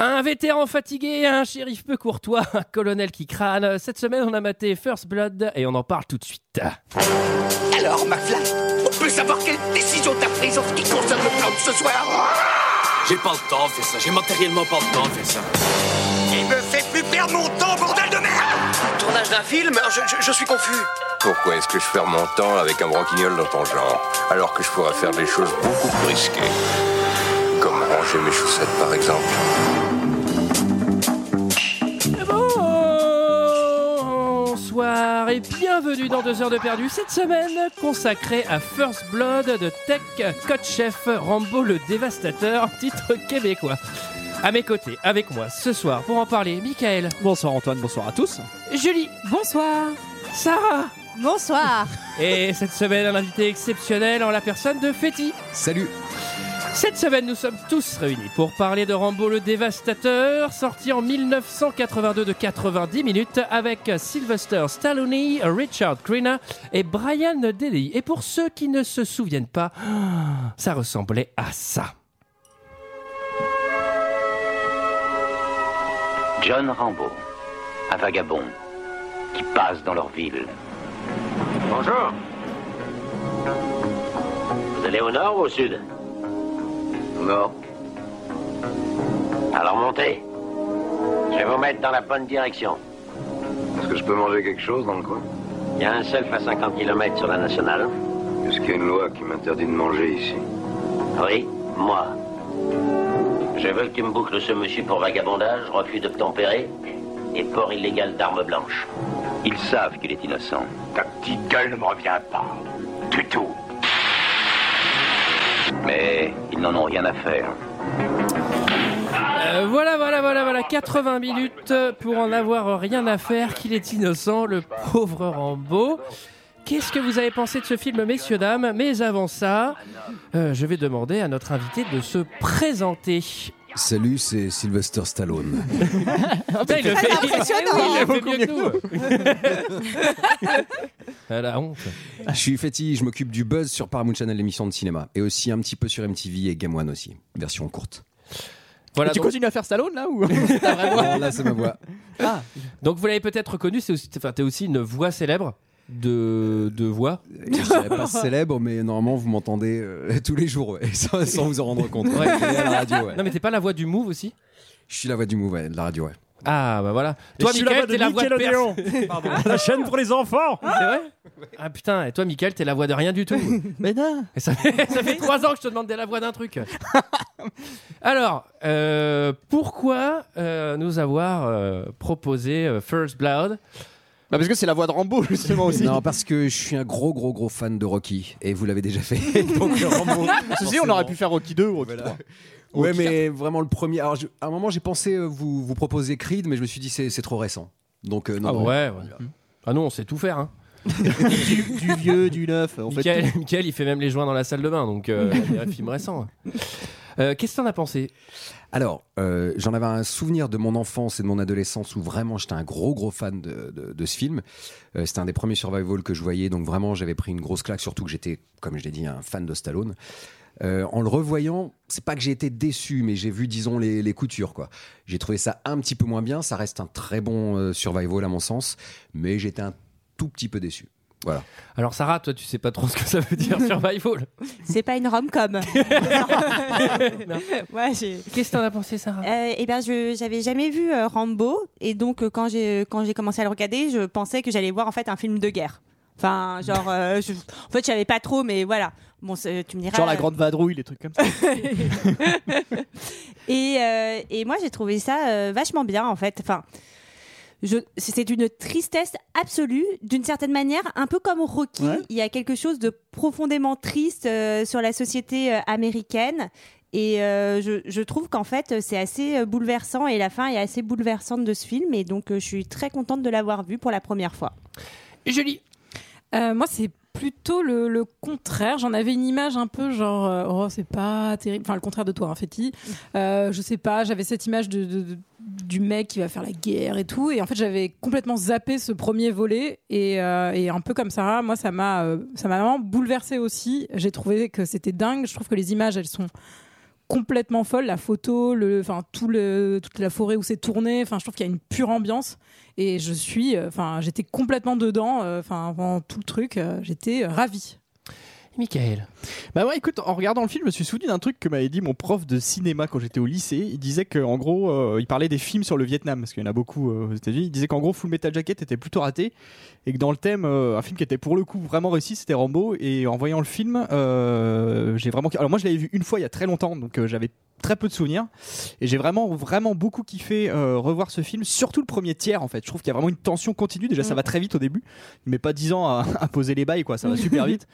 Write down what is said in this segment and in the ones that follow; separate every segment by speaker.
Speaker 1: Un vétéran fatigué, un shérif peu courtois, un colonel qui crâne. Cette semaine, on a maté First Blood et on en parle tout de suite.
Speaker 2: Alors, McFly, on peut savoir quelle décision t'as prise en ce qui concerne le plan de ce soir
Speaker 3: J'ai pas le temps de faire ça, j'ai matériellement pas le temps de faire ça.
Speaker 2: Il me fait plus perdre mon temps, bordel de merde
Speaker 4: Tournage d'un film je, je- je suis confus.
Speaker 5: Pourquoi est-ce que je perds mon temps avec un broquignol dans ton genre, alors que je pourrais faire des choses beaucoup plus risquées Comme ranger mes chaussettes, par exemple.
Speaker 1: Bonsoir et bienvenue dans 2 heures de perdu cette semaine consacrée à First Blood de Tech Coach Chef Rambo le Dévastateur, titre québécois. À mes côtés, avec moi ce soir pour en parler, Michael,
Speaker 6: Bonsoir Antoine, bonsoir à tous.
Speaker 1: Julie,
Speaker 7: Bonsoir.
Speaker 1: Sarah
Speaker 7: Bonsoir.
Speaker 1: et cette semaine un invité exceptionnel en la personne de Fetty.
Speaker 8: Salut
Speaker 1: Cette semaine, nous sommes tous réunis pour parler de Rambo le Dévastateur, sorti en 1982 de 90 minutes avec Sylvester Stallone, Richard Crenna et Brian Denny. Et pour ceux qui ne se souviennent pas, ça ressemblait à ça.
Speaker 9: John Rambo, un vagabond qui passe dans leur ville.
Speaker 4: Bonjour.
Speaker 9: Vous allez au nord ou au sud
Speaker 4: Non.
Speaker 9: Alors montez. Je vais vous mettre dans la bonne direction.
Speaker 4: Est-ce que je peux manger quelque chose dans le coin
Speaker 9: Il y a un self à 50 km sur la nationale.
Speaker 4: Est-ce qu'il y a une loi qui m'interdit de manger ici
Speaker 9: Oui, moi. Je veux que tu me boucles ce monsieur pour vagabondage, refus d'obtempérer et port illégal d'armes blanches. Ils savent qu'il est innocent.
Speaker 2: Ta petite gueule ne me revient pas. Du tout.
Speaker 9: Mais ils n'en ont rien à faire.
Speaker 1: Euh, voilà, voilà, voilà, voilà, 80 minutes pour en avoir rien à faire, qu'il est innocent, le pauvre Rambo. Qu'est-ce que vous avez pensé de ce film, messieurs, dames Mais avant ça, euh, je vais demander à notre invité de se présenter.
Speaker 8: Salut, c'est Sylvester Stallone.
Speaker 1: Putain, il le fait,
Speaker 7: impressionnant.
Speaker 1: il le fait mieux que nous. Ah, la honte.
Speaker 8: je suis Fetty, je m'occupe du buzz sur Paramount Channel, l'émission de cinéma, et aussi un petit peu sur MTV et Game One aussi, version courte.
Speaker 1: Voilà,
Speaker 6: tu
Speaker 1: donc,
Speaker 6: continues à faire Stallone là ou
Speaker 8: Alors là, c'est ma voix.
Speaker 1: donc vous l'avez peut-être reconnu, c'est aussi, enfin, t'es aussi une voix célèbre de, de voix.
Speaker 8: Je dirais pas célèbre, mais normalement, vous m'entendez euh, tous les jours, ouais, sans, sans vous en rendre compte.
Speaker 1: Ouais.
Speaker 8: Et à la radio, ouais.
Speaker 1: Non mais t'es pas la voix du Move aussi
Speaker 8: Je suis la voix du move, ouais, de la radio, ouais.
Speaker 1: Ah bah voilà. Toi
Speaker 10: je suis la voix
Speaker 1: Michael,
Speaker 10: de
Speaker 1: t'es la voix de personne.
Speaker 10: Nickelodeon. La chaîne pour les enfants.
Speaker 1: C'est vrai Ah putain, et toi Michael, t'es la voix de rien du tout.
Speaker 6: Mais non.
Speaker 1: Et ça, fait, ça fait trois ans que je te demande d'être la voix d'un truc. Alors, euh, pourquoi euh, nous avoir euh, proposé euh, First Blood
Speaker 6: Bah parce que c'est la voix de Rambo justement aussi.
Speaker 8: Non, parce que je suis un gros, gros, gros fan de Rocky, et vous l'avez déjà fait. Donc, euh, le Rambo,
Speaker 6: Ceci dit, on aurait pu faire Rocky 2 ou Rocky 3.
Speaker 8: Ouais,
Speaker 6: Rocky
Speaker 8: mais vraiment le premier. Alors, je- à un moment, j'ai pensé euh, vous, vous proposer Creed, mais je me suis dit c'est c'est trop récent. Donc, euh, non, non.
Speaker 1: Ah bah ouais, ouais. Ah non, on sait tout faire. Hein.
Speaker 6: 4. du vieux, du neuf. En fait,
Speaker 1: Michael, Michael, il fait même les joints dans la salle de bain, donc euh, il y a un film récent. Euh, Qu'est-ce que t'en as pensé
Speaker 8: Alors, euh, j'en avais un souvenir de mon enfance et de mon adolescence où vraiment j'étais un gros, gros fan de, de- de ce film. Euh, C'était un des premiers survival que je voyais, donc vraiment j'avais pris une grosse claque, surtout que j'étais, comme je l'ai dit, un fan de Stallone. Euh, en le revoyant, c'est pas que j'ai été déçu, mais j'ai vu, disons, les, les coutures. quoi. J'ai trouvé ça un petit peu moins bien. Ça reste un très bon euh, survival à mon sens, mais j'étais un tout petit peu déçu. Voilà.
Speaker 1: Alors Sarah, toi, tu sais pas trop ce que ça veut dire survival.
Speaker 7: C'est pas une rom-com. ouais, j'ai-
Speaker 1: Qu'est-ce que t'en as pensé, Sarah
Speaker 7: Euh, eh ben, je j'avais jamais vu euh, Rambo et donc euh, quand j'ai quand j'ai commencé à le regarder, je pensais que j'allais voir en fait un film de guerre. Enfin, genre, euh, je- en fait, je savais pas trop, mais voilà. Bon, c'est- tu me diras.
Speaker 6: Genre la
Speaker 7: euh,
Speaker 6: grande vadrouille, les trucs comme ça.
Speaker 7: Et, euh, et moi, j'ai trouvé ça euh, vachement bien, en fait. Enfin, je- c'est une tristesse absolue, d'une certaine manière, un peu comme Rocky.
Speaker 6: Ouais.
Speaker 7: Il y a quelque chose de profondément triste euh, sur la société euh, américaine. Et euh, je, je trouve qu'en fait, euh, c'est assez euh, bouleversant. Et la fin est assez bouleversante de ce film. Et donc, euh, je suis très contente de l'avoir vu pour la première fois.
Speaker 1: Julie.
Speaker 11: Euh, moi, c'est plutôt le, le contraire. J'en avais une image un peu genre, euh, oh, c'est pas terrible. Enfin, le contraire de toi, hein, Fetty. Euh, je sais pas, j'avais cette image de, de- de- du mec qui va faire la guerre et tout. Et en fait, j'avais complètement zappé ce premier volet. Et, euh, et un peu comme Sarah, moi, ça m'a euh, ça m'a vraiment bouleversée aussi. J'ai trouvé que c'était dingue. Je trouve que les images, elles sont
Speaker 7: complètement folle la photo le enfin tout le toute la forêt où c'est tourné enfin je trouve qu'il y a une pure ambiance et je suis euh, enfin j'étais complètement dedans euh, enfin avant tout le truc euh, j'étais euh, ravie
Speaker 1: Michael.
Speaker 11: Bah ouais, écoute, en regardant le film, je me suis souvenu d'un truc que m'avait dit mon prof de cinéma quand j'étais au lycée. Il disait qu'en gros, euh, il parlait des films sur le Vietnam, parce qu'il y en a beaucoup euh, aux États-Unis. Il disait qu'en gros, Full Metal Jacket était plutôt raté, et que dans le thème, euh, un film qui était pour le coup vraiment réussi, c'était Rambo. Et en voyant le film, euh, j'ai vraiment. Alors moi, je l'avais vu une fois il y a très longtemps, donc euh, j'avais très peu de souvenirs. Et j'ai vraiment, vraiment beaucoup kiffé euh, revoir ce film, surtout le premier tiers en fait. Je trouve qu'il y a vraiment une tension continue. Déjà, ça va très vite au début, mais pas 10 ans à, à poser les bails, quoi. Ça va super vite.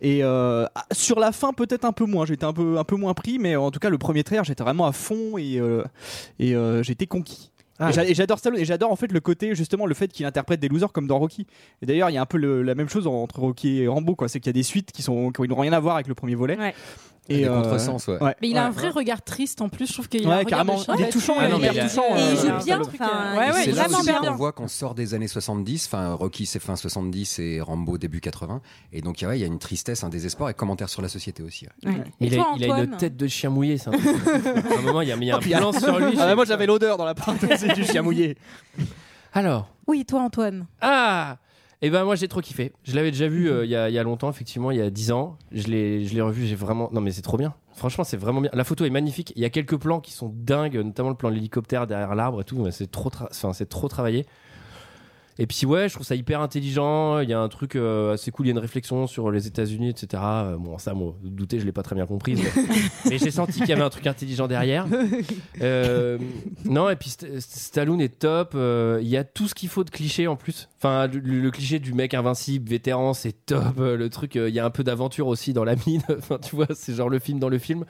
Speaker 11: Et euh, ah, sur la fin, peut-être un peu moins. J'étais un peu, un peu moins pris, mais en tout cas, le premier tiers, j'étais vraiment à fond et, euh, et euh, j'étais conquis.
Speaker 1: Ah.
Speaker 11: Et j'a- et j'adore Stallone et j'adore en fait le côté justement le fait qu'il interprète des losers comme dans Rocky. Et d'ailleurs il y a un peu le- la même chose en- entre Rocky et Rambo quoi, c'est qu'il y a des suites qui sont euh, qui n'ont rien à voir avec le premier volet.
Speaker 8: Des contresens, ouais.
Speaker 7: mais il a
Speaker 11: Ouais.
Speaker 7: un vrai regard triste en plus je trouve qu'il a
Speaker 11: Ouais,
Speaker 7: un regard
Speaker 11: carrément.
Speaker 7: de chien
Speaker 11: Il est
Speaker 7: battu.
Speaker 11: touchant, il est Ah non, hyper mais il a- touchant,
Speaker 7: Et
Speaker 11: euh,
Speaker 7: il joue
Speaker 11: euh,
Speaker 7: bien
Speaker 11: Stallone.
Speaker 7: enfin,
Speaker 8: Et
Speaker 7: ouais, ouais,
Speaker 8: c'est là
Speaker 7: vraiment
Speaker 8: aussi
Speaker 7: bien
Speaker 8: qu'on voit qu'on sort des années 70, enfin Rocky c'est fin 70 et Rambo début 80, et donc ouais, il y a une tristesse, un désespoir et commentaire sur la société aussi. ouais.
Speaker 7: Ouais.
Speaker 1: Il,
Speaker 7: Et
Speaker 1: a,
Speaker 7: toi,
Speaker 1: il a une
Speaker 7: Antoine
Speaker 1: tête de chien mouillé, ça. à un moment, il y a mis un plan sur lui.
Speaker 11: Ah bah, moi j'avais l'odeur dans la parenthèse du chien mouillé.
Speaker 1: Alors,
Speaker 7: oui toi Antoine
Speaker 1: ah Eh ben moi, j'ai trop kiffé. Je l'avais déjà vu euh, il y, a- il y a longtemps, effectivement, il y a 10 ans. Je l'ai je l'ai revu, j'ai vraiment. Non, mais c'est trop bien. Franchement, c'est vraiment bien. La photo est magnifique. Il y a quelques plans qui sont dingues, notamment le plan de l'hélicoptère derrière l'arbre et tout. mais C'est trop, tra- enfin, c'est trop travaillé. Et puis ouais, je trouve ça hyper intelligent. Il y a un truc euh, assez cool. Il y a une réflexion sur les États-Unis, etc. Euh, bon, ça, moi, douter, je l'ai pas très bien compris. Mais, mais j'ai senti qu'il y avait un truc intelligent derrière. Euh, non, et puis St- St- Stallone est top. Euh, Il y a tout ce qu'il faut de cliché en plus. Enfin, le, le cliché du mec invincible, vétéran, c'est top. Euh, Le truc, euh, il y a un peu d'aventure aussi dans la mine. enfin, tu vois, c'est genre le film dans le film.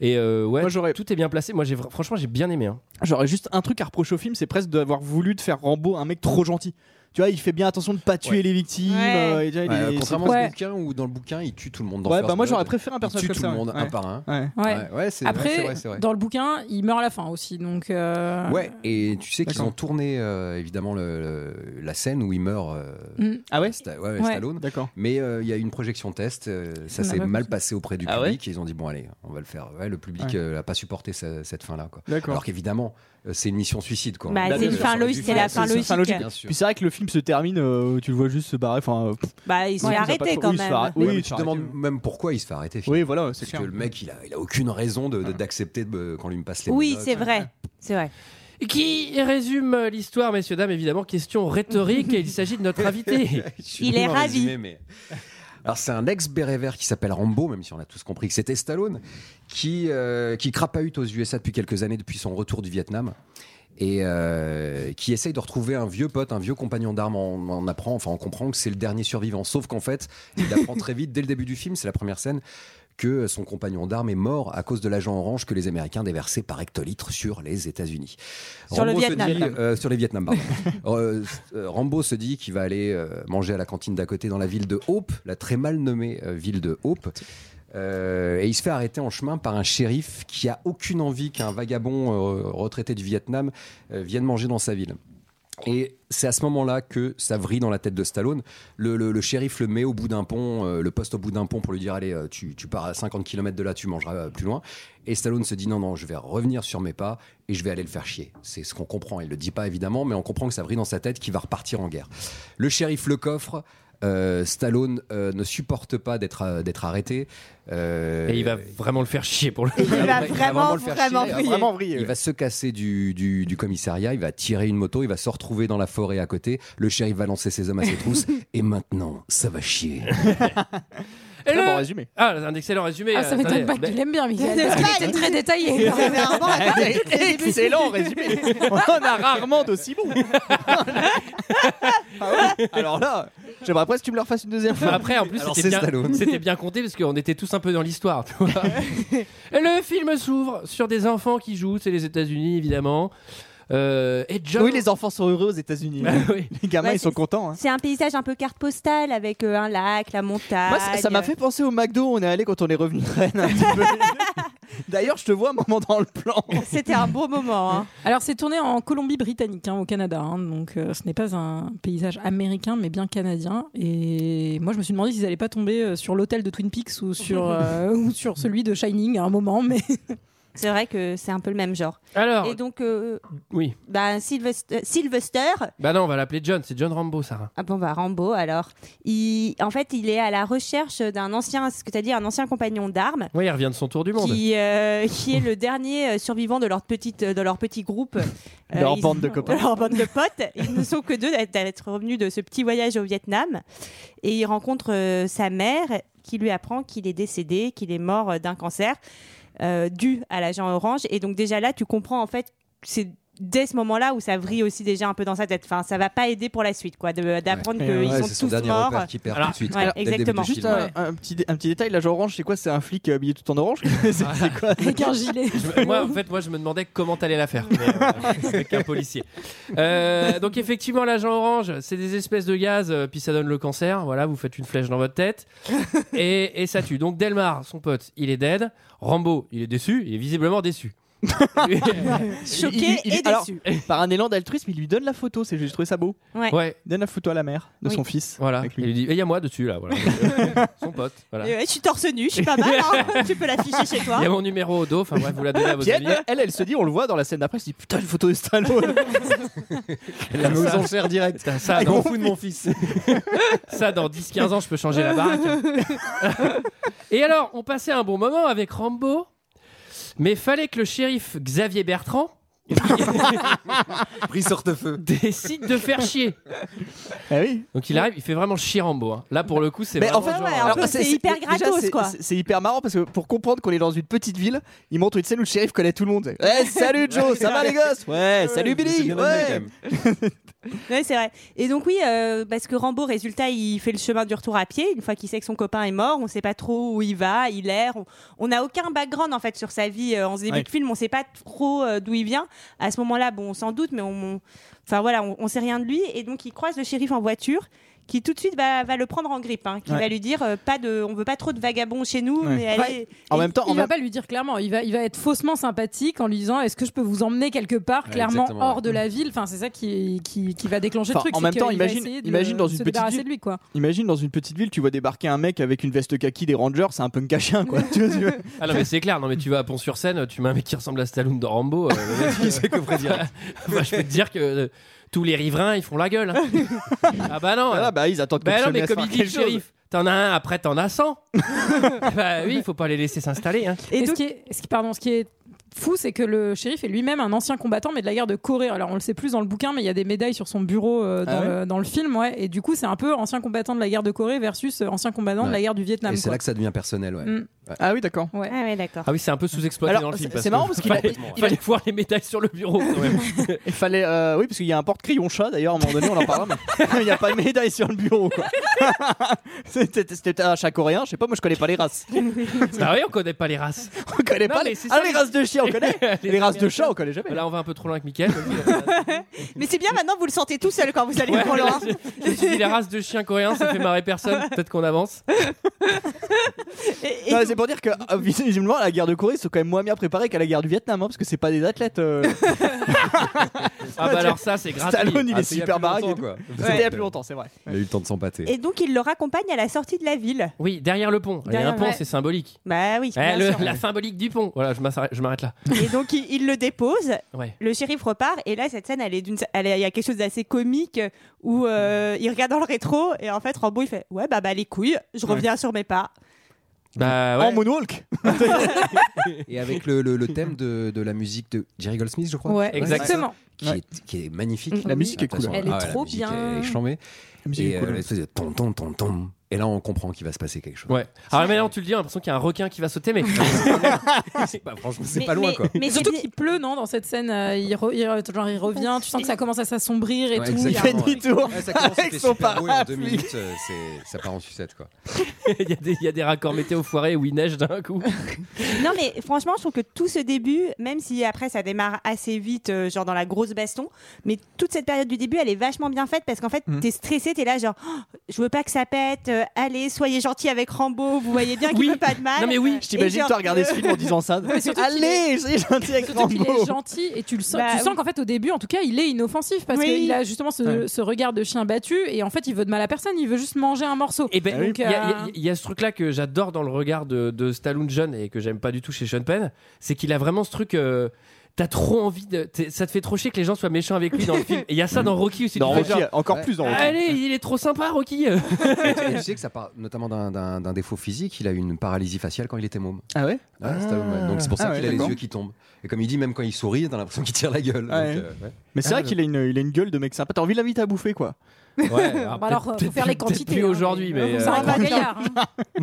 Speaker 1: Et euh, ouais, tout est bien placé. Moi, j'ai vra- franchement, j'ai bien aimé. hein.
Speaker 11: J'aurais juste un truc à reprocher au film, c'est presque d'avoir voulu de faire Rambo un mec trop gentil. Tu vois, il fait bien attention de pas tuer les victimes. euh, et tu vois, il
Speaker 8: Ouais,
Speaker 11: est-
Speaker 8: contrairement
Speaker 11: c'est-
Speaker 8: à ce
Speaker 11: Ouais.
Speaker 8: bouquin où dans le bouquin il tue tout le monde. Dans
Speaker 11: Ouais,
Speaker 8: First
Speaker 11: bah, moi,
Speaker 8: Blood.
Speaker 11: j'aurait préféré un personnage
Speaker 8: Il tue
Speaker 11: comme
Speaker 8: tout
Speaker 11: ça,
Speaker 8: le monde
Speaker 11: ouais.
Speaker 8: un par un.
Speaker 11: Ouais.
Speaker 8: ouais, ouais, c'est
Speaker 7: Après,
Speaker 8: vrai, c'est vrai, c'est vrai.
Speaker 7: dans le bouquin, il meurt à la fin aussi. Donc, euh,
Speaker 8: Ouais, et tu sais qu'ils
Speaker 7: D'accord.
Speaker 8: ont tourné euh, évidemment le- le- la scène où il meurt. euh,
Speaker 7: Mm.
Speaker 11: Ah ouais,
Speaker 8: Sta- ouais,
Speaker 7: Ouais.
Speaker 8: Stallone.
Speaker 11: D'accord.
Speaker 8: Mais euh, il y a eu une projection test, euh, ça
Speaker 7: On
Speaker 8: s'est
Speaker 3: bah,
Speaker 7: n'a pas
Speaker 8: mal
Speaker 7: compris.
Speaker 8: passé auprès du
Speaker 11: Ah
Speaker 8: public et ils ont dit bon allez, on va le faire. Ouais, le public
Speaker 11: Ouais.
Speaker 8: euh, n'a pas supporté ce- cette fin là quoi.
Speaker 11: D'accord.
Speaker 8: Alors qu'évidemment, euh, c'est une mission suicide quoi.
Speaker 3: Bah,
Speaker 8: On
Speaker 3: c'est
Speaker 8: l'a
Speaker 3: une
Speaker 8: vu,
Speaker 3: fin
Speaker 8: ça aurait
Speaker 3: logique,
Speaker 8: dû
Speaker 3: c'est
Speaker 8: faire
Speaker 3: la
Speaker 8: ça.
Speaker 3: fin
Speaker 8: C'est
Speaker 3: logique. hein.
Speaker 8: ça, bien
Speaker 3: Bien
Speaker 8: sûr.
Speaker 11: Puis c'est vrai que le film se termine, euh, tu le vois juste se barrer. Enfin, euh, pff.
Speaker 3: Bah, il se fait
Speaker 11: Ouais, ils ont pas
Speaker 3: arrêter
Speaker 11: trop-
Speaker 3: quand
Speaker 11: oui, ils se
Speaker 3: même.
Speaker 11: font arrêter,
Speaker 8: Oui,
Speaker 11: ouais, ils
Speaker 8: tu
Speaker 11: se
Speaker 8: te
Speaker 11: font arrêter.
Speaker 8: demandes même pourquoi il se fait arrêter.
Speaker 11: Oui, voilà, c'est
Speaker 8: Parce
Speaker 11: clair.
Speaker 8: que le mec, il a, il a aucune raison de- de- d'accepter de, quand lui me passe les
Speaker 3: Ah. Oui,
Speaker 8: menottes.
Speaker 3: c'est vrai. C'est vrai.
Speaker 1: Qui résume euh, l'histoire, messieurs, dames, évidemment, question rhétorique, et il s'agit de notre invité.
Speaker 8: Je suis
Speaker 3: Il
Speaker 8: nul
Speaker 3: est
Speaker 8: en
Speaker 3: ravi.
Speaker 8: résumé, mais- Alors c'est un ex-béret vert qui s'appelle Rambo, même si on a tous compris que c'était Stallone, qui, euh, qui crapahute aux USA depuis quelques années, depuis son retour du Vietnam, et euh, qui essaye de retrouver un vieux pote, un vieux compagnon d'armes. On, on apprend, enfin on comprend que c'est le dernier survivant, sauf qu'en fait, il apprend très vite, dès le début du film, c'est la première scène, que son compagnon d'armes est mort à cause de l'agent orange que les Américains déversaient par hectolitre sur les États-Unis.
Speaker 3: Sur le
Speaker 8: Rambo se
Speaker 3: Vietnam.
Speaker 8: dit, euh, sur les Vietnam, pardon. Euh, euh, Rambo se dit qu'il va aller euh, manger à la cantine d'à côté dans la ville de Hope, la très mal nommée euh, ville de Hope. Euh, et il se fait arrêter en chemin par un shérif qui a aucune envie qu'un vagabond euh, retraité du Vietnam euh, vienne manger dans sa ville. Et c'est à ce moment-là que ça vrille dans la tête de Stallone. Le, le- le shérif le met au bout d'un pont, euh, le poste au bout d'un pont pour lui dire Allez, euh, tu, tu pars à 50 km de là, tu mangeras euh, plus loin. Et Stallone se dit Non, non, je vais revenir sur mes pas et je vais aller le faire chier. C'est ce qu'on comprend. Il le dit pas évidemment, mais on comprend que ça vrille dans sa tête qu'il va repartir en guerre. Le shérif le coffre. euh, Stallone euh, ne supporte pas d'être euh, d'être arrêté. euh,
Speaker 1: Et il va vraiment le faire chier pour le.
Speaker 3: Il va
Speaker 8: Ah, il va
Speaker 3: vraiment,
Speaker 8: le faire
Speaker 3: vraiment
Speaker 8: chier, hein. il va
Speaker 3: briller.
Speaker 11: vraiment vriller.
Speaker 8: il va se casser du, du- du commissariat, il va tirer une moto, il va se retrouver dans la forêt à côté. Le shérif va lancer ses hommes à ses trousses. et maintenant, ça va chier.
Speaker 1: Et le-
Speaker 11: bon résumé.
Speaker 1: Ah, un excellent résumé.
Speaker 7: Ah, ça
Speaker 1: euh, attendez.
Speaker 7: m'étonne pas que
Speaker 1: Mais-
Speaker 7: tu l'aimes bien, Michael. Parce qu'il était très détaillé.
Speaker 11: Excellent résumé. On en a rarement d'aussi bon. Ah ouais Alors là, j'aimerais presque que tu me le refasses une deuxième
Speaker 1: Enfin,
Speaker 11: fois.
Speaker 1: après, en plus,
Speaker 8: Alors,
Speaker 1: c'était
Speaker 8: c'est
Speaker 1: bien,
Speaker 8: Stallone.
Speaker 1: c'était bien compté parce qu'on était tous un peu dans l'histoire. tu vois. Et le film s'ouvre sur des enfants qui jouent, c'est les États-Unis évidemment. Euh, et John...
Speaker 8: Oui, les enfants sont heureux aux États-Unis.
Speaker 1: Bah oui.
Speaker 8: Les gamins,
Speaker 7: Ouais,
Speaker 8: ils sont contents. hein.
Speaker 7: C'est un paysage un peu carte postale avec euh, un lac, la montagne.
Speaker 8: Moi, ça- ça m'a fait penser au McDo. où On est allé quand on est revenu de Rennes. un petit peu. D'ailleurs, je te vois un moment dans le plan.
Speaker 7: C'était un beau moment. hein.
Speaker 11: Alors, c'est tourné en Colombie-Britannique, hein, au Canada. hein. donc, euh, ce n'est pas un paysage américain, mais bien canadien. Et moi, je me suis demandé s'ils n'allaient pas tomber euh, sur l'hôtel de Twin Peaks ou sur, euh, ou sur celui de Shining à un moment. Mais
Speaker 7: C'est vrai que c'est un peu le même genre.
Speaker 1: Alors,
Speaker 7: Et donc, euh,
Speaker 1: Ah. oui.
Speaker 7: bah, Sylvester, Sylvester,
Speaker 1: Bah non, on va l'appeler John, c'est John Rambo, Sarah.
Speaker 7: ah bon, bah, Rambo, alors, il, en fait, il est à la recherche d'un ancien, ce que tu as dit, un ancien compagnon d'armes.
Speaker 1: Oui, il revient de son tour du monde.
Speaker 7: Qui, euh, qui est le dernier euh, survivant de leur, petite, de leur petit groupe. Euh,
Speaker 8: Leur
Speaker 7: ils-
Speaker 8: bande de copains.
Speaker 7: Leur bande de potes. Ils ne sont que deux d'être- d'être revenus de ce petit voyage au Vietnam. Et il rencontre euh, sa mère qui lui apprend qu'il est décédé, qu'il est mort euh, d'un cancer euh, dû à l'agent orange. Et donc déjà là, tu comprends en fait, c'est dès ce moment-là où ça vrille aussi déjà un peu dans sa tête. Enfin, ça va pas aider pour la suite, quoi, de- d'apprendre
Speaker 8: Ouais.
Speaker 7: qu'ils
Speaker 5: Ouais, c'est
Speaker 7: sont
Speaker 5: son
Speaker 7: tous
Speaker 5: dernier
Speaker 7: morts.
Speaker 5: repère qui perd
Speaker 1: Alors,
Speaker 5: tout de suite.
Speaker 7: ouais,
Speaker 5: quoi, dès le début
Speaker 7: exactement.
Speaker 5: du
Speaker 8: Juste euh,
Speaker 5: film.
Speaker 8: un, un petit, dé- un petit détail, l'agent orange, c'est quoi C'est un flic euh, habillé tout en orange C'est c'est quoi
Speaker 11: avec un gilet.
Speaker 1: Je- moi, en fait, moi, je me demandais comment t'allais la faire mais, euh, avec un policier. Euh, donc, effectivement, l'agent orange, c'est des espèces de gaz, euh, puis ça donne le cancer. Voilà, vous faites une flèche dans votre tête et, et ça tue. Donc, Delmar, son pote, il est dead. Rambo, il est déçu, il est visiblement déçu.
Speaker 7: Choqué
Speaker 8: Il- il- il-
Speaker 7: et
Speaker 8: alors-
Speaker 7: déçu.
Speaker 8: Par un élan d'altruisme, il lui donne la photo. C'est j'ai trouvé ça beau.
Speaker 1: ouais,
Speaker 8: Il donne la photo à la mère de
Speaker 7: Oui.
Speaker 8: son fils.
Speaker 1: voilà.
Speaker 8: Avec
Speaker 1: Il
Speaker 8: lui.
Speaker 1: lui dit, il y a moi dessus là, voilà. son pote, voilà.
Speaker 7: Et ouais, je suis torse nu, je suis pas mal. hein. tu peux l'afficher chez toi.
Speaker 1: Il y a mon numéro au dos. Enfin bref, vous la donnez à
Speaker 8: Puis
Speaker 1: votre
Speaker 8: elle,
Speaker 1: ami.
Speaker 8: elle, elle se dit, on le voit dans la scène d'après, elle se dit putain, une photo de Stallone.
Speaker 5: Elle la met aux enchères direct.
Speaker 1: Putain, ça,
Speaker 5: Je
Speaker 1: dans,
Speaker 5: m'en fous de mon fils.
Speaker 1: Ah ça, dans 10-15 ans, je peux changer la baraque. Et alors, on passait un bon moment avec Rambo, mais fallait que le shérif Xavier Bertrand
Speaker 5: Pris sorte-feu.
Speaker 1: décide de faire chier.
Speaker 8: ah oui.
Speaker 1: Donc il arrive, il fait vraiment chier Rambo. hein. Là, pour le coup, c'est
Speaker 8: Mais
Speaker 1: vraiment
Speaker 8: enfin,
Speaker 1: genre,
Speaker 7: ouais,
Speaker 1: euh,
Speaker 7: alors-
Speaker 1: alors,
Speaker 7: Ah, c'est hyper
Speaker 8: déjà,
Speaker 7: gratos,
Speaker 8: Ah, c'est-
Speaker 7: quoi.
Speaker 8: c'est- C'est hyper marrant parce que pour comprendre qu'on est dans une petite ville, il montre une scène où le shérif connaît tout le monde. Ouais, salut Joe, ça va les gosses Ouais, salut Billy Ouais
Speaker 7: Ouais, c'est vrai. Et donc oui, euh, parce que Rambo, résultat, il fait le chemin du retour à pied. Une fois qu'il sait que son copain est mort, on sait pas trop où il va, il erre. On- On n'a aucun background en fait sur sa vie. Euh, En ce début
Speaker 8: Ouais.
Speaker 7: de film, on sait pas trop euh, d'où il vient. À ce moment-là, bon, on s'en doute, mais on, on- enfin voilà, on, on sait rien de lui. Et donc il croise le shérif en voiture, qui tout de suite va, va le prendre en grippe, hein, qui
Speaker 8: Ouais.
Speaker 7: va lui dire euh, pas de, on veut pas trop de vagabonds chez nous,
Speaker 8: Ouais.
Speaker 7: mais allez.
Speaker 11: Ouais.
Speaker 8: En
Speaker 11: Et
Speaker 8: même temps, en
Speaker 11: il va
Speaker 8: même-
Speaker 11: pas lui dire clairement. Il va, il va être faussement sympathique en lui disant Est-ce que je peux vous emmener quelque part, clairement
Speaker 5: exactement,
Speaker 11: hors
Speaker 5: ouais.
Speaker 11: de la ville Enfin, c'est ça qui, qui, qui va déclencher
Speaker 8: Enfin,
Speaker 11: le truc.
Speaker 8: en
Speaker 11: c'est
Speaker 8: même
Speaker 11: qu'il
Speaker 8: temps,
Speaker 11: va
Speaker 8: imagine-
Speaker 11: essayer de
Speaker 8: imagine dans
Speaker 11: se
Speaker 8: une petite
Speaker 11: débarrasser
Speaker 8: ville.
Speaker 11: de lui, quoi.
Speaker 8: Imagine dans une petite ville, tu vois débarquer un mec avec une veste kaki des Rangers, c'est un punk à chien quoi. Tu vois, tu vois.
Speaker 1: ah non, mais c'est clair. Non mais tu vas à Pont-sur-Seine, tu mets un mec qui ressemble à Stallone dans Rambo. euh, le mec, euh, bah, je peux te dire que euh, tous les riverains, ils font la gueule. hein. ah bah non.
Speaker 8: Voilà,
Speaker 1: euh,
Speaker 8: bah ils attendent que
Speaker 1: bah
Speaker 8: le
Speaker 1: non, mais
Speaker 8: chômage
Speaker 1: comme il
Speaker 8: fasse
Speaker 1: dit le
Speaker 8: quelque chose.
Speaker 1: shérif, t'en as un, après t'en as 100. bah oui, il faut pas les laisser s'installer. hein.
Speaker 11: Et ce, qui est, ce qui- pardon, ce qui est fou, c'est que le shérif est lui-même un ancien combattant, mais de la guerre de Corée. Alors, on le sait plus dans le bouquin, mais il y a des médailles sur son bureau euh, dans,
Speaker 8: Ah ouais
Speaker 11: le, dans le film, ouais. Et du coup, c'est un peu ancien combattant de la guerre de Corée versus euh, ancien combattant de la
Speaker 5: Ouais.
Speaker 11: guerre du Vietnam.
Speaker 5: Et c'est
Speaker 11: quoi.
Speaker 5: là que ça devient personnel, ouais.
Speaker 11: Mm.
Speaker 8: Ah oui, d'accord.
Speaker 7: Ah ouais, d'accord.
Speaker 1: Ah oui, c'est un peu sous-exploité
Speaker 8: Alors,
Speaker 1: dans le film.
Speaker 8: c'est- c'est marrant parce qu'il a-
Speaker 1: fallait,
Speaker 8: il- il a-
Speaker 1: fallait voir les médailles sur le bureau. quand même.
Speaker 8: Il fallait. euh, oui, parce qu'il y a un porte-crayon chat d'ailleurs, à un moment donné, on en parlera, mais il n'y a pas de médaille sur le bureau quoi. C'était c'était un chat coréen, je sais pas, moi je connais pas les races.
Speaker 1: Ah oui, on connaît pas les races.
Speaker 8: On connaît
Speaker 1: Non,
Speaker 8: pas
Speaker 1: mais
Speaker 8: les...
Speaker 1: c'est
Speaker 8: Ah,
Speaker 1: ça,
Speaker 8: les
Speaker 1: les-
Speaker 8: races de chiens, on connaît.
Speaker 1: Les-
Speaker 8: les races de chats, on connaît jamais.
Speaker 1: Là, on va un peu trop loin avec Mickaël.
Speaker 7: Mais c'est bien maintenant, vous le sentez tous seul quand vous allez
Speaker 1: Ouais,
Speaker 7: trop loin.
Speaker 1: Je me suis dit, les races de chiens coréens, ça fait marrer personne. Peut-être qu'on avance. Ah
Speaker 7: Et- et
Speaker 8: Non, mais c'est pour dire que euh, visiblement à la guerre de Corée ils sont quand même moins bien préparés qu'à la guerre du Vietnam hein, parce que c'est pas des athlètes. euh.
Speaker 1: Ah bah alors ça, c'est grave.
Speaker 8: Stallone il est
Speaker 5: Ah, c'est y a
Speaker 8: super
Speaker 5: plus
Speaker 8: baraque. et
Speaker 5: longtemps,
Speaker 8: tout.
Speaker 5: quoi.
Speaker 8: C'était il y a plus longtemps c'est vrai.
Speaker 5: Il a eu le temps de s'empâter.
Speaker 7: Et donc il le raccompagne à la sortie de la ville.
Speaker 1: Oui, derrière le pont. Il y a un
Speaker 11: Derrière,
Speaker 1: pont,
Speaker 11: ouais.
Speaker 1: c'est symbolique.
Speaker 7: Bah oui.
Speaker 1: Eh,
Speaker 7: bien
Speaker 1: le-
Speaker 7: sûr.
Speaker 1: la symbolique du pont. Voilà, je m'arrête je m'arrête là.
Speaker 7: Et donc il, il le dépose.
Speaker 1: Ouais.
Speaker 7: Le shérif repart et là cette scène elle est d'une elle est- il y a quelque chose d'assez comique où euh, il regarde dans le rétro et en fait Rambo il fait ouais bah bah les couilles je reviens sur mes pas
Speaker 1: Bah ouais.
Speaker 8: En moonwalk.
Speaker 5: Et avec le, le- le thème de, de la musique de Jerry Goldsmith, je crois.
Speaker 11: Ouais,
Speaker 1: Exactement.
Speaker 11: exactement.
Speaker 5: Qui, est, qui est magnifique.
Speaker 11: La
Speaker 8: musique est
Speaker 5: Ah, de toute
Speaker 8: cool,
Speaker 5: façon,
Speaker 11: Elle est
Speaker 5: ah ouais,
Speaker 11: trop
Speaker 5: la musique
Speaker 11: bien.
Speaker 5: est chambée. Et euh, l'espèce de ton ton ton ton. Et là, on comprend qu'il va se passer quelque chose.
Speaker 1: Ouais. Alors maintenant, tu le dis, on a l'impression qu'il y a un requin qui va sauter, mais
Speaker 5: C'est pas, franchement,
Speaker 7: Mais-
Speaker 5: c'est pas loin,
Speaker 7: mais-
Speaker 5: quoi.
Speaker 7: mais
Speaker 11: Mais surtout
Speaker 7: c'est-
Speaker 11: qu'il pleut, non, dans cette scène, euh, il, re- il re- genre, il
Speaker 8: Oh,
Speaker 11: revient, tu sens que ça commence à s'assombrir et
Speaker 5: Ouais,
Speaker 11: tout.
Speaker 5: exactement.
Speaker 11: il y a-
Speaker 8: fait demi-tour
Speaker 5: Ouais, ça commence,
Speaker 8: avec
Speaker 5: c'était
Speaker 8: son
Speaker 5: super beau, et En deux
Speaker 8: parapluie.
Speaker 5: minutes, euh, c'est- ça part en sucette, quoi.
Speaker 1: il y, a des- il y a des raccords météo foirés où il neige d'un coup.
Speaker 7: non mais franchement je trouve que tout ce début même si après ça démarre assez vite euh, genre dans la grosse
Speaker 12: grosse baston. Mais toute cette période du début, elle est vachement bien faite parce qu'en fait,
Speaker 11: Mhm.
Speaker 12: t'es stressé, t'es là genre, Oh, je veux pas que ça pète, euh, allez, soyez gentil avec Rambo, vous voyez bien qu'il veut pas de mal.
Speaker 11: Non, mais oui. Je t'imagine,
Speaker 12: Et genre,
Speaker 11: toi, regarder ce film en disant ça.
Speaker 7: Mais surtout qu'il
Speaker 11: Allez,
Speaker 7: est-
Speaker 11: soyez gentil avec
Speaker 7: Surtout qu'il
Speaker 11: Rambo.
Speaker 7: est gentil et tu le sens.
Speaker 12: Bah,
Speaker 7: tu sens
Speaker 12: oui.
Speaker 7: qu'en fait au début, en tout cas, il est inoffensif parce
Speaker 12: Oui.
Speaker 7: qu'il a justement ce,
Speaker 11: Ouais.
Speaker 7: ce regard de chien battu et en fait, il veut de mal à personne. Il veut juste manger un morceau.
Speaker 1: Et ben, il
Speaker 7: Donc,
Speaker 1: y, a-
Speaker 7: euh,
Speaker 1: il y a- il y a ce truc-là que j'adore dans le regard de, de Stallone jeune et que j'aime pas du tout chez Sean Penn, c'est qu'il a vraiment ce truc. euh, T'as trop envie de. t'es- Ça te fait trop chier que les gens soient méchants avec lui dans le film. Et il y a ça dans Rocky hein. aussi.
Speaker 11: Dans
Speaker 1: tu fais
Speaker 11: Rocky,
Speaker 1: genre,
Speaker 11: encore plus dans Rocky.
Speaker 1: Allez, il est trop sympa, Rocky.
Speaker 8: Et tu sais que ça part notamment d'un- d'un d'un défaut physique. Il a eu une paralysie faciale quand il était môme.
Speaker 11: Ah ouais
Speaker 8: Ouais, Stallone, ouais. Donc c'est pour ça
Speaker 11: Ah ouais,
Speaker 8: qu'il a les
Speaker 11: d'accord.
Speaker 8: yeux qui tombent. Et comme il dit, même quand il sourit, t'as l'impression qu'il tire la gueule.
Speaker 11: Ouais.
Speaker 8: Donc, euh, ouais.
Speaker 11: Mais c'est
Speaker 8: Ah,
Speaker 11: vrai
Speaker 8: je-
Speaker 11: qu'il a une, il a une gueule de mec sympa. T'as envie de l'inviter à bouffer quoi
Speaker 7: Bah alors, faut faire les quantités,
Speaker 1: Plus
Speaker 7: hein.
Speaker 1: aujourd'hui, mais.
Speaker 7: vous
Speaker 1: euh,
Speaker 7: en avez un gaillard. hein.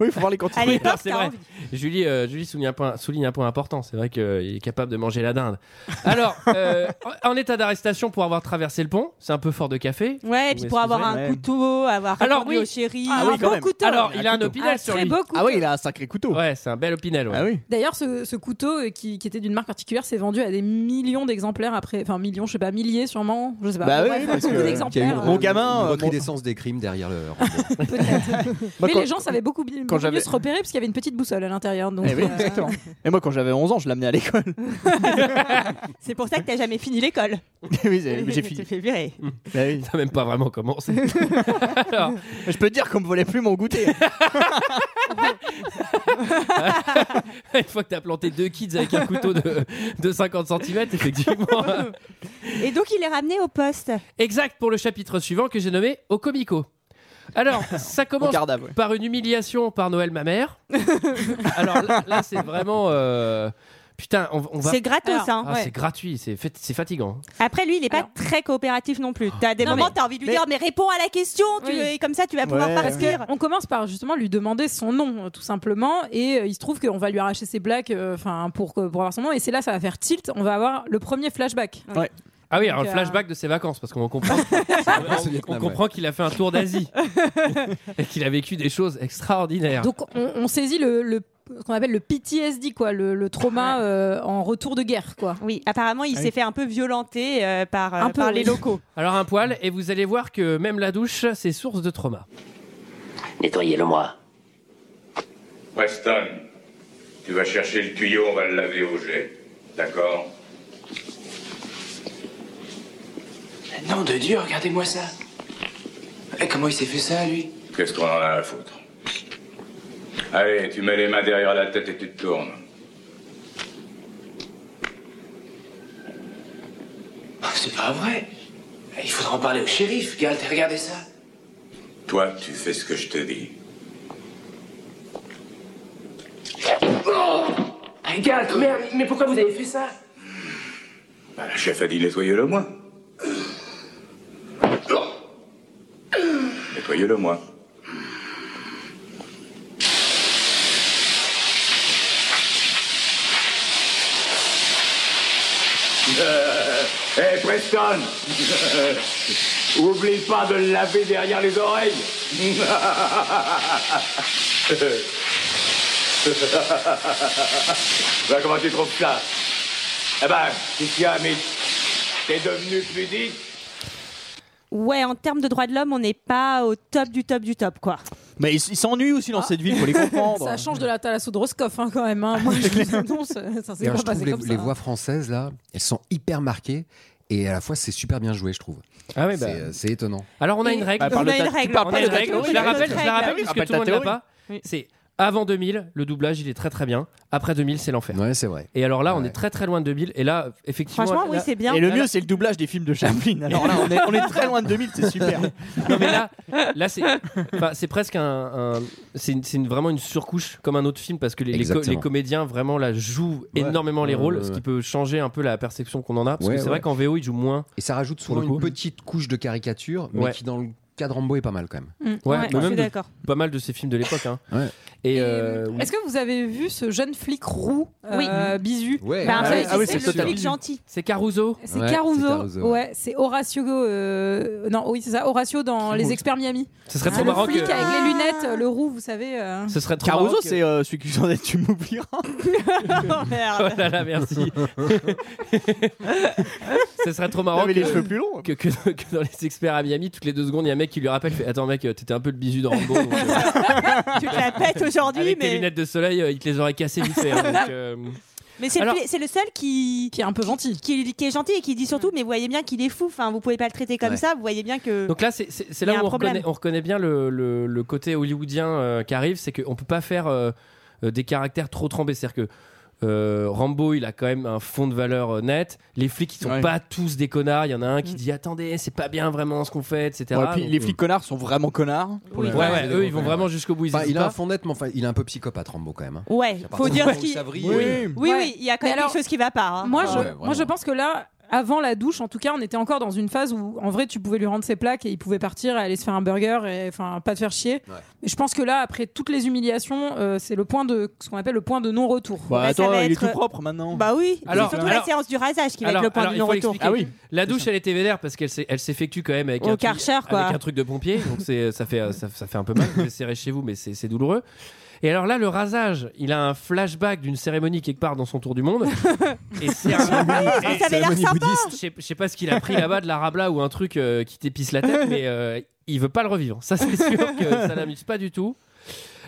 Speaker 11: Oui, il faut voir les quantités.
Speaker 12: À
Speaker 1: Oui,
Speaker 12: l'époque, hein.
Speaker 1: alors, c'est
Speaker 12: t'as
Speaker 1: vrai.
Speaker 12: envie.
Speaker 1: Julie, euh, Julie souligne, un point, souligne un point important. C'est vrai qu'il est capable de manger la dinde. Alors, euh, en en état d'arrestation pour avoir traversé le pont, c'est un peu fort de café.
Speaker 12: Ouais, et puis
Speaker 1: Oui,
Speaker 12: pour avoir un
Speaker 11: excusez-moi, ouais.
Speaker 12: couteau, avoir
Speaker 1: Alors,
Speaker 12: répondu
Speaker 1: oui.
Speaker 12: au chéri.
Speaker 7: Ah
Speaker 11: oui, quand même.
Speaker 7: couteau.
Speaker 1: Alors,
Speaker 11: Un
Speaker 1: il a un
Speaker 11: couteau.
Speaker 1: opinel
Speaker 7: Un
Speaker 1: sur
Speaker 7: très
Speaker 1: lui.
Speaker 7: beau couteau.
Speaker 11: Ah oui, il a un sacré couteau.
Speaker 1: Ouais, c'est un bel opinel. ouais.
Speaker 11: Ah oui.
Speaker 7: D'ailleurs, ce, ce couteau euh, qui, qui était d'une marque particulière s'est vendu à des millions d'exemplaires après, enfin millions, je sais pas, milliers sûrement, je sais pas.
Speaker 11: Bah
Speaker 7: Bon,
Speaker 11: oui,
Speaker 7: bref,
Speaker 11: parce
Speaker 7: beaucoup
Speaker 11: que-
Speaker 8: qu'il y a eu
Speaker 7: d'exemplaires.
Speaker 8: une-
Speaker 11: Mon gamin,
Speaker 8: une
Speaker 11: euh, Eh
Speaker 8: recrudescence des crimes derrière le.
Speaker 7: peut-être.
Speaker 11: Moi,
Speaker 7: Mais
Speaker 11: quand-
Speaker 7: les gens savaient beaucoup, bi-
Speaker 11: quand
Speaker 7: beaucoup mieux
Speaker 11: j'avais-
Speaker 7: se repérer parce qu'il y avait une petite boussole à l'intérieur. Donc,
Speaker 11: Eh oui,
Speaker 7: euh,
Speaker 11: exactement. Et moi, quand j'avais 11 ans, je l'amenais à l'école.
Speaker 12: C'est pour ça que t'as jamais fini l'école.
Speaker 11: Eh oui, j'ai
Speaker 12: T'es
Speaker 11: j'ai fini.
Speaker 12: fait virer.
Speaker 11: Bah oui.
Speaker 1: Ça n'a même pas vraiment commencé.
Speaker 11: Je peux te dire qu'on me volait plus mon goûter.
Speaker 1: Une fois que t'as planté deux kids avec un couteau de, de 50 cm, effectivement.
Speaker 12: Et donc il est ramené au poste.
Speaker 1: Exact pour le chapitre suivant que j'ai nommé Au Comico. Alors, ça
Speaker 11: Au
Speaker 1: commence
Speaker 11: cardave. ouais.
Speaker 1: par une humiliation par Noël ma mère. Alors là, là, c'est vraiment. euh, Putain, on, on va.
Speaker 12: C'est gratos,
Speaker 7: Alors,
Speaker 12: hein.
Speaker 1: Ah, c'est gratuit, c'est fait- c'est fatigant. hein.
Speaker 12: Après lui, il est pas
Speaker 7: Alors-
Speaker 12: très coopératif non plus. T'as des
Speaker 7: Non,
Speaker 12: moments,
Speaker 7: mais-
Speaker 12: t'as envie de lui
Speaker 7: mais-
Speaker 12: dire, mais réponds à la question, tu-
Speaker 7: Oui.
Speaker 12: et comme ça, tu vas pouvoir
Speaker 11: Ouais,
Speaker 7: Parce
Speaker 12: partir.
Speaker 7: que on commence par justement lui demander son nom, euh, tout simplement, et euh, il se trouve qu'on va lui arracher ses blagues, euh, enfin pour que- pour avoir son nom, et c'est là ça va faire tilt. On va avoir le premier flashback.
Speaker 1: Ah oui, alors
Speaker 7: Donc,
Speaker 1: le
Speaker 7: euh,
Speaker 1: flashback de ses vacances, parce qu'on comprend, on- on comprend qu'il a fait un tour d'Asie et qu'il a vécu des choses extraordinaires.
Speaker 7: Donc on, on saisit le, le- ce qu'on appelle le PTSD, quoi, le, le trauma euh, en retour de guerre, quoi.
Speaker 12: Oui, apparemment, il
Speaker 11: Ah
Speaker 12: s'est fait un peu violenter euh, par, euh,
Speaker 7: Un peu,
Speaker 12: par
Speaker 7: oui.
Speaker 12: les locaux.
Speaker 1: Alors un poil, et vous allez voir que même la douche, c'est source de trauma.
Speaker 9: Nettoyez-le-moi.
Speaker 5: Preston, tu vas chercher le tuyau, on va le laver au jet. D'accord
Speaker 13: Nom de Dieu, regardez-moi ça. Et comment il s'est fait ça, lui
Speaker 5: Qu'est-ce qu'on en a à foutre Allez, tu mets les mains derrière la tête et tu te tournes.
Speaker 13: Oh, C'est pas vrai. Eh, Il faudra en parler au shérif, Galt, regardez ça.
Speaker 5: Toi, tu fais ce que je te dis.
Speaker 13: Ah, Galt, merde, mais pourquoi vous avez fait ça
Speaker 5: Bah, le chef a dit nettoyez-le moi. Nettoyez-le moi. Hé, Euh, eh, Preston Oublie pas de le laver derrière les oreilles Bah, comment tu trouves ça Eh ben, qu'est-ce qu'il y a, mais T'es devenu pudique
Speaker 12: Ouais, en termes de droits de l'homme, on n'est pas au top du top du top, quoi.
Speaker 11: Mais ils ils s'ennuient aussi dans cette ville, faut les comprendre.
Speaker 7: Ça change de la Thalassodroskov hein, quand même. hein. Moi, je vous annonce, ça s'est
Speaker 8: Et alors,
Speaker 7: pas
Speaker 8: je trouve
Speaker 7: passé
Speaker 8: les,
Speaker 7: comme ça.
Speaker 8: les
Speaker 7: hein.
Speaker 8: voix françaises là, elles sont hyper marquées et à la fois c'est super bien joué, je trouve.
Speaker 1: Ah oui, bah.
Speaker 8: C'est euh, c'est étonnant.
Speaker 1: Alors on a une règle.
Speaker 11: Bah, parle
Speaker 12: on a
Speaker 11: de
Speaker 12: une
Speaker 11: ta-
Speaker 12: règle.
Speaker 11: tu parles
Speaker 1: On
Speaker 11: pas
Speaker 1: a
Speaker 11: de
Speaker 1: une
Speaker 11: ta
Speaker 1: règle.
Speaker 11: théorie,
Speaker 1: Je la
Speaker 11: là.
Speaker 1: rappelle, je la rappelle
Speaker 11: Ah,
Speaker 1: parce que
Speaker 11: pas
Speaker 1: tout le monde
Speaker 11: ta
Speaker 1: l'a
Speaker 11: théorie.
Speaker 1: pas. C'est avant 2000, le doublage il est très très bien. Après 2000, c'est l'enfer.
Speaker 8: Ouais, c'est vrai.
Speaker 1: Et alors là, on
Speaker 8: Ouais.
Speaker 1: est très très loin de 2000. Et là, effectivement,
Speaker 12: Franchement, oui,
Speaker 1: là-
Speaker 12: c'est bien.
Speaker 11: Et le mieux, c'est le doublage des films de Chaplin. Alors là, on est, on est très loin de 2000, c'est super.
Speaker 1: non, mais là, là c'est, enfin, c'est presque un, un- c'est, une- c'est une- vraiment une surcouche comme un autre film parce que les, les, co-
Speaker 8: Exactement.
Speaker 1: les comédiens vraiment là jouent
Speaker 8: Ouais.
Speaker 1: énormément les
Speaker 8: Ouais,
Speaker 1: rôles,
Speaker 8: ouais,
Speaker 1: ce qui
Speaker 8: ouais.
Speaker 1: peut changer un peu la perception qu'on en a. Parce
Speaker 8: Ouais,
Speaker 1: que c'est vrai
Speaker 8: ouais.
Speaker 1: qu'en VO ils jouent moins.
Speaker 8: Et ça rajoute
Speaker 1: Pour
Speaker 8: souvent
Speaker 1: le coup.
Speaker 8: une petite couche de caricature, mais
Speaker 1: Ouais.
Speaker 8: qui dans le
Speaker 5: jusqu'à Rambo est pas mal quand même.
Speaker 7: Mm.
Speaker 1: Ouais,
Speaker 11: Ouais,
Speaker 1: mais
Speaker 11: je
Speaker 1: même
Speaker 11: suis
Speaker 1: de-
Speaker 11: d'accord.
Speaker 1: Pas mal de ces films de l'époque. hein.
Speaker 5: Ouais.
Speaker 1: Et, euh, oui.
Speaker 11: Est-ce que vous avez vu ce jeune flic roux,
Speaker 7: Oui.
Speaker 11: euh, bisu
Speaker 5: Ouais.
Speaker 7: Bah,
Speaker 1: Ah
Speaker 7: celui
Speaker 1: oui,
Speaker 7: qui
Speaker 1: ah oui,
Speaker 7: fait
Speaker 1: c'est
Speaker 7: le
Speaker 1: celui-là.
Speaker 7: flic gentil.
Speaker 1: C'est Caruso
Speaker 11: C'est
Speaker 5: Ouais, c'est
Speaker 11: Caruso.
Speaker 5: Caruso,
Speaker 11: Ouais, c'est Horatio. euh, Non, oui, c'est ça. Horatio dans Les Experts Miami.
Speaker 1: Ce serait
Speaker 11: Ah,
Speaker 1: trop
Speaker 11: le
Speaker 1: marrant
Speaker 11: flic
Speaker 1: que-
Speaker 11: avec les lunettes, euh, le roux, vous savez. euh.
Speaker 1: Ce serait trop
Speaker 8: Caruso,
Speaker 1: marrant que-
Speaker 8: c'est euh, celui qui vient d'être, tu m'oublieras.
Speaker 11: Oh,
Speaker 1: Oh
Speaker 11: merde.
Speaker 1: là là, merci. Ce serait trop
Speaker 8: Il
Speaker 1: marrant
Speaker 8: avait les
Speaker 1: que-
Speaker 8: cheveux plus longs. hein.
Speaker 1: que, que- que dans les experts à Miami, toutes les deux secondes, il y a un mec qui lui rappelle fait, Attends, mec, euh, t'étais un peu le bisu de Rambo. donc, euh,
Speaker 7: Tu te la pètes aujourd'hui,
Speaker 1: avec tes
Speaker 7: mais,
Speaker 1: lunettes de soleil, euh, il te les aurait cassées vite fait. hein, donc, euh,
Speaker 7: mais c'est le
Speaker 1: Alors-
Speaker 7: flic- c'est le seul qui.
Speaker 11: Qui est un peu gentil.
Speaker 7: Qui, qui est gentil et qui dit surtout, mais vous voyez bien qu'il est fou. Enfin, vous pouvez pas le traiter comme
Speaker 5: Ouais.
Speaker 7: ça. Vous voyez bien que.
Speaker 1: donc là, c'est- c'est c'est
Speaker 7: Il y
Speaker 1: là
Speaker 7: a
Speaker 1: où
Speaker 7: un
Speaker 1: on
Speaker 7: problème.
Speaker 1: reconnaît, on reconnaît bien le, le- le côté hollywoodien euh, qui arrive c'est qu'on peut pas faire euh, euh, des caractères trop trempés. C'est-à-dire que euh, Rambo, il a quand même un fond de valeur euh, net. Les flics, ils sont
Speaker 8: Ouais.
Speaker 1: pas tous des connards. Il y en a un
Speaker 7: Mm.
Speaker 1: qui dit Attendez, c'est pas bien vraiment ce qu'on fait, etc.
Speaker 8: Ouais, puis
Speaker 1: Donc,
Speaker 8: les flics connards sont vraiment connards.
Speaker 7: Oui.
Speaker 1: Ouais, ouais, eux, ils vont vraiment jusqu'au bout. Ils
Speaker 7: Bah,
Speaker 5: Enfin,
Speaker 1: hésitent
Speaker 5: il a
Speaker 1: pas.
Speaker 5: un fond net, mais enfin, il est un peu psychopathe, Rambo quand même. hein.
Speaker 7: Ouais, faut dire ce qui.
Speaker 5: Ça brille,
Speaker 7: Oui,
Speaker 11: Ouais.
Speaker 7: oui, il y a quand
Speaker 11: Mais
Speaker 7: même
Speaker 11: alors-
Speaker 7: quelque chose qui va pas. hein.
Speaker 11: Moi,
Speaker 5: Ah
Speaker 11: je,
Speaker 5: ouais,
Speaker 11: moi,
Speaker 5: vraiment.
Speaker 11: je pense que là, avant la douche, en tout cas, on était encore dans une phase où, en vrai, tu pouvais lui rendre ses plaques et il pouvait partir et aller se faire un burger et enfin pas te faire chier.
Speaker 5: Ouais.
Speaker 11: Mais je pense que là, après toutes les humiliations, euh, c'est le point de ce qu'on appelle le point de non-retour.
Speaker 8: Bah,
Speaker 7: Bah, ça
Speaker 8: attends,
Speaker 7: va
Speaker 8: il est
Speaker 7: être-
Speaker 8: tout propre maintenant.
Speaker 7: Bah oui, c'est
Speaker 1: Alors,
Speaker 7: surtout
Speaker 1: alors-
Speaker 7: la séance du rasage qui va
Speaker 1: alors-
Speaker 7: être le point
Speaker 1: alors,
Speaker 7: du
Speaker 1: il faut
Speaker 7: non-retour.
Speaker 1: l'expliquer.
Speaker 8: ah oui.
Speaker 1: La douche, elle était vénère parce qu'elle s'est- elle s'effectue quand même avec,
Speaker 7: Au
Speaker 1: un, truc-
Speaker 7: Karcher, quoi.
Speaker 1: avec un truc de pompier. Donc c'est, ça, fait, euh, ça, ça fait un peu mal. Vous serrez chez vous, mais c'est, c'est douloureux. Et alors là, le rasage, il a un flashback d'une cérémonie quelque part dans son tour du monde. Et c'est un-
Speaker 7: Mais Ah ça avait l'air
Speaker 5: Cérémonie
Speaker 7: sympa.
Speaker 5: bouddhiste.
Speaker 1: Je sais- je sais pas ce qu'il a pris là-bas, de la rabla ou un truc euh, qui t'épice la tête, mais euh, il veut pas le revivre. Ça, c'est sûr que ça l'amuse pas du tout.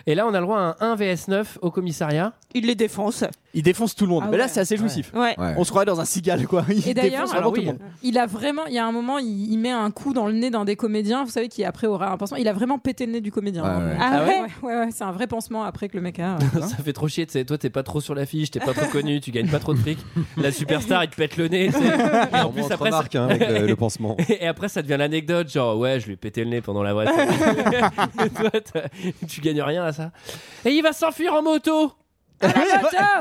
Speaker 1: Et là, on a le droit à un 1 vs 9 au commissariat.
Speaker 7: Il les défonce.
Speaker 8: Ils défoncent tout le monde.
Speaker 11: Ah
Speaker 8: Mais là,
Speaker 11: ouais.
Speaker 8: c'est assez jouissif.
Speaker 7: Ouais.
Speaker 5: Ouais.
Speaker 8: On se croirait dans un cigale, quoi. Ils
Speaker 11: Et d'ailleurs,
Speaker 8: défoncent
Speaker 1: alors
Speaker 8: vraiment tout
Speaker 1: oui,
Speaker 8: le monde.
Speaker 11: Il a vraiment, il y a un moment, il, il met un coup dans le nez d'un des comédiens, vous savez, qui après aura un pansement. Il a vraiment pété le nez du comédien.
Speaker 5: Ouais, ouais.
Speaker 7: Ah ouais
Speaker 11: ouais, ouais, ouais, c'est un vrai pansement après que le mec a.
Speaker 1: Ça fait trop chier, tu sais, toi t'es pas trop sur l'affiche, t'es pas trop connu, tu gagnes pas trop de fric. La superstar, il te pète le nez. tu sais. Et en plus, après, ça-
Speaker 5: remarque hein, avec le, le pansement.
Speaker 1: Et après, ça devient l'anecdote, genre ouais, je lui ai pété le nez pendant la vraie. Mais toi, t'as- tu gagnes rien à ça. Et il va s'enfuir en moto.
Speaker 11: euh,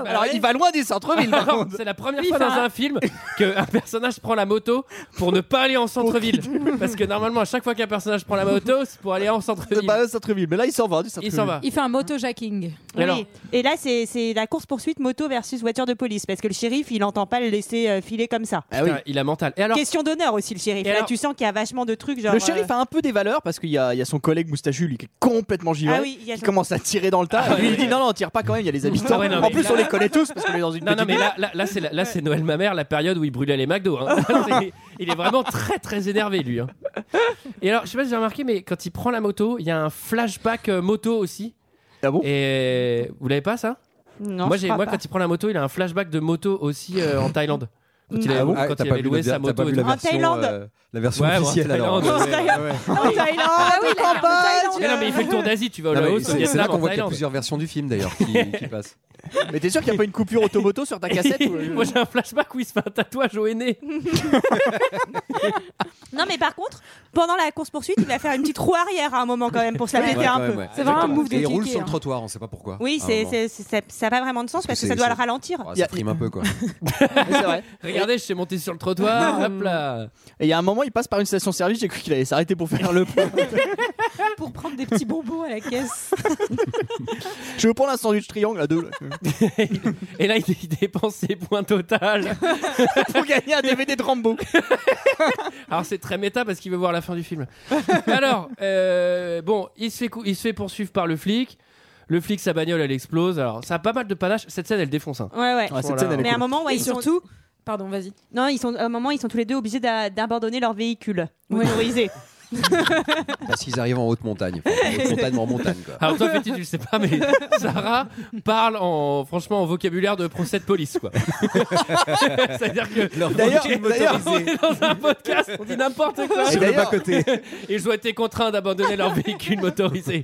Speaker 8: Alors, il va loin des centres-villes. par
Speaker 1: Alors,
Speaker 8: contre.
Speaker 1: C'est la première
Speaker 11: Oui,
Speaker 1: fois dans
Speaker 11: enfin-
Speaker 1: un film qu'un personnage prend la moto pour ne pas aller en centre-ville. Parce que normalement, à chaque fois qu'un personnage prend la moto, c'est pour aller en
Speaker 8: C'est
Speaker 1: centre-ville.
Speaker 8: pas un centre-ville. Mais là, il s'en va du
Speaker 1: Il
Speaker 8: centre-ville.
Speaker 1: s'en va.
Speaker 11: Il fait un motojacking.
Speaker 1: Et alors,
Speaker 7: Oui. Et là, c'est c'est la course poursuite moto versus voiture de police parce que le shérif, il entend pas le laisser euh, filer comme ça.
Speaker 8: Ah oui.
Speaker 1: putain, il a mental. Et alors,
Speaker 7: Question d'honneur aussi, le shérif.
Speaker 1: Et
Speaker 7: là,
Speaker 1: alors-
Speaker 7: tu sens qu'il y a vachement de trucs. Genre, euh,
Speaker 8: Le shérif
Speaker 11: hein,
Speaker 8: a un peu des valeurs parce qu'il y, a il y a son collègue moustachu, lui, qui est complètement givré.
Speaker 7: Ah oui, il y a
Speaker 8: qui
Speaker 7: son-
Speaker 8: commence à tirer dans le tas.
Speaker 1: Ah
Speaker 8: lui, il
Speaker 1: ouais.
Speaker 8: dit non, non, tire pas quand même, il y a les habitants.
Speaker 1: Ah ouais, non,
Speaker 8: en
Speaker 1: mais
Speaker 8: plus,
Speaker 1: là-
Speaker 8: on les connaît tous parce qu'on est dans une
Speaker 1: Non, non,
Speaker 8: petite
Speaker 1: mais là, là, là, c'est la- là, c'est Noël, ma mère, la période où il brûlait les McDo. hein. C'est- il est vraiment très, très énervé, lui. hein. Et alors, je sais pas si vous avez remarqué, mais quand il prend la moto, il y a un flashback euh, moto aussi.
Speaker 8: Ah bon
Speaker 1: Et vous l'avez pas, ça
Speaker 7: Non,
Speaker 1: Moi,
Speaker 7: je
Speaker 1: j'ai-
Speaker 7: crois
Speaker 1: moi
Speaker 7: pas.
Speaker 1: quand il prend la moto, il a un flashback de moto aussi euh, en Thaïlande. Quand il,
Speaker 7: Ah
Speaker 1: avait-
Speaker 7: bon
Speaker 1: quand il avait loué sa moto. et tout.
Speaker 7: En Thaïlande.
Speaker 5: euh, la version
Speaker 1: Ouais, bon, en
Speaker 5: officielle alors.
Speaker 1: Thaïlande, ouais.
Speaker 7: En Ah Thaïlande, en Cambodge.
Speaker 1: Mais non, mais il fait le tour d'Asie, tu vas au
Speaker 5: Non, mais
Speaker 1: Laos, au
Speaker 5: c'est c'est là
Speaker 1: Vietnam,
Speaker 5: qu'on
Speaker 1: en
Speaker 5: voit qu'il y a
Speaker 1: Thaïlande.
Speaker 5: plusieurs versions du film d'ailleurs qui, qui passent.
Speaker 8: Mais t'es sûr qu'il n'y a pas une coupure automoto sur ta cassette ou-
Speaker 1: Moi j'ai un flashback où il se fait un tatouage au aîné.
Speaker 7: Non, mais par contre, pendant la course poursuite, il va faire une petite roue arrière à un moment quand même pour se la péter un peu.
Speaker 11: C'est vraiment un move de
Speaker 5: Et il roule
Speaker 11: kéké,
Speaker 5: sur le
Speaker 11: hein.
Speaker 5: trottoir, on sait pas pourquoi.
Speaker 7: Oui,
Speaker 5: à un
Speaker 7: c'est
Speaker 5: moment.
Speaker 7: c'est- c'est- ça n'a pas vraiment de sens parce
Speaker 5: Parce
Speaker 7: que
Speaker 5: que
Speaker 7: ça
Speaker 5: c'est-
Speaker 7: doit le
Speaker 5: c'est-
Speaker 7: ralentir.
Speaker 5: Ouais,
Speaker 8: Y a-
Speaker 5: ça frime un peu quoi.
Speaker 8: C'est vrai.
Speaker 1: Regardez, je suis monté sur le trottoir, hop là.
Speaker 8: Et il y a un moment, il passe par une station service, j'ai cru qu'il allait s'arrêter pour faire le plein.
Speaker 11: Pour prendre des petits bonbons à la caisse.
Speaker 8: Je veux prendre un sandwich triangle à deux là,
Speaker 1: Et là il, il dépense ses points total.
Speaker 8: pour gagner un DVD de Rambo.
Speaker 1: Alors c'est très méta parce qu'il veut voir la fin du film. Alors, euh, bon, il se, fait cou- il se fait poursuivre par le flic. Le flic, sa bagnole, elle explose. Alors ça a pas mal de panache. Cette scène, elle défonce. hein.
Speaker 7: Ouais, ouais.
Speaker 8: Ouais, cette
Speaker 1: Voilà.
Speaker 8: scène, elle est
Speaker 7: Mais à un
Speaker 8: cool.
Speaker 7: moment, ouais,
Speaker 11: et
Speaker 7: ils sont-
Speaker 11: surtout, pardon, vas-y.
Speaker 7: Non, ils sont à un moment, ils sont tous les deux obligés d'a- d'abandonner leur véhicule
Speaker 11: Ouais.
Speaker 7: motorisé.
Speaker 5: Parce qu'ils arrivent en haute montagne. Enfin, en haute montagne en montagne quoi.
Speaker 1: Alors toi, Petit, tu le sais pas, mais Sarah parle en, franchement, en vocabulaire de procès de police, quoi. C'est-à-dire que
Speaker 8: D'ailleurs-
Speaker 1: on est
Speaker 8: d'ailleurs-
Speaker 1: dans un podcast, on dit n'importe quoi.
Speaker 8: Et d'ailleurs-
Speaker 1: Ils ont été contraints d'abandonner leur véhicule motorisé.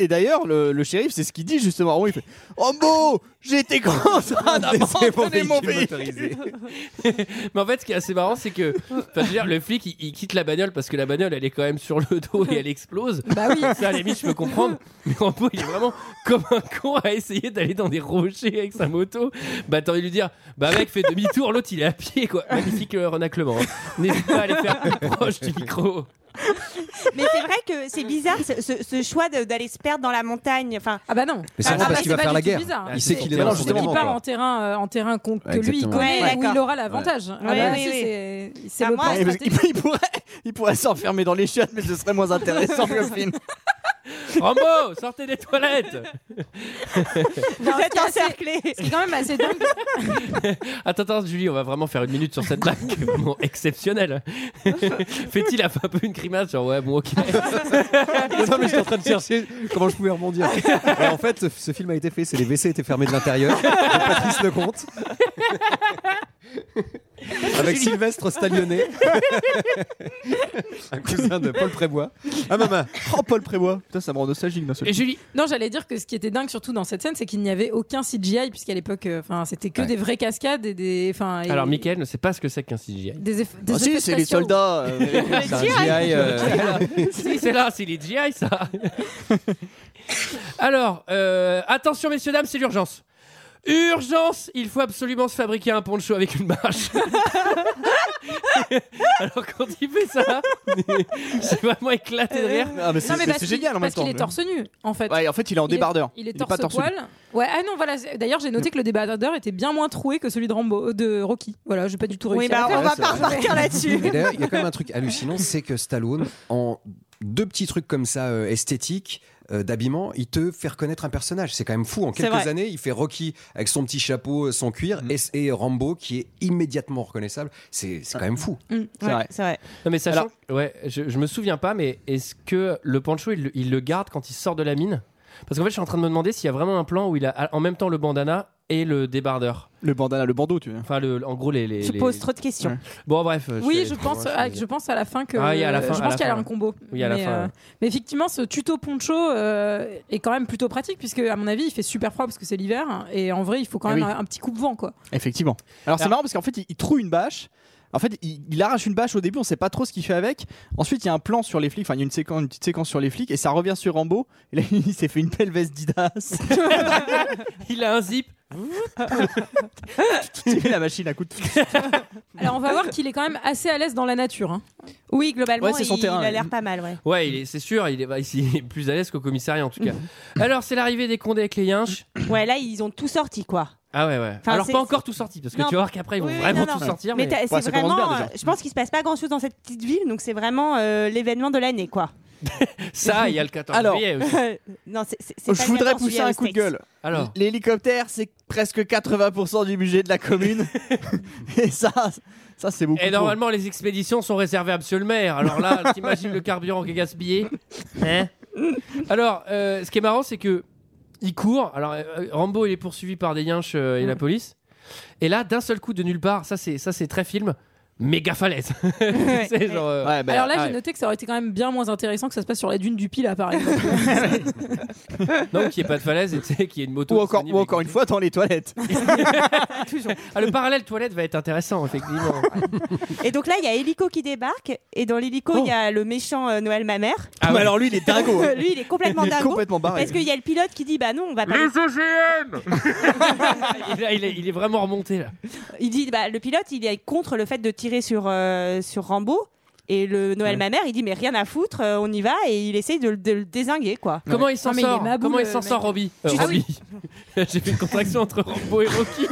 Speaker 8: Et d'ailleurs, le, le shérif, c'est ce qu'il dit justement. Rambo, il fait Rambo, j'étais contre un abandonner mon véhicule.
Speaker 1: Mais en fait, ce qui est assez marrant, c'est que enfin, je veux dire, le flic, il, il quitte la bagnole parce que la bagnole, elle est quand même sur le dos et elle explose.
Speaker 11: Bah oui.
Speaker 1: Ça, à la limite, je peux comprendre. Mais Rambo, il est vraiment comme un con à essayer d'aller dans des rochers avec sa moto. Bah, t'as envie de lui dire Bah, mec, fais demi-tour, l'autre, il est à pied, quoi. Magnifique euh, renaclement. hein. N'hésite pas à aller faire plus proche du micro.
Speaker 7: Mais c'est vrai que c'est bizarre ce, ce- ce choix de- d'aller se perdre dans la montagne. Enfin,
Speaker 11: ah bah non.
Speaker 5: Mais c'est
Speaker 11: Ah,
Speaker 5: vrai, parce
Speaker 11: bah,
Speaker 5: qu'il
Speaker 11: c'est
Speaker 5: va
Speaker 11: pas
Speaker 5: faire
Speaker 11: du
Speaker 5: la
Speaker 11: tout
Speaker 5: guerre.
Speaker 11: bizarre.
Speaker 5: Il sait
Speaker 11: C'est-
Speaker 5: qu'il est dans
Speaker 11: c'est-
Speaker 5: son
Speaker 11: Il
Speaker 5: élément,
Speaker 11: part
Speaker 5: quoi.
Speaker 11: en terrain, euh, en terrain con- que lui il
Speaker 5: Exactement.
Speaker 11: connaît,
Speaker 7: Ouais,
Speaker 11: où
Speaker 7: d'accord.
Speaker 11: il aura l'avantage. Ah
Speaker 7: Ouais,
Speaker 11: bah
Speaker 7: oui,
Speaker 11: oui,
Speaker 7: oui.
Speaker 11: c'est- C'est
Speaker 7: Ah,
Speaker 11: le
Speaker 7: moi,
Speaker 11: plan
Speaker 7: Ouais,
Speaker 8: Ouais, parce
Speaker 11: stratégique.
Speaker 8: qu'il- il, pourrait, il pourrait s'enfermer dans les chiottes, mais ce serait moins intéressant que le film.
Speaker 1: Rambo, sortez des toilettes.
Speaker 7: vous
Speaker 11: Non, ce
Speaker 7: êtes
Speaker 11: qui est assez-
Speaker 7: encerclés.
Speaker 11: Ce qui est quand même assez dingue,
Speaker 1: Attends, attends, Julie, on va vraiment faire une minute sur cette blague. Moment exceptionnel. Fait-il un peu une grimace, genre ouais, bon, ok.
Speaker 5: Non, mais j'étais en train de chercher comment je pouvais rebondir. Et en fait, ce, ce film a été fait, c'est les WC étaient fermés de l'intérieur. de Patrice Lecomte. Avec Sylvestre Stallionnet. Un cousin de Paul Prébois. Ah, maman.
Speaker 8: Oh, Paul Prébois. Putain, ça me rend nostalgique d'un seul
Speaker 1: Et Julie,
Speaker 11: Non, j'allais dire que ce qui était dingue surtout dans cette scène, c'est qu'il n'y avait aucun CGI, puisqu'à l'époque, euh, enfin, c'était que
Speaker 5: Ouais.
Speaker 11: des vraies cascades et des. Enfin, et-
Speaker 1: alors Michael ne sait pas ce que c'est qu'un CGI.
Speaker 11: Des eff- des
Speaker 8: Ah si,
Speaker 11: effets
Speaker 8: c'est les
Speaker 11: spatiaux.
Speaker 8: soldats. euh,
Speaker 5: C'est un GI. euh,
Speaker 1: Si, c'est là, c'est les GI, ça. Alors, euh, attention, messieurs, dames, c'est l'urgence. Urgence, il faut absolument se fabriquer un poncho avec une marche. Alors quand il fait ça, j'ai vraiment éclaté de rire.
Speaker 8: Ah, mais c'est
Speaker 11: Non, mais
Speaker 8: mais
Speaker 11: parce
Speaker 8: c'est
Speaker 11: qu'il-
Speaker 8: génial en même
Speaker 11: Parce
Speaker 8: temps.
Speaker 11: qu'il est torse nu, en fait.
Speaker 8: Ouais, en fait, il est en
Speaker 11: Il est-
Speaker 8: débardeur.
Speaker 11: Il est
Speaker 8: est pas
Speaker 11: torse
Speaker 8: torse nu.
Speaker 11: poil. Ouais, ah non, voilà. c'est- D'ailleurs, j'ai noté que le débardeur était bien moins troué que celui de Rambo, euh, de Rocky. Voilà, j'ai pas du tout réussi.
Speaker 7: Oui,
Speaker 11: à
Speaker 7: bah,
Speaker 11: le
Speaker 7: on
Speaker 11: faire.
Speaker 7: va pas repartir là-dessus.
Speaker 5: Et d'ailleurs, il y a quand même un truc hallucinant, c'est que Stallone, en deux petits trucs comme ça euh, esthétiques, euh, d'habillement, il te fait reconnaître un personnage. C'est quand même fou. En
Speaker 7: C'est
Speaker 5: quelques
Speaker 7: vrai.
Speaker 5: années, il fait Rocky avec son petit chapeau, euh, son cuir,
Speaker 8: Mm.
Speaker 5: et, et Rambo qui est immédiatement reconnaissable. C'est c'est quand même fou.
Speaker 8: C'est vrai.
Speaker 7: C'est vrai.
Speaker 1: Non mais sachant,
Speaker 8: Alors-
Speaker 1: ouais, je, je me souviens pas, mais est-ce que le pancho il, le- il le garde quand il sort de la mine Parce qu'en fait, je suis en train de me demander s'il y a vraiment un plan où il a en même temps le bandana et le débardeur.
Speaker 8: Le bandana, le bandeau, tu veux.
Speaker 1: Enfin, le, en gros, les. les-
Speaker 7: Tu
Speaker 1: les-
Speaker 7: poses trop de questions.
Speaker 1: Bon, bref. euh,
Speaker 11: Oui,
Speaker 1: vais-
Speaker 11: je pense,
Speaker 1: vais-
Speaker 11: ah, je pense à la fin que.
Speaker 1: Ah oui, à la fin,
Speaker 11: je
Speaker 1: à
Speaker 11: pense
Speaker 1: la
Speaker 11: qu'il y a
Speaker 1: fin.
Speaker 11: un combo.
Speaker 1: Oui, à la
Speaker 11: mais, euh,
Speaker 1: fin, ouais.
Speaker 11: mais effectivement, ce tuto poncho euh, est quand même plutôt pratique, puisque, à mon avis, il fait super froid parce que c'est l'hiver. hein, Et en vrai, il faut quand
Speaker 8: Eh
Speaker 11: même
Speaker 8: oui.
Speaker 11: un, un petit coupe-vent, quoi.
Speaker 8: Effectivement. Alors c'est
Speaker 1: Alors-
Speaker 8: marrant parce qu'en fait il, il trouve une bâche. En fait, il, il arrache une bâche au début, on sait pas trop ce qu'il fait avec. Ensuite, il y a un plan sur les flics, enfin, il y a une, séquence, une petite séquence sur les flics, et ça revient sur Rambo. Et là, il s'est fait une belle veste Didas.
Speaker 1: Il a un zip.
Speaker 8: il la machine à coups de
Speaker 11: Alors, on va voir qu'il est quand même assez à l'aise dans la nature. hein.
Speaker 7: Oui, globalement,
Speaker 8: Ouais, c'est son
Speaker 7: il,
Speaker 8: terrain,
Speaker 7: il a
Speaker 8: ouais.
Speaker 7: l'air pas mal. Ouais.
Speaker 1: Ouais, il est- c'est sûr, il est, bah, il est plus à l'aise qu'au commissariat en tout cas. Alors, c'est l'arrivée des condés avec les yinches.
Speaker 7: ouais, là, ils ont tout sorti, quoi.
Speaker 1: Ah ouais, ouais.
Speaker 7: Enfin,
Speaker 1: Alors,
Speaker 7: c'est-
Speaker 1: pas encore tout sorti, parce que
Speaker 7: Non.
Speaker 1: tu vas voir qu'après, ils vont
Speaker 7: Oui, oui,
Speaker 1: vraiment
Speaker 7: non,
Speaker 1: tout
Speaker 7: non.
Speaker 1: sortir.
Speaker 7: Mais
Speaker 1: mais-
Speaker 7: t'as- c'est
Speaker 8: ça commence
Speaker 7: vraiment.
Speaker 8: bien, déjà.
Speaker 7: euh, je pense qu'il se passe pas grand chose dans cette petite ville, donc c'est vraiment euh, l'événement de l'année, quoi.
Speaker 1: Ça, il y a le 14
Speaker 8: Alors-
Speaker 1: juillet aussi.
Speaker 7: non, c'est- c'est- c'est
Speaker 8: Oh, Je
Speaker 7: pas
Speaker 8: voudrais
Speaker 7: bien
Speaker 8: pousser
Speaker 7: dans
Speaker 8: un
Speaker 7: les
Speaker 8: coup de
Speaker 7: States.
Speaker 8: gueule.
Speaker 1: Alors,
Speaker 8: L'hélicoptère, c'est presque 80% du budget de la commune. et ça, ça c'est beaucoup.
Speaker 1: et
Speaker 8: trop.
Speaker 1: normalement, les expéditions sont réservées à monsieur le maire. Alors là, t'imagines le carburant qui est gaspillé. Hein Alors, euh, ce qui est marrant, c'est que il court. Alors, euh, Rambo, il est poursuivi par des yinches euh, et la police. Et là, d'un seul coup, de nulle part, ça, c'est ça, c'est très film. Méga falaise. c'est genre. euh,
Speaker 8: Ouais, bah,
Speaker 11: Alors là,
Speaker 1: ouais.
Speaker 11: j'ai noté que ça aurait été quand même bien moins intéressant que ça se passe sur la dune du Pi, là, par exemple.
Speaker 1: Non, qu'il n'y ait pas de falaise et tu sais, qu'il y ait une moto.
Speaker 8: ou encore,
Speaker 1: disponible
Speaker 8: ou
Speaker 1: et
Speaker 8: encore une fois dans les toilettes.
Speaker 1: Ah, le parallèle toilette va être intéressant, effectivement.
Speaker 7: Et donc là, il y a Hélico qui débarque, et dans l'hélico, il y
Speaker 8: Oh.
Speaker 7: a le méchant euh, Noël Mamère.
Speaker 1: Ah ouais.
Speaker 8: alors lui, il est dingo. hein.
Speaker 7: Lui, il est complètement
Speaker 8: il est
Speaker 7: dingo.
Speaker 8: complètement barré.
Speaker 7: Parce qu'il y a le pilote qui dit Bah non, on va
Speaker 11: Hein
Speaker 7: pas.
Speaker 1: OGM il, est- il est, il est vraiment remonté là.
Speaker 7: Il dit bah, Le pilote, il est contre le fait de tirer sur, euh, sur Rambo. Et le Noël Mamère, il dit Mais rien à foutre, euh, on y va. Et il essaye de, le- de le désinguer, quoi.
Speaker 1: Comment il s'en
Speaker 11: Non, mais il est
Speaker 1: sort
Speaker 11: maboule,
Speaker 1: Comment il
Speaker 11: le
Speaker 1: s'en
Speaker 11: mec.
Speaker 1: sort, Robbie Euh,
Speaker 7: Tu- ah
Speaker 1: Robbie. J'ai fait une contraction entre Rambo et Rocky.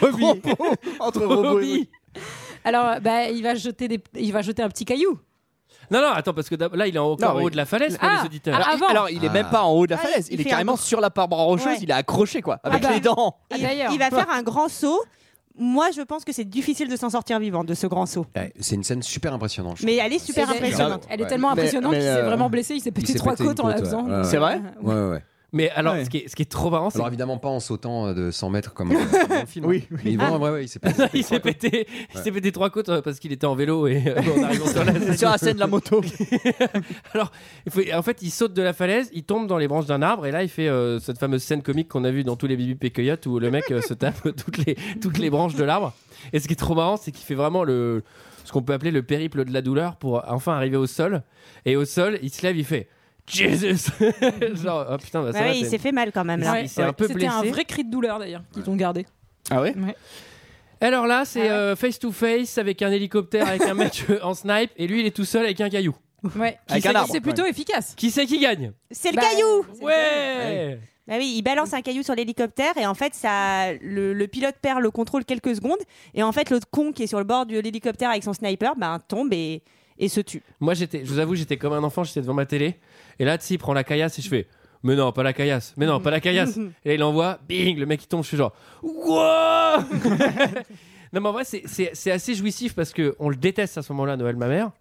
Speaker 8: Robbie. Entre Robo et
Speaker 1: Robbie.
Speaker 11: Alors, bah, il va jeter des, il va jeter un petit caillou.
Speaker 1: Non, non, attends, parce que d'ab- là, il est encore en
Speaker 8: Non,
Speaker 1: haut
Speaker 8: oui.
Speaker 1: de la falaise pour
Speaker 11: Ah,
Speaker 1: les auditeurs.
Speaker 11: alors-
Speaker 8: Alors,
Speaker 11: Avant.
Speaker 8: alors, il est même pas en haut de la
Speaker 7: Ah,
Speaker 8: falaise, il,
Speaker 7: il
Speaker 8: est
Speaker 7: fait
Speaker 8: carrément sur la paroi rocheuse,
Speaker 7: Ouais.
Speaker 8: il est accroché quoi, avec
Speaker 11: bah.
Speaker 8: les dents.
Speaker 11: Ah,
Speaker 7: Il,
Speaker 11: d'ailleurs.
Speaker 7: il va faire un grand saut. Moi, je pense que c'est difficile de s'en sortir vivant de ce grand saut.
Speaker 5: Ouais, Eh, c'est une scène super impressionnante. je
Speaker 7: Mais elle est super
Speaker 11: Et elle-
Speaker 7: impressionnante.
Speaker 11: Elle est
Speaker 5: Ouais.
Speaker 11: tellement
Speaker 8: Mais-
Speaker 11: impressionnante
Speaker 8: mais,
Speaker 11: qu'il s'est
Speaker 8: euh,
Speaker 11: vraiment blessé. Il s'est
Speaker 5: il
Speaker 11: pété
Speaker 5: s'est
Speaker 11: trois
Speaker 5: pété une
Speaker 11: côtes en
Speaker 5: côte, ouais.
Speaker 11: l'absent.
Speaker 5: Ouais, ouais.
Speaker 8: C'est vrai
Speaker 5: trouve. Ouais, ouais.
Speaker 1: Mais Mais alors, ce, qui est, ce qui est trop marrant, c'est
Speaker 5: Alors évidemment pas en sautant euh, de 100 mètres comme euh, dans le film.
Speaker 1: Oui, oui.
Speaker 5: Mais ils vont-
Speaker 1: Ah.
Speaker 5: ouais, ouais, il s'est pété.
Speaker 1: il s'est pété, il s'est pété trois côtes euh, parce qu'il était en vélo et euh, en arrivant sur la scène.
Speaker 8: Sur la scène, la moto.
Speaker 1: Alors, il faut- en fait, il saute de la falaise, il tombe dans les branches d'un arbre et là, il fait euh, cette fameuse scène comique qu'on a vue dans tous les Bibi Coyote où le mec euh, se tape toutes les, toutes les branches de l'arbre. Et ce qui est trop marrant, c'est qu'il fait vraiment le, ce qu'on peut appeler le périple de la douleur pour enfin arriver au sol. Et au sol, il se lève, il fait Jesus Genre, oh putain, bah, ça
Speaker 7: Ouais,
Speaker 1: va,
Speaker 7: il
Speaker 1: t'es-
Speaker 7: s'est fait mal quand même, là.
Speaker 1: Il s'est un peu
Speaker 11: C'était
Speaker 1: blessé.
Speaker 11: un vrai cri de douleur d'ailleurs qu'ils ont gardé.
Speaker 8: Ah ouais
Speaker 1: Alors là,
Speaker 7: Ah
Speaker 1: c'est euh, face to face avec un hélicoptère, avec un mec euh, en snipe, et lui, il est tout seul avec un caillou.
Speaker 11: Ouais.
Speaker 1: Avec
Speaker 11: C'est-
Speaker 1: un arbre.
Speaker 11: C'est plutôt
Speaker 1: Ouais.
Speaker 11: efficace.
Speaker 1: Qui c'est qui gagne
Speaker 7: C'est le
Speaker 11: Bah,
Speaker 7: caillou
Speaker 1: Ouais
Speaker 7: Bah oui, il balance un caillou sur l'hélicoptère et en fait, ça, le, le pilote perd le contrôle quelques secondes et en fait, l'autre con qui est sur le bord de l'hélicoptère avec son sniper, ben tombe et, et se tue.
Speaker 1: Moi, j'étais, je vous avoue, j'étais comme un enfant, j'étais devant ma télé, et là, Tsi prend la caillasse et je fais. Mais non, pas la caillasse. Mais non, pas la caillasse. Et là, il envoie, bing, le mec il tombe. Je suis genre, wow Non, mais en vrai, c'est- c'est c'est assez jouissif parce que on le déteste à ce moment-là, Noël, ma mère,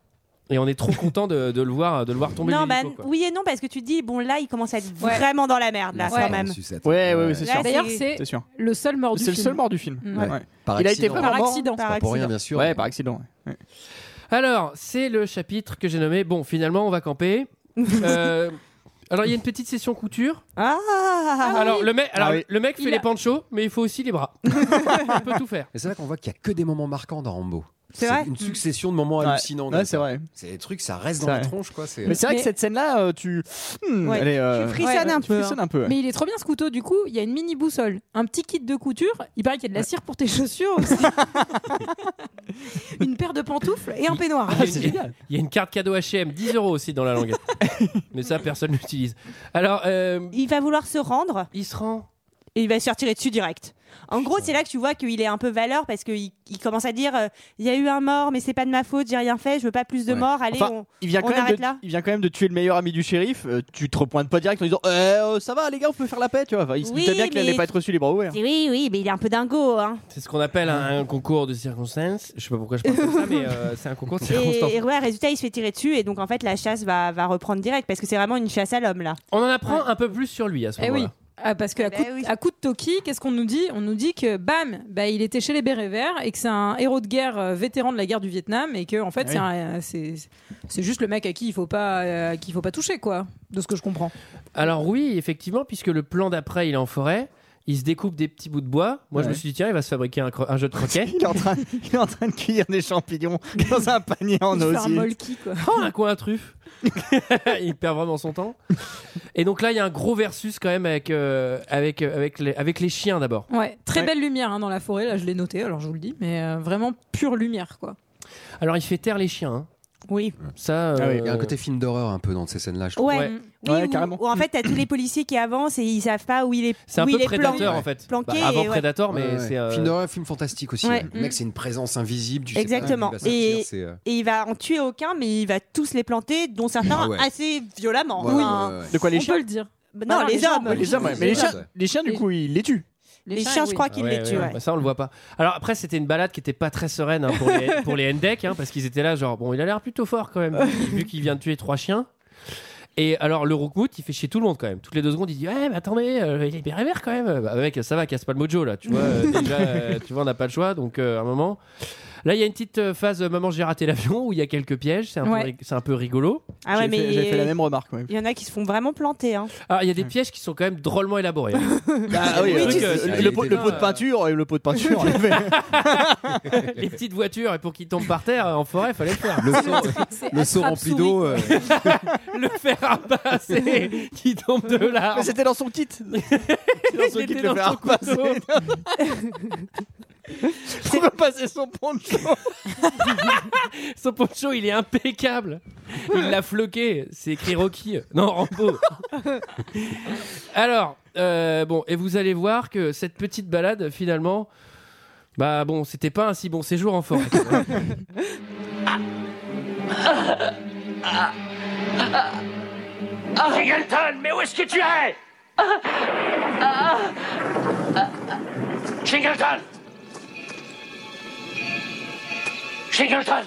Speaker 1: et on est trop content de, de le voir, de le voir tomber.
Speaker 7: non,
Speaker 1: du
Speaker 7: bah,
Speaker 1: hélico, quoi.
Speaker 7: oui et non parce que tu te dis bon là, il commence à être
Speaker 11: Ouais.
Speaker 7: vraiment dans la merde
Speaker 5: Là,
Speaker 7: là
Speaker 5: c'est
Speaker 7: quand
Speaker 5: vraiment
Speaker 7: même.
Speaker 5: sucette.
Speaker 8: Ouais, ouais, ouais, c'est
Speaker 7: Là,
Speaker 8: sûr.
Speaker 7: d'ailleurs,
Speaker 11: c'est-
Speaker 8: C'est sûr.
Speaker 11: Le seul mort du
Speaker 8: C'est
Speaker 11: film.
Speaker 8: le seul mort du film.
Speaker 11: Mm.
Speaker 5: Ouais. Par
Speaker 8: Il a
Speaker 5: accident.
Speaker 8: été vraiment
Speaker 11: Par
Speaker 8: mort.
Speaker 11: accident.
Speaker 7: Par
Speaker 5: Pour rien,
Speaker 7: accident.
Speaker 5: bien sûr.
Speaker 8: Ouais, par accident. ouais. Ouais.
Speaker 1: Alors, c'est le chapitre que j'ai nommé. Bon, finalement, on va camper. Euh, alors, il y a une petite session couture.
Speaker 7: Ah,
Speaker 1: alors, le mec, alors
Speaker 8: Ah oui.
Speaker 1: le mec fait
Speaker 11: Il a-
Speaker 1: les panchos, mais il faut aussi les bras. on peut tout faire.
Speaker 5: Et c'est là qu'on voit qu'il n'y a que des moments marquants dans Rambo.
Speaker 7: C'est vrai
Speaker 5: une succession de moments
Speaker 8: Ouais.
Speaker 5: hallucinants.
Speaker 8: Ouais, c'est vrai.
Speaker 5: C'est des trucs, ça reste
Speaker 8: C'est
Speaker 5: dans la
Speaker 8: vrai.
Speaker 5: tronche, quoi. C'est
Speaker 8: Mais c'est vrai
Speaker 11: Mais-
Speaker 8: que cette scène-là, euh, tu. Hmm,
Speaker 7: Ouais.
Speaker 8: elle est, euh,
Speaker 7: tu frissonnes
Speaker 11: ouais,
Speaker 7: un
Speaker 8: tu
Speaker 7: peu. hein.
Speaker 8: frissonnes un peu. ouais.
Speaker 11: Mais il est trop bien ce couteau, du coup, il y a une mini boussole, un petit kit de couture, il paraît qu'il y a de la cire pour tes chaussures aussi. une paire de pantoufles et un peignoir.
Speaker 1: Il y a une- Il y a une carte cadeau HM, 10 euros aussi dans la langue. mais ça, personne n'utilise. Alors, euh,
Speaker 7: Il va vouloir se rendre
Speaker 1: il se rend.
Speaker 7: et il va se faire tirer dessus direct. En gros, c'est là que tu vois qu'il est un peu valeur parce qu'il il commence à dire euh, il y a eu un mort, mais c'est pas de ma faute, j'ai rien fait, je veux pas plus de
Speaker 5: Ouais.
Speaker 7: morts, allez,
Speaker 8: Enfin,
Speaker 7: on.
Speaker 8: il, vient quand
Speaker 7: on
Speaker 8: même
Speaker 7: arrête
Speaker 8: de,
Speaker 7: là
Speaker 8: il vient quand même de tuer le meilleur ami du shérif. euh, tu te repointes pas direct en disant Eh, euh, Ça va, les gars, on peut faire la paix. Tu vois. Enfin, il se
Speaker 7: Oui,
Speaker 8: doutait bien qu'il
Speaker 7: mais-
Speaker 8: allait pas être reçu les bras ouverts.
Speaker 7: C'est Oui, oui, mais il est un peu dingo. Hein.
Speaker 1: C'est ce qu'on appelle un, un concours de circonstances. Je sais pas pourquoi je parle comme ça, mais euh, c'est un concours de circonstances.
Speaker 7: Et, et ouais, résultat, il se fait tirer dessus et donc en fait la chasse va, va reprendre direct parce que c'est vraiment une chasse à l'homme là.
Speaker 1: On en apprend un peu plus sur lui à ce
Speaker 11: Eh oui.
Speaker 1: moment-là.
Speaker 11: Ah, parce que à,
Speaker 7: bah
Speaker 11: coup,
Speaker 7: oui.
Speaker 11: à coup de Toki, qu'est-ce qu'on nous dit On nous dit que bam, bah, il était chez les Bérets Verts et que c'est un héros de guerre euh, vétéran de la guerre du Vietnam et que en fait
Speaker 8: Ah
Speaker 11: c'est un- euh, c'est c'est juste le mec à qui il faut pas euh, à qui il faut pas toucher quoi, de ce que je comprends.
Speaker 1: Alors oui, effectivement, puisque le plan d'après, il est en forêt. Il se découpe des petits bouts de bois. Moi, je
Speaker 8: Ouais.
Speaker 1: me suis dit, tiens, il va se fabriquer un, cro- un jeu de croquet.
Speaker 8: Il est, en train, il est en train de cueillir des champignons dans un panier en
Speaker 11: il fait un
Speaker 8: osier.
Speaker 11: molki quoi.
Speaker 1: Oh, un coin à truffe Il perd vraiment son temps. Et donc là, il y a un gros versus quand même avec, euh, avec, euh, avec, les, avec les chiens d'abord.
Speaker 11: Ouais, très
Speaker 8: Ouais.
Speaker 11: belle lumière hein, dans la forêt. Là, je l'ai noté, alors je vous le dis, mais euh, vraiment pure lumière quoi.
Speaker 1: Alors, il fait taire les chiens. hein.
Speaker 7: Oui.
Speaker 1: Ça, euh,
Speaker 8: Ah oui,
Speaker 5: Il y a un côté film d'horreur un peu dans ces scènes-là, je trouve.
Speaker 7: Ouais.
Speaker 1: Ouais.
Speaker 11: Mm.
Speaker 7: Oui,
Speaker 8: Ouais,
Speaker 7: où-
Speaker 8: carrément.
Speaker 7: où en fait t'as tous les policiers qui avancent et ils savent pas où il est.
Speaker 1: c'est un
Speaker 7: où
Speaker 1: peu
Speaker 7: il est planqué.
Speaker 1: prédateur en fait.
Speaker 7: Planqué
Speaker 1: Bah, avant
Speaker 7: et ouais.
Speaker 1: prédateur, mais
Speaker 5: Ouais, ouais.
Speaker 1: c'est. euh,
Speaker 5: Film d'horreur, film fantastique aussi.
Speaker 7: Ouais.
Speaker 5: ouais. Le mec, c'est une présence invisible. Tu
Speaker 7: Exactement.
Speaker 5: Sais pas, il va sortir,
Speaker 7: Et-
Speaker 5: c'est, euh,
Speaker 7: Et il va en tuer aucun, mais il va tous les planter, dont certains
Speaker 5: Ah ouais.
Speaker 7: assez violemment.
Speaker 5: ouais,
Speaker 7: Enfin,
Speaker 5: ouais, ouais.
Speaker 8: De quoi les
Speaker 11: On
Speaker 8: chiens
Speaker 11: peut le dire.
Speaker 7: bah Non,
Speaker 11: Bah non,
Speaker 7: les,
Speaker 11: les
Speaker 7: hommes.
Speaker 8: Ouais, les hommes, ouais. Mais les
Speaker 5: Ouais.
Speaker 8: chiens, les chiens, du
Speaker 11: Les-
Speaker 8: coup, il les tue.
Speaker 7: Les chiens, je
Speaker 11: oui.
Speaker 7: crois qu'il
Speaker 1: ouais,
Speaker 7: les
Speaker 1: ouais,
Speaker 7: tue.
Speaker 1: ouais.
Speaker 7: ouais.
Speaker 1: Ça, on le voit pas. Alors après, c'était une balade qui était pas très sereine hein, pour les, pour les NDEC, hein, parce qu'ils étaient là, genre, bon, il a l'air plutôt fort quand même, vu qu'il vient de tuer trois chiens. Et alors, le Roukmout, il fait chier tout le monde quand même. Toutes les deux secondes, il dit, ouais, mais attendez, euh, il est bien vert quand même. Bah, mec, ça va, casse pas le mojo là, tu vois. euh, déjà, euh, tu vois, on n'a pas le choix, donc euh, à un moment. Là, il y a une petite euh, phase euh, Maman, j'ai raté l'avion, où il y a quelques pièges, c'est un, peu
Speaker 11: Ouais.
Speaker 1: ri- c'est un peu rigolo.
Speaker 7: Ah ouais,
Speaker 8: J'avais fait- j'avais fait la
Speaker 7: mais
Speaker 8: même remarque. ouais.
Speaker 7: il y en a qui se font vraiment planter. hein.
Speaker 1: Alors, Ah, il y a des pièges qui sont quand même drôlement élaborés. hein.
Speaker 8: Ah
Speaker 1: Oui,
Speaker 8: oui, le,
Speaker 1: tu
Speaker 8: truc,
Speaker 1: sais,
Speaker 8: euh,
Speaker 1: ça,
Speaker 8: le
Speaker 1: il
Speaker 8: pot,
Speaker 1: était
Speaker 8: le pot
Speaker 1: là,
Speaker 8: de peinture, et le pot de peinture, on l'a fait.
Speaker 1: les petites voitures, et pour qu'ils tombent par terre, en forêt, fallait le faire.
Speaker 5: Le son,
Speaker 11: C'est
Speaker 5: le son
Speaker 11: attrape
Speaker 5: rempli
Speaker 11: souris,
Speaker 5: d'eau.
Speaker 11: quoi.
Speaker 5: euh,
Speaker 1: le fer à passer qui tombe de là.
Speaker 8: Mais c'était dans son kit. C'était dans son
Speaker 1: Il
Speaker 8: kit
Speaker 1: était
Speaker 8: le
Speaker 1: dans
Speaker 8: faire
Speaker 1: son
Speaker 8: repasser.
Speaker 1: couteau.
Speaker 8: Pour repasser son poncho.
Speaker 1: Son poncho, il est impeccable. Il l'a floqué. C'est écrit Rocky. Non, Rambo. Alors, euh, bon, et vous allez voir que cette petite balade, finalement, bah bon, c'était pas un si bon séjour en forêt.
Speaker 14: Singleton, mais où est-ce que tu es Singleton Singleton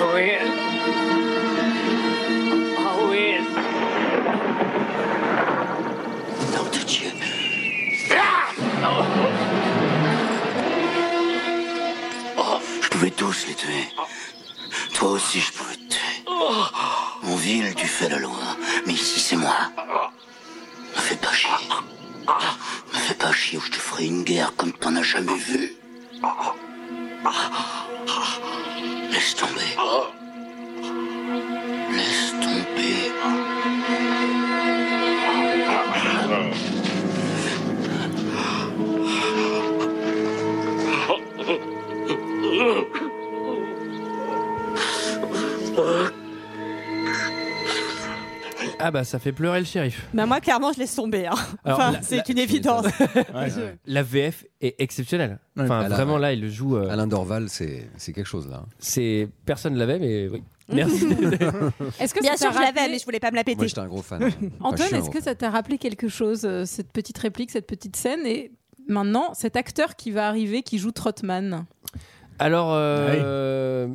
Speaker 14: Où est Où est
Speaker 15: pouvez tous les tuer. Toi aussi, je pourrais te tuer. Mon ville, tu fais la loi. Mais ici, c'est moi. Me fais pas chier. Me fais pas chier ou je te ferai une guerre comme t'en as jamais vu. Laisse tomber. Laisse tomber.
Speaker 1: Ah bah ça fait pleurer le shérif.
Speaker 7: Bah moi, clairement, je laisse tomber. hein.
Speaker 1: Alors,
Speaker 7: Enfin,
Speaker 1: la- la-
Speaker 7: c'est une évidence.
Speaker 1: La VF est exceptionnelle. Enfin,
Speaker 5: Ah là,
Speaker 1: vraiment
Speaker 5: ouais.
Speaker 1: là, il le joue. euh,
Speaker 5: Alain Dorval, c'est c'est quelque chose là.
Speaker 1: c'est personne l'avait, mais oui. Merci.
Speaker 11: Est-ce que
Speaker 7: Bien
Speaker 11: ça
Speaker 7: sûr,
Speaker 11: t'a
Speaker 7: je l'avais,
Speaker 11: rappelé-
Speaker 7: mais je voulais pas me la péter.
Speaker 5: Moi, j'étais un gros fan. Enfin, je
Speaker 11: Antoine,
Speaker 5: suis un
Speaker 11: est-ce
Speaker 5: gros
Speaker 11: que ça t'a rappelé quelque chose, euh, cette petite réplique, cette petite scène Et maintenant, cet acteur qui va arriver, qui joue Trotman.
Speaker 1: Alors, euh,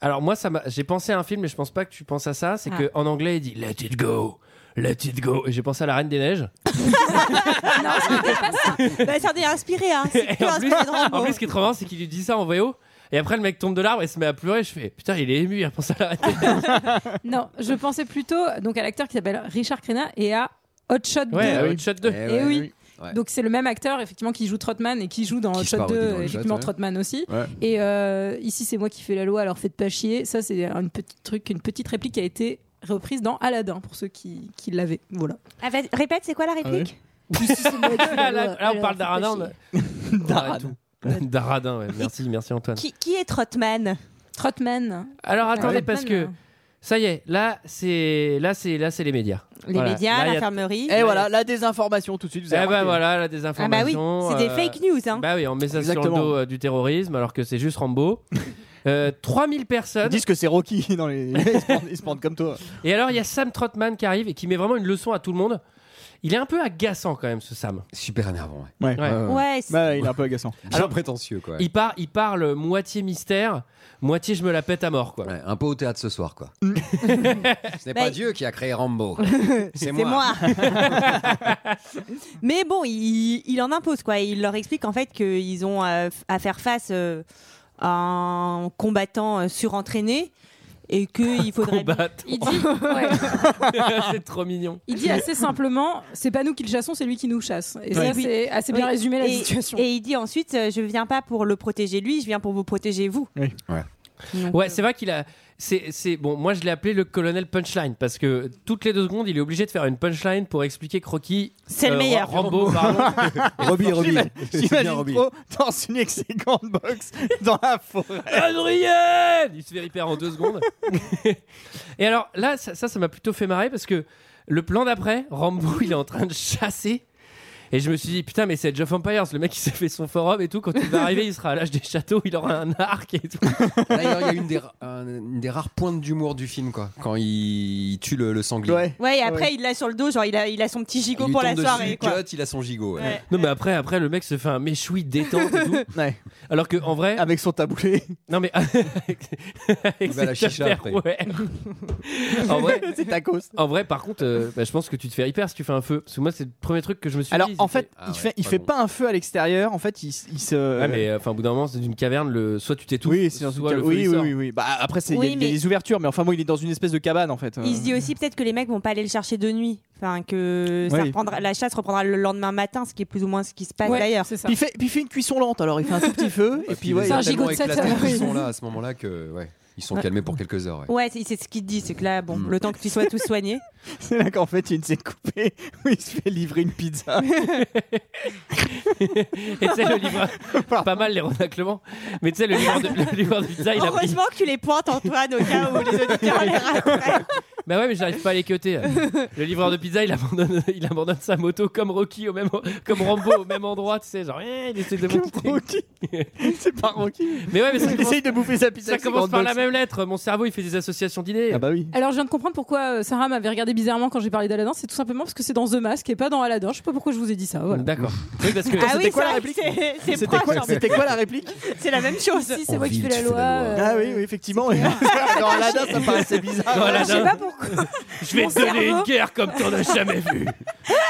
Speaker 1: alors moi, ça m'a- j'ai pensé à un film, mais je pense pas que tu penses à ça. C'est
Speaker 11: Ah.
Speaker 1: que en anglais, il dit Let it go, Let it go. Et j'ai pensé à la Reine des Neiges.
Speaker 7: Bah, ça en est inspiré, hein. C'est
Speaker 1: Et
Speaker 7: que
Speaker 1: en, plus,
Speaker 7: inspiré de Rambo.
Speaker 1: en plus, ce qui est trop marrant, c'est qu'il lui dit ça en VO. Et après, le mec tombe de l'arbre et se met à pleurer. Je fais putain, il est ému, il repense à la Reine des Neiges.
Speaker 11: Non, je pensais plutôt donc à l'acteur qui s'appelle Richard Crenna et à Hot Shot 2.
Speaker 1: Ouais, à Hot Shot 2.
Speaker 11: Et,
Speaker 1: Eh ouais,
Speaker 11: oui.
Speaker 1: oui. Ouais.
Speaker 11: Donc c'est le même acteur effectivement qui joue Trotman et qui joue dans
Speaker 1: Qui
Speaker 11: Hot
Speaker 1: se
Speaker 11: Shot
Speaker 1: parodie
Speaker 11: 2,
Speaker 1: dans Hot Shot,
Speaker 11: effectivement
Speaker 1: ouais.
Speaker 11: Trotman aussi.
Speaker 1: Ouais.
Speaker 11: Et euh, ici c'est moi qui fais la loi, alors faites pas chier. Ça c'est une petite truc, une petite réplique qui a été reprise dans Aladdin pour ceux qui, qui l'avaient. Voilà.
Speaker 7: Ah, vas- répète, c'est quoi la réplique
Speaker 1: là, là, on parle d'Aradin. Daradin. Daradin, ouais. merci, merci Antoine.
Speaker 7: Qui, qui est Trotman
Speaker 11: Trotman. Ah
Speaker 1: Alors attendez
Speaker 7: Ouais.
Speaker 1: parce que ça y est, là c'est là c'est là c'est les médias.
Speaker 7: Les
Speaker 1: Voilà.
Speaker 7: médias,
Speaker 1: Là, il y a-
Speaker 7: l'infirmerie.
Speaker 8: Et Eh voilà, la désinformation tout de suite.
Speaker 1: Eh
Speaker 8: vous avez
Speaker 1: ben
Speaker 8: remarqué.
Speaker 1: voilà, la désinformation.
Speaker 7: Ah bah oui, c'est des fake news, hein.
Speaker 1: Bah oui, on met ça sur
Speaker 8: Exactement.
Speaker 1: le dos euh, du terrorisme alors que c'est juste Rambo. Euh, 3000 personnes.
Speaker 8: Ils disent que c'est Rocky dans les. ils, se prennent, ils se prennent comme toi.
Speaker 1: Et alors il y a Sam Trotman qui arrive et qui met vraiment une leçon à tout le monde. Il est un peu agaçant quand même ce Sam.
Speaker 5: Super énervant.
Speaker 8: Ouais.
Speaker 1: Ouais.
Speaker 7: Ouais,
Speaker 8: Bah, il est un peu agaçant.
Speaker 5: Bien prétentieux quoi.
Speaker 1: Il, par- il parle moitié mystère, moitié je me la pète à mort quoi.
Speaker 5: un peu au théâtre ce soir quoi. Ce n'est
Speaker 7: Bah,
Speaker 5: pas Dieu qui a créé Rambo. C'est
Speaker 7: C'est
Speaker 5: moi.
Speaker 7: moi. Mais bon, il, il en impose quoi. Il leur explique en fait qu'ils ont à, à faire face euh, à un combattant euh, surentraîné et qu'il faudrait.
Speaker 1: Combattre.
Speaker 11: Il dit,
Speaker 1: c'est trop mignon.
Speaker 11: Il dit assez simplement, c'est pas nous qui le chassons, c'est lui qui nous chasse. Et ça,
Speaker 7: Oui.
Speaker 11: c'est assez bien
Speaker 7: Oui.
Speaker 11: résumé la
Speaker 7: Et-
Speaker 11: situation.
Speaker 7: Et il dit ensuite, euh, je viens pas pour le protéger lui, je viens pour vous protéger vous.
Speaker 1: Ouais, c'est vrai qu'il a. C'est, c'est- bon. Moi, je l'ai appelé le colonel punchline parce que toutes les deux secondes, il est obligé de faire une punchline pour expliquer Croquis.
Speaker 8: C'est le meilleur.
Speaker 1: Rambo, pardon.
Speaker 5: Roby, Roby. C'est
Speaker 8: J'imagine
Speaker 5: bien Roby.
Speaker 8: trop dans une excellente box dans la forêt.
Speaker 1: Adrien Il se fait hyper en deux secondes. Et alors là, ça, ça ça m'a plutôt fait marrer parce que le plan d'après, Rambo, il est en train de chasser. Et je me suis dit, putain, mais c'est Age of Empires, le mec, il s'est fait son forum et tout. Quand il va arriver, il sera à l'âge des châteaux, il aura un arc et tout.
Speaker 5: D'ailleurs, il y a une des, ra- un- une des rares pointes d'humour du film quoi. Quand il tue le, le sanglier.
Speaker 7: Ouais, et après il l'a sur le dos, genre il a, il a son petit
Speaker 5: Il
Speaker 7: gigot
Speaker 5: lui
Speaker 7: pour
Speaker 5: tombe
Speaker 7: la
Speaker 5: dessus,
Speaker 7: soirée. Quoi.
Speaker 5: cut, il a son gigot. ouais.
Speaker 7: Ouais.
Speaker 1: Non, mais après, après, le mec se fait un méchoui détente et tout.
Speaker 8: Ouais.
Speaker 1: Alors que, en vrai.
Speaker 8: Avec son taboulé.
Speaker 1: Non, mais.
Speaker 8: Il va à la
Speaker 1: cette
Speaker 8: chicha
Speaker 1: affaire,
Speaker 8: après.
Speaker 1: ouais.
Speaker 8: Ah
Speaker 1: en vrai,
Speaker 8: c'est ta cause.
Speaker 1: En vrai, par contre, euh, bah, je pense que tu te fais hyper si tu fais un feu. Parce que moi, c'est le premier truc que je me suis
Speaker 8: Alors
Speaker 1: dit.
Speaker 8: en
Speaker 1: c'était-
Speaker 8: fait,
Speaker 5: Ah
Speaker 8: il fait, il fait pas un feu à l'extérieur. En fait, il, s- il se.
Speaker 1: Ouais, mais euh, enfin, au bout d'un moment, c'est d'une caverne, le... soit tu t'étouffes,
Speaker 8: Oui, c'est dans une
Speaker 1: soit
Speaker 8: cave-
Speaker 1: le feu,
Speaker 8: oui,
Speaker 1: il
Speaker 8: oui,
Speaker 1: sort.
Speaker 8: oui, oui. Bah après, c'est- il y a-
Speaker 7: Oui,
Speaker 8: il y a
Speaker 7: mais-
Speaker 8: des ouvertures, mais enfin, bon, il est dans une espèce de cabane en fait. euh.
Speaker 7: Il se dit aussi peut-être que les mecs vont pas aller le chercher de nuit. Enfin, que ça
Speaker 8: Ouais.
Speaker 7: reprendra- la chasse reprendra le lendemain matin, ce qui est plus ou moins ce qui se passe
Speaker 11: Ouais,
Speaker 7: d'ailleurs.
Speaker 11: c'est ça.
Speaker 8: Puis il fait, puis il fait une cuisson lente. Alors il fait un tout petit feu et puis ouais.
Speaker 5: il
Speaker 8: il
Speaker 5: a
Speaker 8: a
Speaker 5: tellement
Speaker 8: tellement
Speaker 5: éclaté
Speaker 8: éclaté
Speaker 5: qu'ils sont là à ce moment-là que ouais, ils sont
Speaker 7: Ouais.
Speaker 5: calmés pour quelques heures. ouais.
Speaker 7: Ouais, c'est c'est ce qu'il dit, c'est que là, bon, le temps que tu sois tous soigné.
Speaker 8: C'est là qu'en fait, il y a une scène coupée où il se fait livrer une pizza.
Speaker 1: Et tu sais, le livre. pas mal les renaclements. Mais tu sais, le livre de, le livreur de pizza, Ah, il a pris.
Speaker 7: Heureusement que tu les pointes, Antoine, au cas où les auditeurs les rattrapent.
Speaker 1: Bah ouais, mais j'arrive pas à les cuter. Le livreur de pizza, il abandonne, il abandonne sa moto comme Rocky, au même, comme Rambo, au même endroit, tu sais, genre, eh, il essaie de monter.
Speaker 8: c'est pas Rocky.
Speaker 1: Mais ouais, mais ça
Speaker 8: Il
Speaker 1: commence,
Speaker 8: essaye de bouffer sa pizza.
Speaker 1: ça
Speaker 8: avec ses
Speaker 1: commence
Speaker 8: grandes
Speaker 1: par la
Speaker 8: boxes.
Speaker 1: même lettre. Mon cerveau, il fait des associations d'idées.
Speaker 8: Ah bah oui.
Speaker 11: Alors je viens de comprendre pourquoi euh, Sarah m'avait regardé bizarrement quand j'ai parlé d'Aladdin, c'est tout simplement parce que c'est dans The Mask et pas dans Aladdin. Je sais pas pourquoi je vous ai dit ça. Voilà.
Speaker 1: Mmh, D'accord. Oui, parce que.
Speaker 7: Ah oui,
Speaker 8: C'était
Speaker 7: c'est
Speaker 8: quoi la
Speaker 7: vrai
Speaker 8: réplique
Speaker 7: que c'est- C'est
Speaker 8: C'était
Speaker 7: proche,
Speaker 8: quoi,
Speaker 7: en fait.
Speaker 8: c'était quoi la réplique
Speaker 7: c'est la même chose.
Speaker 11: Si c'est moi qui fais
Speaker 5: Ville,
Speaker 11: la
Speaker 5: tu fais
Speaker 11: loi.
Speaker 5: la loi.
Speaker 11: euh,
Speaker 8: Ah oui, oui, effectivement. dans Aladdin, ça paraissait bizarre.
Speaker 1: Dans
Speaker 11: Je sais
Speaker 1: Aladdin.
Speaker 11: pas pourquoi pourquoi
Speaker 1: Je vais
Speaker 11: Mon
Speaker 1: te donner
Speaker 11: cerveau-
Speaker 1: une guerre comme t'en as jamais vu.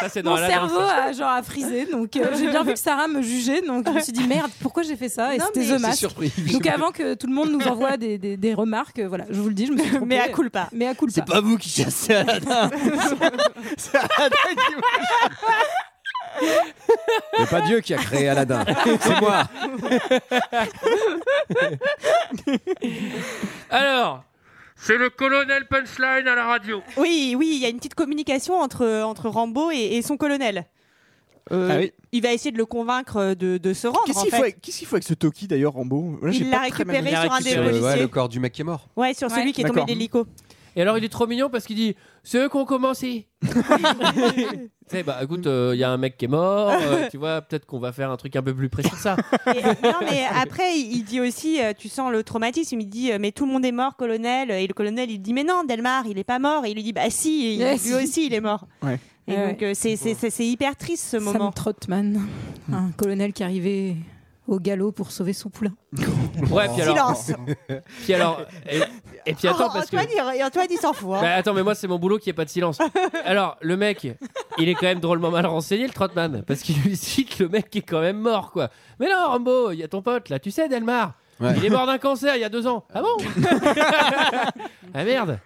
Speaker 1: Ça, c'est dans
Speaker 11: Mon
Speaker 1: la
Speaker 11: cerveau
Speaker 1: danse.
Speaker 11: a genre a frisé, donc euh, j'ai bien vu que Sarah me jugeait, donc je me suis dit merde, pourquoi j'ai fait ça Et
Speaker 7: Non,
Speaker 11: c'était
Speaker 7: mais-
Speaker 11: The Mask.
Speaker 7: C'est surpris.
Speaker 11: Donc avant que tout le monde nous envoie des, des- des remarques, euh, voilà, je vous le dis, je me suis trompée.
Speaker 7: Mais à culpa.
Speaker 11: Mais à culpa.
Speaker 16: C'est pas vous qui chassez Aladdin. C'est Aladdin qui
Speaker 5: Il n'y a pas Dieu qui a créé Aladdin. C'est moi.
Speaker 1: Alors, c'est le colonel Punchline à la radio.
Speaker 7: Oui, oui, il y a une petite communication entre, entre Rambo et, et son colonel. Euh,
Speaker 8: Ah oui.
Speaker 7: Il va essayer de le convaincre de, de se rendre.
Speaker 8: Qu'est-ce
Speaker 7: en
Speaker 8: qu'il
Speaker 7: fait.
Speaker 8: faut, avec- qu'est-ce qu'il faut avec ce Toki d'ailleurs, Rambo Là,
Speaker 7: Il
Speaker 8: j'ai
Speaker 7: l'a
Speaker 8: pas très bien
Speaker 7: récupéré
Speaker 8: compris.
Speaker 7: sur un des policiers.
Speaker 5: ouais, le corps du mec qui est mort.
Speaker 7: Ouais, sur celui qui est tombé
Speaker 5: D'accord.
Speaker 7: d'hélico.
Speaker 1: Et alors, il est trop mignon parce qu'il dit C'est eux qui ont commencé. tu sais, bah écoute, euh, il y a un mec qui est mort, euh, tu vois, peut-être qu'on va faire un truc un peu plus précis que ça.
Speaker 7: Non, mais après, il il dit aussi, euh, tu sens le traumatisme, il dit, euh, mais tout le monde est mort, colonel. Et le colonel, il dit, mais non, Delmar, il est pas mort. Et il lui dit, bah si, il-
Speaker 11: Eh, si.
Speaker 7: lui aussi, il est mort.
Speaker 8: Ouais.
Speaker 7: Et donc, euh, c'est- c'est c'est- c'est hyper triste ce
Speaker 11: Sam
Speaker 7: moment.
Speaker 11: Trotman,
Speaker 8: Hmm.
Speaker 11: un colonel qui arrivait au galop pour sauver son poulain.
Speaker 1: Ouais, puis alors.
Speaker 7: Silence.
Speaker 1: Puis alors. Et, et puis attends,
Speaker 7: Oh,
Speaker 1: parce que.
Speaker 7: Antoine, il, Antoine, il s'en fout. hein.
Speaker 1: Bah, attends, mais moi, c'est mon boulot qu'il n'y ait pas de silence. Alors, le mec, il est quand même drôlement mal renseigné, le Trotman, parce qu'il lui cite le mec qui est quand même mort, quoi. Mais non, Rambo, il y a ton pote, là, tu sais, Delmar.
Speaker 5: Ouais.
Speaker 1: Il est mort d'un cancer il y a deux ans. Ah bon Ah merde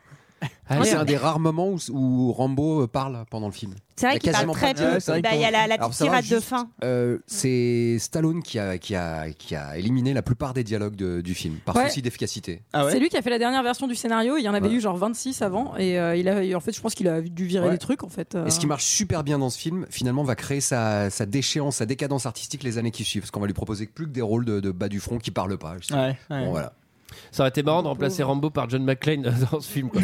Speaker 1: Ah,
Speaker 5: c'est
Speaker 1: merde.
Speaker 5: un des rares moments où, où Rambo euh, parle pendant le film.
Speaker 7: C'est vrai
Speaker 5: Il y a
Speaker 7: qu'il parle
Speaker 5: quasiment pas
Speaker 7: très
Speaker 5: de-
Speaker 7: peu.
Speaker 5: Ouais, c'est vrai
Speaker 7: Bah,
Speaker 5: qu'il
Speaker 7: il y a la- la
Speaker 5: Alors,
Speaker 7: petite
Speaker 5: ça va,
Speaker 7: tirade de
Speaker 5: juste,
Speaker 7: fin. Mm.
Speaker 5: euh, c'est Stallone qui a, qui, a, qui a éliminé la plupart des dialogues de- du film par
Speaker 11: Ouais.
Speaker 5: souci d'efficacité.
Speaker 7: Ah
Speaker 8: Ah
Speaker 11: c'est lui qui a fait la dernière version du scénario. Il y en avait
Speaker 5: Ouais.
Speaker 11: eu genre 26 avant. Et euh, il a, en fait, je pense qu'il a dû virer
Speaker 5: Ouais.
Speaker 11: les trucs. En fait, euh.
Speaker 5: Et ce qui marche super bien dans ce film, finalement, va créer sa, sa déchéance, sa décadence artistique les années qui suivent. Parce qu'on va lui proposer plus que des rôles de, de bas du front qui parlent pas. justement.
Speaker 1: Ouais, ouais.
Speaker 5: Bon, voilà.
Speaker 1: Ça aurait été marrant de remplacer Rambo par John McClane dans ce film, quoi.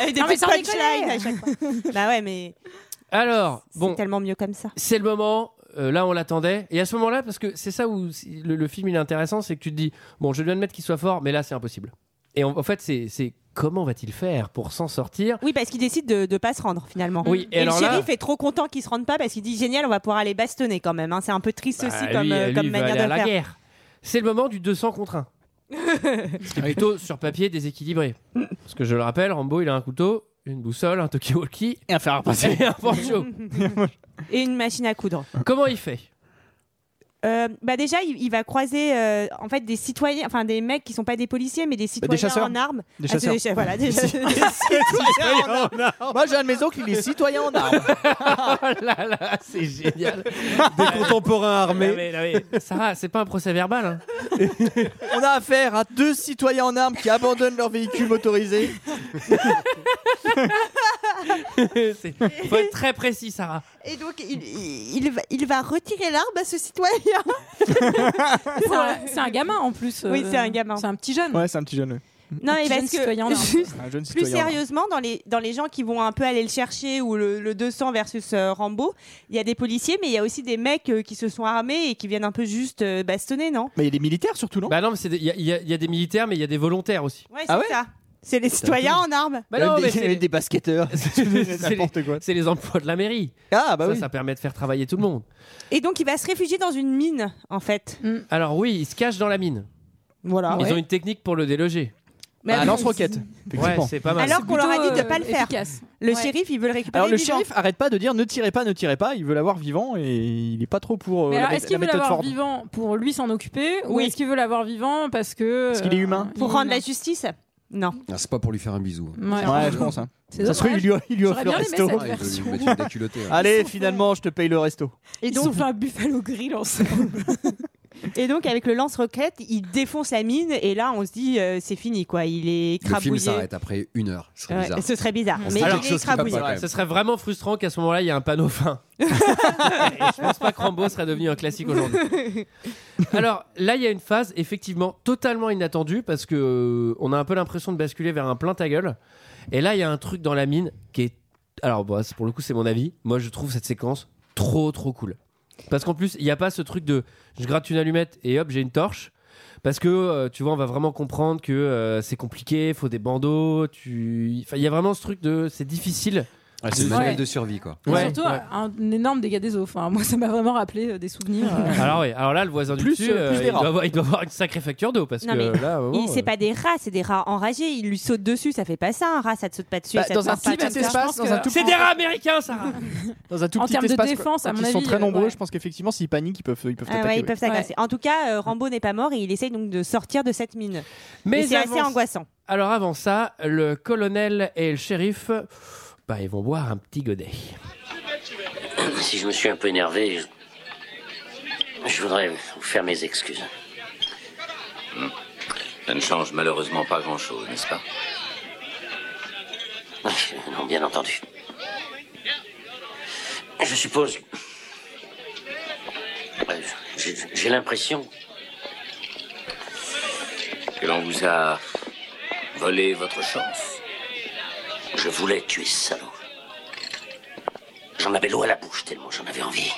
Speaker 7: Avec des
Speaker 11: Non, mais
Speaker 7: petites
Speaker 11: sans
Speaker 7: punchlines
Speaker 11: déconner.
Speaker 7: à chaque fois. bah ouais, mais
Speaker 1: Alors, bon.
Speaker 7: c'est tellement mieux comme ça.
Speaker 1: C'est le moment. euh, là, on l'attendait. Et à ce moment-là, parce que c'est ça où si- le, le film il est intéressant, c'est que tu te dis bon, je vais lui admettre qu'il soit fort, mais là, c'est impossible. Et en, en fait, c'est c'est comment va-t-il faire pour s'en sortir
Speaker 7: Oui, parce qu'il décide de ne pas se rendre finalement.
Speaker 1: Oui, et
Speaker 7: et
Speaker 1: alors
Speaker 7: le
Speaker 1: là-
Speaker 7: shérif est trop content qu'il se rende pas parce qu'il dit génial, on va pouvoir aller bastonner quand même. hein. C'est un peu triste
Speaker 1: Bah,
Speaker 7: aussi
Speaker 1: lui-
Speaker 7: comme, euh,
Speaker 1: lui,
Speaker 7: comme
Speaker 1: il va
Speaker 7: manière
Speaker 1: aller
Speaker 7: de
Speaker 1: à la
Speaker 7: faire.
Speaker 1: guerre. C'est le moment du 200 contre 1. Ce qui est plutôt sur papier déséquilibré. Parce que je le rappelle, Rambo, il a un couteau, une boussole, un talkie-walkie. Et un fer à
Speaker 8: repasser.
Speaker 1: Et un poncho.
Speaker 7: Oh. Et une machine à coudre.
Speaker 1: Comment il fait
Speaker 7: Euh, bah déjà, il, il va croiser euh, en fait des citoyens, enfin des mecs qui sont pas des policiers, mais des citoyens
Speaker 8: chasseurs.
Speaker 7: en armes.
Speaker 8: Bah, Des
Speaker 7: Ah,
Speaker 8: chasseurs.
Speaker 7: c'est voilà, des,
Speaker 8: Des
Speaker 7: des
Speaker 8: citoyens.
Speaker 7: Ah, citoyens en armes.
Speaker 8: Moi, j'ai un de mes oncles, il est citoyen en armes.
Speaker 1: Oh là là, c'est génial.
Speaker 16: Des contemporains
Speaker 8: Ah,
Speaker 16: armés.
Speaker 1: Non, Ah, mais- non, mais, Sarah, c'est pas un procès verbal. hein.
Speaker 8: On a affaire à deux citoyens en armes qui abandonnent leur véhicule motorisé.
Speaker 1: C'est- Faut être très précis, Sarah.
Speaker 7: Et donc, il, il- il va, il va retirer l'arme à ce citoyen.
Speaker 11: c'est, un, c'est un gamin en plus. euh,
Speaker 7: Oui, c'est un gamin.
Speaker 11: C'est un petit jeune.
Speaker 8: Ouais, c'est un petit jeune.
Speaker 7: Non,
Speaker 11: Un
Speaker 7: mais
Speaker 11: petit
Speaker 7: parce
Speaker 11: jeune
Speaker 7: que-
Speaker 11: citoyen en armes.
Speaker 8: Un jeune
Speaker 7: Plus
Speaker 8: citoyen. en armes.
Speaker 7: sérieusement, dans les, dans les gens qui vont un peu aller le chercher ou le, le 200 versus euh, Rambo, il y a des policiers, mais il y a aussi des mecs euh, qui se sont armés et qui viennent un peu juste euh, bastonner, non
Speaker 8: Mais il est militaire surtout, non
Speaker 1: Bah non, mais c'est des- il y, a- il y a- il y a des militaires, mais il y a des volontaires aussi.
Speaker 7: Ouais, c'est
Speaker 8: Ah ouais
Speaker 7: ça. C'est les citoyens en armes.
Speaker 1: Bah non,
Speaker 8: Il y a
Speaker 1: mais
Speaker 8: des-
Speaker 1: c'est-
Speaker 8: des basketteurs.
Speaker 1: c'est
Speaker 8: N'importe quoi.
Speaker 1: les, c'est les emplois de la mairie.
Speaker 8: Ah, bah
Speaker 1: ça,
Speaker 8: oui.
Speaker 1: ça permet de faire travailler tout le monde.
Speaker 7: Et donc, il va se réfugier dans une mine, en fait.
Speaker 1: Alors oui, ils se cachent dans la mine.
Speaker 7: Voilà.
Speaker 1: Ils ont une technique pour le déloger.
Speaker 7: Mais
Speaker 8: Ah,
Speaker 7: alors-
Speaker 8: lance-roquette.
Speaker 1: Ouais,
Speaker 8: Effectivement.
Speaker 1: c'est pas mal.
Speaker 7: alors qu'on leur a dit de
Speaker 11: euh,
Speaker 7: pas le faire.
Speaker 11: efficace.
Speaker 8: Oh,
Speaker 7: Le
Speaker 11: Ouais.
Speaker 7: shérif, il veut le récupérer.
Speaker 8: Alors le
Speaker 7: vivant.
Speaker 8: shérif arrête pas de dire ne tirez pas, ne tirez pas, il veut l'avoir vivant et il est pas trop pour euh,
Speaker 11: Mais
Speaker 8: la,
Speaker 11: alors,
Speaker 8: mé-
Speaker 11: est-ce
Speaker 8: la
Speaker 11: qu'il veut
Speaker 8: méthode
Speaker 11: l'avoir
Speaker 8: Ford.
Speaker 11: vivant pour lui s'en occuper ou
Speaker 7: Oui.
Speaker 11: est-ce qu'il veut l'avoir vivant parce que
Speaker 8: Parce qu'il est
Speaker 11: euh,
Speaker 8: humain.
Speaker 11: il
Speaker 7: Pour
Speaker 11: est
Speaker 7: rendre
Speaker 11: humain.
Speaker 7: la justice Non.
Speaker 5: Ah, c'est pas pour lui faire un bisou.
Speaker 11: Ouais.
Speaker 8: Ouais, je pense. hein.
Speaker 11: C'est
Speaker 8: Ça se trouve, il
Speaker 11: dommage.
Speaker 8: lui, il lui offre
Speaker 11: J'aurais
Speaker 8: le
Speaker 11: bien aimé
Speaker 8: resto.
Speaker 11: cette
Speaker 5: Ah, il veut
Speaker 11: version.
Speaker 5: lui mettre une déculottée. hein.
Speaker 8: Allez, finalement, je te paye le resto.
Speaker 7: Et
Speaker 11: Ils ont
Speaker 7: donc,
Speaker 11: fait un buffalo grill ensemble.
Speaker 7: et donc, avec le lance-roquette, il défonce la mine et là, on se dit, euh, c'est fini, quoi. Il est
Speaker 5: Le film
Speaker 7: écrabouillé.
Speaker 5: s'arrête après une heure. Ce serait
Speaker 7: Ouais,
Speaker 5: bizarre.
Speaker 7: ce serait bizarre.
Speaker 5: On se
Speaker 7: Mais
Speaker 5: dit
Speaker 7: il
Speaker 5: quelque
Speaker 7: est
Speaker 5: chose qui va pas,
Speaker 7: écrabouillé.
Speaker 5: quand même.
Speaker 1: Ce serait vraiment frustrant qu'à ce moment-là, il y ait un panneau fin. Et je pense pas que Rambo serait devenu un classique aujourd'hui. Alors là, il y a une phase effectivement totalement inattendue parce que euh, on a un peu l'impression de basculer vers un plein ta gueule. Et là, il y a un truc dans la mine qui est. Alors, bah, c'est- pour le coup, c'est mon avis. Moi, je trouve cette séquence trop, trop cool. Parce qu'en plus, il n'y a pas ce truc de je gratte une allumette et hop, j'ai une torche. Parce que, euh, tu vois, on va vraiment comprendre que euh, c'est compliqué, faut des bandeaux. Tu... Enfin, il y a vraiment ce truc de c'est difficile.
Speaker 5: Ouais, c'est le manuel de survie, quoi.
Speaker 11: Et
Speaker 1: Ouais,
Speaker 11: surtout
Speaker 1: ouais.
Speaker 11: un, énorme dégât des eaux. Enfin, moi, ça m'a vraiment rappelé euh, des souvenirs. euh.
Speaker 1: Alors, oui, alors là, le voisin
Speaker 11: Plus,
Speaker 1: du dessus,
Speaker 11: euh, plus
Speaker 1: euh,
Speaker 11: des
Speaker 1: il,
Speaker 11: rats.
Speaker 1: doit avoir, il doit avoir une sacrée facture d'eau parce
Speaker 7: Non,
Speaker 1: que
Speaker 7: mais
Speaker 1: là, oh,
Speaker 7: il- c'est pas des rats, c'est des rats enragés. Il lui saute dessus, ça fait pas ça. Un rat, ça te saute pas dessus.
Speaker 1: Bah,
Speaker 7: ça te
Speaker 1: dans un
Speaker 7: mord pas,
Speaker 1: petit
Speaker 7: comme
Speaker 1: petit
Speaker 7: ça.
Speaker 1: espace,
Speaker 7: Je pense
Speaker 1: dans
Speaker 7: que-
Speaker 1: un tout C'est petit- des rats américains, ça.
Speaker 8: Dans un tout
Speaker 7: En
Speaker 8: petit
Speaker 7: termes de
Speaker 8: espace, quoi.
Speaker 7: défense, à
Speaker 8: Quand
Speaker 7: mon
Speaker 8: ils sont
Speaker 7: avis,
Speaker 8: très
Speaker 7: euh,
Speaker 8: nombreux,
Speaker 7: ouais.
Speaker 8: je pense qu'effectivement, s'ils paniquent, ils peuvent, ils peuvent
Speaker 7: Ah ouais,
Speaker 8: t'attaquer,
Speaker 7: ils
Speaker 8: ouais.
Speaker 7: peuvent t'agacer. En tout cas, euh, Rambo n'est pas mort et il essaye donc de sortir de cette mine.
Speaker 1: Mais
Speaker 7: Mais c'est assez
Speaker 1: avance-
Speaker 7: angoissant.
Speaker 1: Alors avant ça, le colonel et le shérif, bah, ils vont boire un petit godet.
Speaker 9: Si je me suis un peu énervé, je, je voudrais vous faire mes excuses.
Speaker 17: Ça ne change malheureusement pas grand-chose, n'est-ce pas
Speaker 9: Oui, Non, bien entendu. Je suppose. Euh, j'ai- J'ai l'impression.
Speaker 17: Que l'on vous a volé votre chance.
Speaker 9: Je voulais tuer ce salaud. J'en avais l'eau à la bouche tellement j'en avais envie.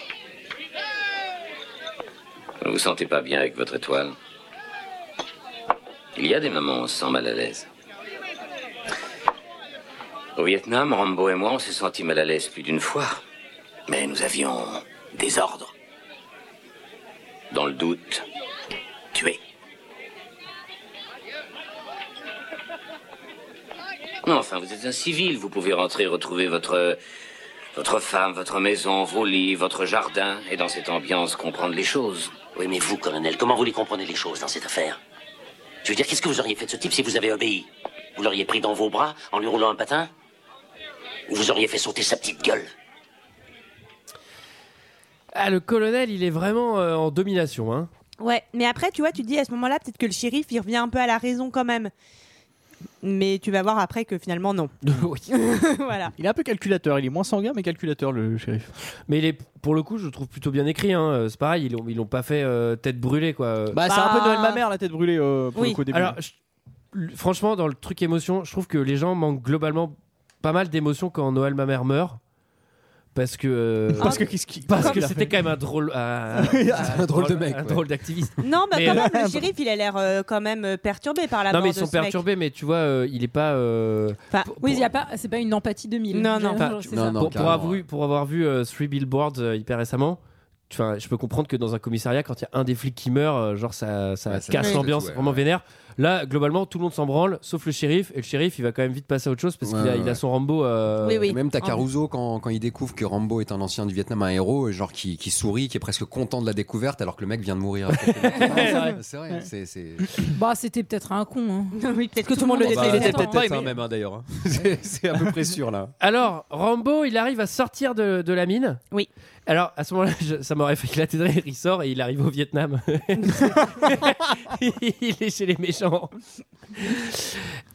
Speaker 17: Vous ne vous sentez pas bien avec votre étoile Il y a des moments où on se sent mal à l'aise. Au Vietnam, Rambo et moi, on s'est sentis mal à l'aise plus d'une fois. Mais nous avions des ordres. Dans le doute, tuer. Non, Enfin, vous êtes un civil, vous pouvez rentrer retrouver votre, votre femme, votre maison, vos lits, votre jardin, et dans cette ambiance comprendre les choses.
Speaker 9: Oui, mais vous, colonel, comment vous les comprenez les choses dans cette affaire Je veux dire, qu'est-ce que vous auriez fait de ce type si vous avez obéi Vous l'auriez pris dans vos bras en lui roulant un patin Ou vous auriez fait sauter sa petite gueule
Speaker 1: Ah, le colonel, il est vraiment euh, en domination. Hein.
Speaker 7: Ouais, mais après, tu vois, tu te dis à ce moment-là, peut-être que le shérif, il revient un peu à la raison quand même. Mais tu vas voir après que finalement, non. voilà.
Speaker 8: Il est un peu calculateur, il est moins sanguin, mais calculateur, le shérif.
Speaker 1: Mais il est, pour le coup, je le trouve plutôt bien écrit. hein. Euh, C'est pareil, ils l'ont, ils l'ont pas fait euh, tête brûlée. Quoi. Euh,
Speaker 8: Bah, c'est un peu Noël ma mère, la tête brûlée, euh, pour le coup, au début.
Speaker 1: Alors, je- l- franchement, dans le truc émotion, je trouve que les gens manquent globalement pas mal d'émotion quand Noël ma mère meurt. Parce que. euh,
Speaker 8: Parce que qu'est-ce qui-
Speaker 1: Parce
Speaker 8: comme-
Speaker 1: que c'était quand même un drôle. un-
Speaker 8: Oui,
Speaker 5: un drôle de mec,
Speaker 1: Un
Speaker 5: ouais.
Speaker 1: drôle d'activiste.
Speaker 7: Non, mais
Speaker 1: Mais,
Speaker 7: quand
Speaker 1: euh,
Speaker 7: même, le shérif, il a l'air euh, quand même euh, perturbé par la
Speaker 1: non,
Speaker 7: mort
Speaker 1: mais ils
Speaker 7: de
Speaker 1: sont
Speaker 7: ce mec.
Speaker 1: perturbés, mais tu vois, euh, il est pas. euh,
Speaker 11: Ah, oui, il y a pas, c'est pas une empathie 2000.
Speaker 7: Non, non.
Speaker 1: Enfin,
Speaker 11: c'est
Speaker 1: pour,
Speaker 11: ça.
Speaker 1: pour avoir vu, pour avoir vu euh, Three Billboards euh, hyper récemment, tu- enfin, je peux comprendre que dans un commissariat, quand il y a un des flics qui meurt, euh, genre ça, ça
Speaker 5: ça
Speaker 1: casse
Speaker 5: casse
Speaker 1: l'ambiance
Speaker 5: tout, ouais,
Speaker 1: vraiment vénère. Là, globalement, tout le monde s'en branle, sauf le shérif. Et le shérif, il va quand même vite passer à autre chose parce qu'il
Speaker 5: Ouais,
Speaker 1: a, il a
Speaker 5: ouais.
Speaker 1: son Rambo. euh,
Speaker 5: Et Même t'as Caruso quand, quand il découvre que Rambo est un ancien du Vietnam, un héros, et genre qui, qui sourit, qui est presque content de la découverte alors que le mec vient de mourir. c'est vrai, c'est- c'est-
Speaker 11: Bah, c'était peut-être un con. hein.
Speaker 7: Oui, peut-être
Speaker 5: que tout le monde le
Speaker 11: était
Speaker 5: déteste. Il était
Speaker 11: content,
Speaker 5: peut-être
Speaker 11: hein.
Speaker 5: un même, hein, d'ailleurs, hein. C'est c'est à peu près sûr là.
Speaker 1: Alors, Rambo, il arrive à sortir de, de la mine.
Speaker 7: Oui.
Speaker 1: Alors, à ce moment-là, je- ça m'aurait fait éclater de rire. Il sort et il arrive au Vietnam. il est chez les méchants.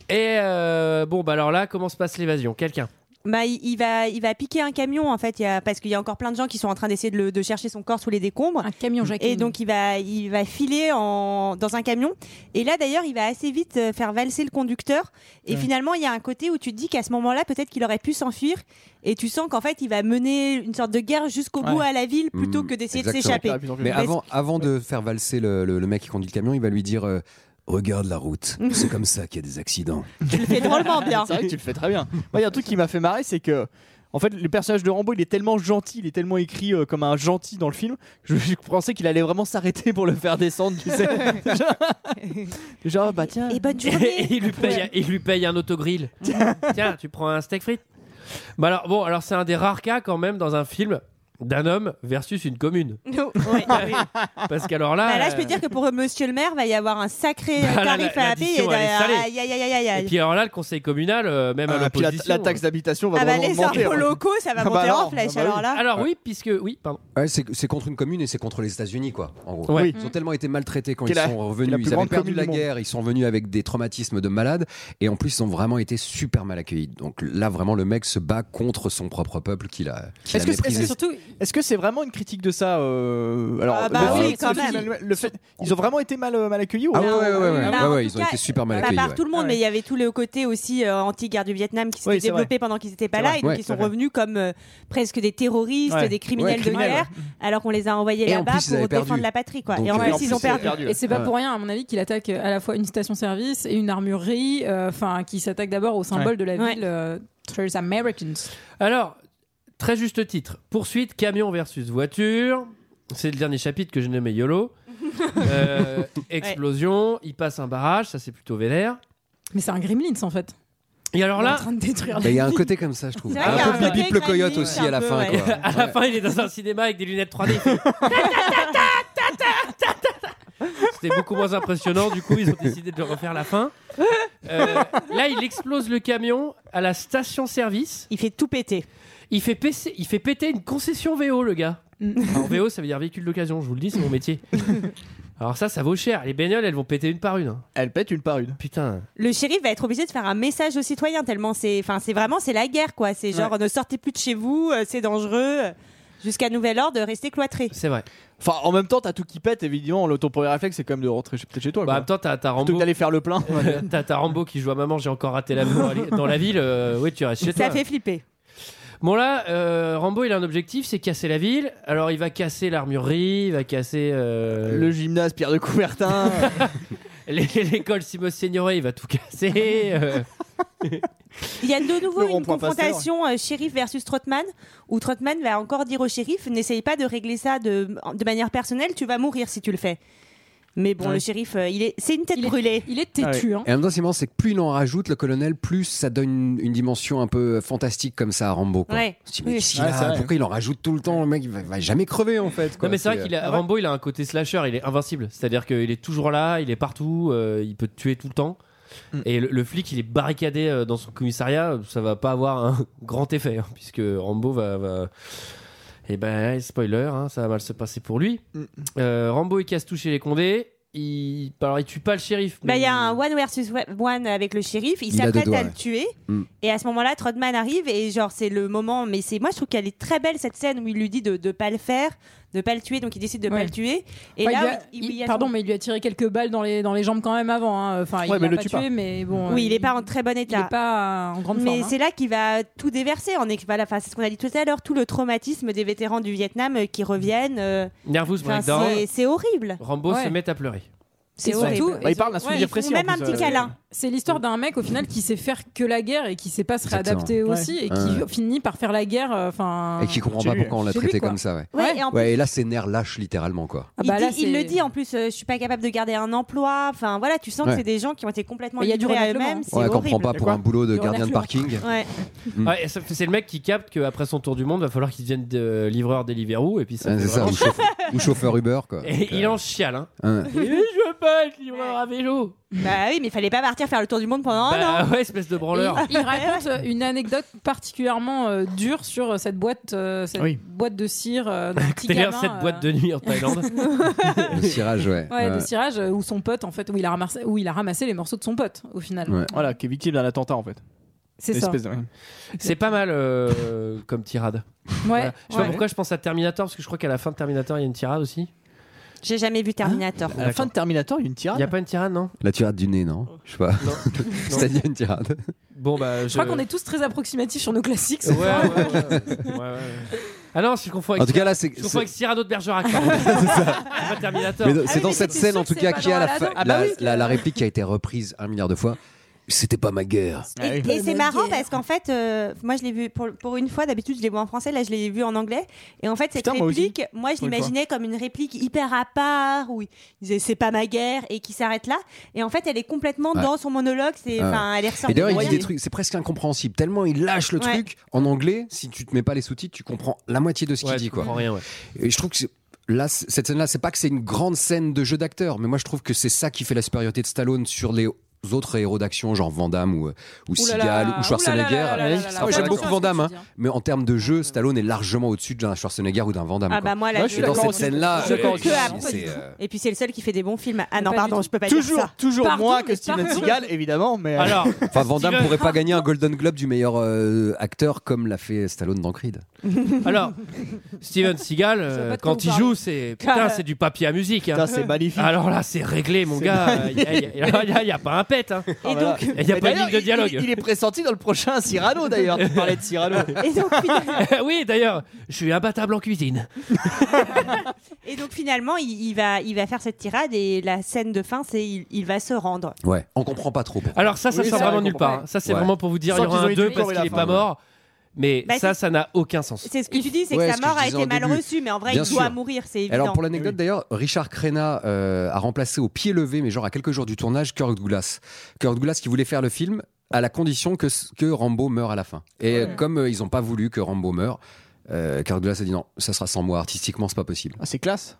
Speaker 1: Et euh, bon, bah alors là, comment se passe l'évasion Quelqu'un
Speaker 7: Bah, il, il va, il va piquer un camion en fait, il y a- parce qu'il y a encore plein de gens qui sont en train d'essayer de, le- de chercher son corps sous les décombres. Un
Speaker 11: camion,
Speaker 7: Et donc il va, il va filer en, dans un camion. Et là d'ailleurs, il va assez vite euh, faire valser le conducteur. Et
Speaker 11: Ouais.
Speaker 7: finalement, il y a un côté où tu te dis qu'à ce moment-là, peut-être qu'il aurait pu s'enfuir. Et tu sens qu'en fait, il va mener une sorte de guerre jusqu'au bout à la ville plutôt
Speaker 5: Mm,
Speaker 7: que d'essayer de
Speaker 5: exactement.
Speaker 7: s'échapper.
Speaker 5: Mais
Speaker 8: ah,
Speaker 7: Parce-
Speaker 5: avant, avant de faire valser le, le- le mec qui conduit le camion, il va lui dire euh, Regarde la route, c'est comme ça qu'il y a des accidents.
Speaker 7: Tu le fais drôlement bien.
Speaker 8: C'est vrai que tu le fais très bien. Moi, il y a un truc qui m'a fait marrer, c'est que. En fait, le personnage de Rambo, il est tellement gentil, il est tellement écrit euh, comme un gentil dans le film, je, je pensais qu'il allait vraiment s'arrêter pour le faire descendre, tu sais. Genre, bah tiens.
Speaker 7: Et bonne
Speaker 1: Et il lui paye, il lui paye un autogrill. Tiens, tu prends un steak frites. Bah alors, bon, alors c'est un des rares cas quand même dans un film d'un homme versus une commune.
Speaker 7: Non, ouais, oui.
Speaker 1: Parce qu'alors là.
Speaker 7: Bah là, je
Speaker 1: euh,
Speaker 7: peux dire que pour Monsieur le Maire, va y avoir un sacré euh,
Speaker 1: Bah là,
Speaker 7: tarif
Speaker 1: la-
Speaker 7: à payer.
Speaker 1: l'addition, elle est salée.
Speaker 7: Aïe, aïe, aïe, aïe,
Speaker 1: Et
Speaker 7: aïe.
Speaker 1: puis alors là, le conseil communal, euh, même à
Speaker 8: Ah, puis la-
Speaker 1: l'opposition.
Speaker 8: la taxe
Speaker 5: hein.
Speaker 8: d'habitation
Speaker 7: Ah bah les
Speaker 8: hein.
Speaker 1: hein.
Speaker 7: impôts locaux, ça
Speaker 1: Ah
Speaker 7: va monter en flèche alors là.
Speaker 1: euh. Alors bah oui, puisque oui, pardon.
Speaker 5: Ouais, c'est c'est contre une commune et c'est contre les États-Unis, quoi. En gros,
Speaker 1: Oui.
Speaker 5: ils ont tellement été maltraités quand
Speaker 8: Qui est
Speaker 5: ils
Speaker 8: la-
Speaker 5: sont
Speaker 8: qui est
Speaker 5: revenus.
Speaker 8: la plus
Speaker 5: Ils avaient
Speaker 8: grande
Speaker 5: perdu
Speaker 8: commune
Speaker 5: la
Speaker 8: du monde.
Speaker 5: guerre, ils sont venus avec des traumatismes de malades et en plus ils ont vraiment été super mal accueillis. Donc là, vraiment, le mec se bat contre son propre peuple qu'il a, qu'il
Speaker 8: Est-ce
Speaker 5: a
Speaker 8: que c'est
Speaker 5: méprisé.
Speaker 8: est-ce que- est-ce que c'est vraiment une critique de ça euh, Alors,
Speaker 7: Ah bah
Speaker 8: le
Speaker 7: oui,
Speaker 8: fait-
Speaker 7: quand
Speaker 8: le fait-
Speaker 7: même.
Speaker 8: le fait- ils ont vraiment été mal, euh, mal accueillis ou-
Speaker 5: Ah ouais, ouais, ouais, ouais, ouais,
Speaker 7: Bah, en
Speaker 5: ouais,
Speaker 7: tout
Speaker 5: ils ont
Speaker 7: cas,
Speaker 5: été super mal
Speaker 7: Pas
Speaker 5: accueillis.
Speaker 7: par
Speaker 5: Ah ouais.
Speaker 7: tout le monde, mais il y avait tout le côté aussi euh, anti-guerre du Vietnam qui s'était
Speaker 5: Oui, c'est
Speaker 7: développé
Speaker 5: vrai.
Speaker 7: pendant qu'ils n'étaient pas
Speaker 5: C'est
Speaker 7: là
Speaker 5: vrai.
Speaker 7: et donc
Speaker 5: Ouais,
Speaker 7: ils
Speaker 5: c'est
Speaker 7: sont
Speaker 5: vrai.
Speaker 7: revenus comme euh, presque des terroristes,
Speaker 5: Ouais.
Speaker 7: des criminels
Speaker 5: Ouais,
Speaker 7: de
Speaker 5: criminels,
Speaker 7: guerre, alors qu'on les a envoyés
Speaker 5: Et en
Speaker 7: là-bas
Speaker 5: plus, ils
Speaker 7: pour
Speaker 5: avaient
Speaker 7: défendre
Speaker 5: perdu.
Speaker 7: la patrie. Quoi.
Speaker 5: Donc,
Speaker 7: et en
Speaker 5: euh,
Speaker 7: plus,
Speaker 5: en plus,
Speaker 7: ils ont
Speaker 5: ils
Speaker 7: perdu.
Speaker 5: avaient perdu.
Speaker 11: Et c'est pas
Speaker 5: Ouais.
Speaker 11: pour rien, à mon avis, qu'il attaque à la fois une station-service et une armurerie, euh, enfin, qui s'attaque d'abord au symbole
Speaker 5: Ouais.
Speaker 11: de la
Speaker 7: Ouais.
Speaker 11: ville. euh, There's Americans.
Speaker 1: Alors, très juste titre. Poursuite camion versus voiture. C'est le dernier chapitre que j'ai nommé YOLO. Euh, explosion, il passe un barrage, ça c'est plutôt vénère.
Speaker 11: Mais c'est un Gremlins en fait.
Speaker 1: Et alors
Speaker 11: On est
Speaker 1: là,
Speaker 11: en train de détruire
Speaker 5: Bah, Il y a un côté comme ça, je trouve.
Speaker 1: C'est vrai qu'il y a
Speaker 5: Un
Speaker 1: un
Speaker 5: peu
Speaker 1: côté
Speaker 5: Bip Bip le
Speaker 1: Gremlins,
Speaker 5: coyote aussi
Speaker 1: un
Speaker 5: à la
Speaker 1: peu,
Speaker 5: fin.
Speaker 1: ouais.
Speaker 5: quoi.
Speaker 1: à la fin, il est dans un cinéma avec des lunettes 3D. C'était beaucoup moins impressionnant, du coup, ils ont décidé de le refaire à la fin. Euh, là, il explose le camion à la station-service.
Speaker 7: Il fait tout péter.
Speaker 1: Il fait, péter- il fait péter une concession VO, le gars. Alors, VO, ça veut dire véhicule d'occasion, je vous le dis, c'est mon métier. Alors, ça, ça vaut cher. Les bagnoles, elles vont péter une par une.
Speaker 8: Elles pètent une par une.
Speaker 1: Putain.
Speaker 7: Le shérif va être obligé de faire un message aux citoyens tellement c'est, enfin c'est vraiment c'est la guerre quoi. C'est genre
Speaker 1: Ouais.
Speaker 7: ne sortez plus de chez vous, euh, c'est dangereux. Jusqu'à nouvel ordre, restez cloîtrés.
Speaker 1: C'est vrai.
Speaker 8: Enfin, en même temps, t'as tout qui pète, évidemment. Le- Ton premier réflexe, c'est quand même de rentrer chez- peut-être chez toi.
Speaker 1: Bah, en même temps, t'as t'as Rambo.
Speaker 8: d'aller faire le plein.
Speaker 1: t'as t'as Rambo qui joue à maman, j'ai encore raté l'avion allez, dans la ville. euh, oui, tu restes chez toi.
Speaker 7: Ça fait flipper.
Speaker 1: Bon là, euh, Rambo, il a un objectif, c'est casser la ville. Alors il va casser l'armurerie, il va casser euh,
Speaker 8: Le gymnase Pierre de Coubertin. Bah,
Speaker 1: les- l'école Simos Signoret, il va tout casser. euh.
Speaker 7: Il y a de nouveau une
Speaker 1: rond-point Pasteur.
Speaker 7: confrontation euh, shérif versus Trotman où Trotman va encore dire au shérif n'essaye pas de régler ça de, de manière personnelle, tu vas mourir si tu le fais. Mais bon,
Speaker 5: Ouais.
Speaker 7: le shérif, euh, il est, c'est une tête brûlée.
Speaker 11: il est hein.
Speaker 5: Et en même temps, c'est marrant, c'est que plus il en rajoute, le colonel, plus ça donne une, une dimension un peu fantastique comme ça à Rambo. Quoi.
Speaker 7: Ouais.
Speaker 5: On se dit, mais
Speaker 7: Oui.
Speaker 5: qu'est-ce qu'il
Speaker 1: Ouais,
Speaker 5: a
Speaker 1: c'est vrai.
Speaker 5: pourquoi il en rajoute tout le temps Le mec, il va, va jamais crever en fait. quoi.
Speaker 1: non mais c'est vrai qu'il a,
Speaker 5: euh,
Speaker 1: Rambo, il a un côté slasher, il est invincible. C'est-à-dire qu'il est toujours là, il est partout, euh, il peut te tuer tout le temps. Et le, le flic, il est barricadé euh, dans son commissariat, ça va pas avoir un grand effet hein, puisque Rambo va. Et ben spoiler, hein, ça va mal se passer pour lui. Euh, Rambo, il casse tout chez les Condés. Il... Alors il tue pas le shérif.
Speaker 7: Bah,
Speaker 1: mais-
Speaker 7: il y a un one versus one avec le shérif, il,
Speaker 1: Il a deux
Speaker 7: s'apprête
Speaker 1: doigts,
Speaker 7: à le
Speaker 1: ouais.
Speaker 7: tuer.
Speaker 1: Mm.
Speaker 7: Et à ce moment-là, Trotman arrive et genre c'est le moment. Mais c'est moi je trouve qu'elle est très belle cette scène où il lui dit de ne pas le faire, de pas le tuer, donc il décide de pas
Speaker 11: Ouais.
Speaker 7: le tuer. Et
Speaker 11: Enfin,
Speaker 7: là,
Speaker 11: il a-
Speaker 7: où il- où
Speaker 11: il-
Speaker 7: il y a
Speaker 11: pardon,
Speaker 7: son-
Speaker 11: mais il lui a tiré quelques balles dans les, dans les jambes quand même avant. hein. Enfin, il
Speaker 7: Ouais, mais
Speaker 11: l'a
Speaker 7: le
Speaker 11: pas
Speaker 7: tue
Speaker 11: tué,
Speaker 7: pas.
Speaker 11: mais bon.
Speaker 7: oui,
Speaker 11: euh,
Speaker 7: il est pas en très bon état.
Speaker 11: est pas en grande
Speaker 7: mais
Speaker 11: forme, hein.
Speaker 7: c'est là qu'il va tout déverser. En est, voilà, enfin, c'est ce qu'on a dit tout à l'heure, tout le traumatisme des vétérans du Vietnam euh, qui reviennent. euh,
Speaker 1: Nervous
Speaker 7: enfin,
Speaker 1: breakdown.
Speaker 7: c'est- C'est horrible.
Speaker 1: Rambo
Speaker 11: Ouais.
Speaker 1: se met à pleurer.
Speaker 7: C'est
Speaker 11: Et
Speaker 7: horrible.
Speaker 11: surtout-
Speaker 1: Bah, il parle d'un
Speaker 11: et sur-
Speaker 1: souvenir
Speaker 11: ils font
Speaker 1: précis,
Speaker 11: Même
Speaker 1: en
Speaker 11: un
Speaker 1: plus,
Speaker 11: petit
Speaker 1: euh,
Speaker 11: câlin. C'est l'histoire d'un mec au final qui sait faire que la guerre et qui sait pas se réadapter
Speaker 5: Exactement.
Speaker 11: aussi et
Speaker 5: Ouais.
Speaker 11: qui finit par faire la guerre. euh, Enfin.
Speaker 5: Et qui comprend pas pourquoi on l'a
Speaker 11: Chez lui,
Speaker 5: traité
Speaker 11: quoi.
Speaker 5: comme ça. Ouais.
Speaker 7: Ouais, et en
Speaker 5: et là, ses nerfs lâchent littéralement. quoi.
Speaker 11: Ah bah
Speaker 7: il,
Speaker 11: là,
Speaker 7: dit- il
Speaker 11: c'est-
Speaker 7: le dit en plus, euh, je suis pas capable de garder un emploi. Enfin voilà, tu sens
Speaker 5: Ouais.
Speaker 7: que c'est des gens qui ont été complètement
Speaker 11: Il y a du
Speaker 7: livrés à
Speaker 11: renaclement,
Speaker 7: eux-mêmes.
Speaker 11: hein.
Speaker 7: c'est
Speaker 5: Ouais, elle
Speaker 7: horrible.
Speaker 5: comprend pas pour un boulot de gardien de parking.
Speaker 7: Ouais.
Speaker 5: Mm.
Speaker 1: Ouais, et ça- c'est le mec qui capte qu'après son tour du monde, va falloir qu'il devienne de- livreur Deliveroo et puis ça.
Speaker 5: Ouais,
Speaker 1: fait
Speaker 5: hein, c'est ça,
Speaker 1: vraiment
Speaker 5: ou,
Speaker 1: chier.
Speaker 5: chauffe- ou chauffeur Uber. Quoi.
Speaker 1: Et il en chiale. Hein.
Speaker 5: Hein.
Speaker 1: Il dit, je veux pas être livreur à vélo.
Speaker 7: Bah oui, mais il fallait pas partir faire le tour du monde pendant
Speaker 1: Bah
Speaker 7: un an.
Speaker 1: ouais, espèce de
Speaker 11: Ah Et
Speaker 1: branleur.
Speaker 11: il raconte euh, une anecdote particulièrement euh, dure sur euh, cette boîte, euh, cette
Speaker 1: Oui.
Speaker 11: boîte de cire euh, d'un petit
Speaker 1: D'ailleurs,
Speaker 11: gamin,
Speaker 1: cette
Speaker 11: euh,
Speaker 1: boîte de nuit en Thaïlande.
Speaker 5: Le cirage, ouais.
Speaker 11: Ouais,
Speaker 5: Ouais.
Speaker 11: de cirage euh, où son pote en fait où il a ramassé où il a ramassé les morceaux de son pote au final.
Speaker 8: Voilà, qui est victime d'un attentat en fait.
Speaker 11: C'est
Speaker 8: Une
Speaker 11: ça.
Speaker 8: espèce de-
Speaker 1: C'est pas mal euh, comme tirade. Voilà. Je sais
Speaker 11: ouais.
Speaker 1: pas pourquoi je pense à Terminator parce que je crois qu'à la fin de Terminator, il y a une tirade aussi.
Speaker 7: J'ai jamais vu Terminator.
Speaker 8: À la fin de Terminator, il y a
Speaker 1: Il
Speaker 8: une
Speaker 11: Ah.
Speaker 8: tirade.
Speaker 1: y a pas une tirade, non
Speaker 5: La tirade du nez, non Je sais pas. C'est-à-dire une tirade.
Speaker 1: Bon bah,
Speaker 11: Je crois qu'on est tous très approximatifs sur nos classiques. ce
Speaker 1: Ouais,
Speaker 11: soir.
Speaker 1: ouais, ouais, ouais, ouais. Ah non, si je confonds avec.
Speaker 5: En tout cas, là, c'est-
Speaker 1: Je confonds avec Cyrano de Bergerac. Pas Terminator.
Speaker 5: Mais
Speaker 11: Ah
Speaker 5: c'est dans cette scène, en tout cas, qui a la, fin-
Speaker 1: Ah bah
Speaker 5: la,
Speaker 1: oui.
Speaker 5: la- la réplique qui a été reprise un milliard de fois. C'était pas ma guerre.
Speaker 7: Et, et c'est marrant parce qu'en fait, euh, moi je l'ai vu pour, pour une fois, d'habitude je l'ai vu en français, là je l'ai vu en anglais. Et en fait, cette
Speaker 3: Putain, moi aussi.
Speaker 7: réplique, moi, je
Speaker 3: Pour une
Speaker 7: l'imaginais comme une réplique hyper à part où il disait c'est pas ma guerre et qui s'arrête là. Et en fait, elle est complètement
Speaker 5: Ouais.
Speaker 7: dans son monologue, c'est,
Speaker 5: Ah.
Speaker 7: enfin, elle est ressortie.
Speaker 5: Et d'ailleurs, il dit
Speaker 7: de-
Speaker 5: des trucs, c'est presque incompréhensible. Tellement il lâche le
Speaker 7: Ouais.
Speaker 5: truc en anglais, si tu te mets pas les sous-titres, tu comprends la moitié de ce qu'il dit. Quoi.
Speaker 1: comprends rien,
Speaker 5: Et je trouve que c'est- là, c- cette scène-là, c'est pas que c'est une grande scène de jeu d'acteur, mais moi je trouve que c'est ça qui fait la supériorité de Stallone sur les autres héros d'action, genre Van Damme ou, ou
Speaker 18: Ouh là là,
Speaker 5: Seagal
Speaker 18: ouh là
Speaker 5: ou Schwarzenegger.
Speaker 18: là là là là là
Speaker 5: Ah ouais,
Speaker 18: là
Speaker 5: J'aime
Speaker 18: là
Speaker 5: beaucoup
Speaker 18: là
Speaker 5: Van
Speaker 18: là
Speaker 5: Damme,
Speaker 18: là
Speaker 5: hein, mais en termes de jeu, Stallone est largement au-dessus d'un Schwarzenegger ou d'un Van Damme.
Speaker 7: Ah
Speaker 5: quoi.
Speaker 7: bah moi, là,
Speaker 5: Et
Speaker 7: je suis
Speaker 5: dans
Speaker 7: d'accord
Speaker 5: cette
Speaker 7: aussi.
Speaker 5: scène-là,
Speaker 7: Je suis d'accord
Speaker 5: c'est-
Speaker 7: aussi.
Speaker 5: c'est, euh,
Speaker 7: Et puis c'est le seul qui fait des bons films. Ah non,
Speaker 11: Pas
Speaker 7: pardon,
Speaker 11: du
Speaker 7: je peux pas
Speaker 8: toujours,
Speaker 7: dire ça.
Speaker 8: toujours
Speaker 7: Pardon,
Speaker 8: moins
Speaker 7: mais
Speaker 8: que Steven
Speaker 7: pardon.
Speaker 8: Seagal, évidemment. Mais
Speaker 1: Alors,
Speaker 5: Enfin, Van Damme
Speaker 1: Steven-
Speaker 5: pourrait pas gagner un Golden Globe du meilleur euh, acteur comme l'a fait Stallone dans Creed.
Speaker 1: Alors, Steven Seagal, euh,
Speaker 8: pas de quoi
Speaker 1: quand
Speaker 8: vous
Speaker 1: il
Speaker 8: parlez.
Speaker 1: joue, c'est
Speaker 8: Car,
Speaker 1: putain,
Speaker 8: euh,
Speaker 1: c'est du papier à musique. hein.
Speaker 8: Putain, c'est magnifique.
Speaker 1: Alors là, c'est réglé, mon
Speaker 8: C'est
Speaker 1: gars.
Speaker 8: magnifique.
Speaker 1: Il n'y a, y a- y a- y a pas un pète. hein.
Speaker 8: Ah, voilà.
Speaker 1: Et il n'y a
Speaker 8: Et
Speaker 1: pas de
Speaker 8: d'ailleurs,
Speaker 1: ligne de
Speaker 8: il-
Speaker 1: dialogue.
Speaker 8: Il, il est pressenti dans le prochain Cyrano d'ailleurs. Tu parlais de Cyrano.
Speaker 1: oui, d'ailleurs, je suis imbattable en cuisine.
Speaker 7: Et donc finalement, il, il va, il va faire cette tirade et la scène de fin, c'est il, il va se rendre.
Speaker 5: Ouais, on comprend pas trop. pourquoi.
Speaker 1: Alors ça, ça
Speaker 7: Oui,
Speaker 1: sort
Speaker 7: ça,
Speaker 1: vraiment
Speaker 7: on
Speaker 1: nulle part.
Speaker 7: comprend.
Speaker 1: hein. Ça, c'est
Speaker 5: Ouais.
Speaker 1: vraiment pour vous dire,
Speaker 5: Sans
Speaker 1: il y aura
Speaker 5: qu'ils ont
Speaker 1: un
Speaker 5: été
Speaker 1: 2
Speaker 5: tués
Speaker 1: parce
Speaker 5: pour
Speaker 1: qu'il
Speaker 5: la
Speaker 1: n'est
Speaker 5: fin,
Speaker 1: pas
Speaker 5: ouais.
Speaker 1: mort. Mais
Speaker 7: Bah,
Speaker 1: ça,
Speaker 7: c'est-
Speaker 1: ça n'a aucun sens.
Speaker 7: C'est ce que tu dis, c'est
Speaker 5: Ouais,
Speaker 7: que
Speaker 5: ce
Speaker 7: sa
Speaker 5: que
Speaker 7: mort
Speaker 5: je
Speaker 7: a
Speaker 5: disais
Speaker 7: été
Speaker 5: au
Speaker 7: mal
Speaker 5: début.
Speaker 7: reçue, mais en vrai,
Speaker 5: Bien
Speaker 7: il
Speaker 5: sûr.
Speaker 7: doit mourir, c'est évident.
Speaker 5: Alors pour
Speaker 8: Eh
Speaker 5: l'anecdote d'ailleurs, Richard Crenna euh, a remplacé au pied levé, mais genre à quelques jours du tournage, Kirk Douglas. Kirk Douglas qui voulait faire le film à la condition que, que Rambo meure à la fin. Et euh, comme euh, ils n'ont pas voulu que Rambo meure, euh, Kirk Douglas a dit non, ça sera sans moi, artistiquement c'est pas possible.
Speaker 8: Ah, c'est classe.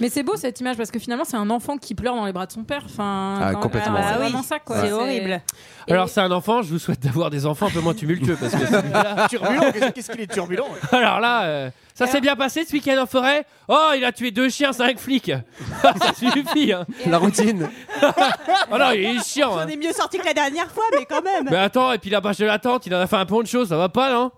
Speaker 11: Mais c'est beau cette image parce que finalement c'est un enfant qui pleure dans les bras de son père. Enfin,
Speaker 1: Ah,
Speaker 11: quand-
Speaker 1: complètement,
Speaker 11: c'est
Speaker 1: ouais.
Speaker 11: vraiment ça quoi.
Speaker 1: C'est
Speaker 7: horrible.
Speaker 1: Alors c'est un enfant, je vous souhaite d'avoir des enfants un peu moins tumultueux parce que celui-là-
Speaker 8: Ah, Turbulent, qu'est-ce- qu'est-ce qu'il est turbulent
Speaker 1: Alors là, euh, ça s'est bien passé ce week-end en forêt. Oh, il a tué deux chiens, cinq flics. Ah, ça suffit. hein.
Speaker 5: La routine.
Speaker 1: oh non, il est chiant. hein.
Speaker 7: On est mieux sorti que la dernière fois, mais quand même.
Speaker 1: Mais attends, et puis la bâche de la tente, il en a fait un pont de choses, ça va pas, non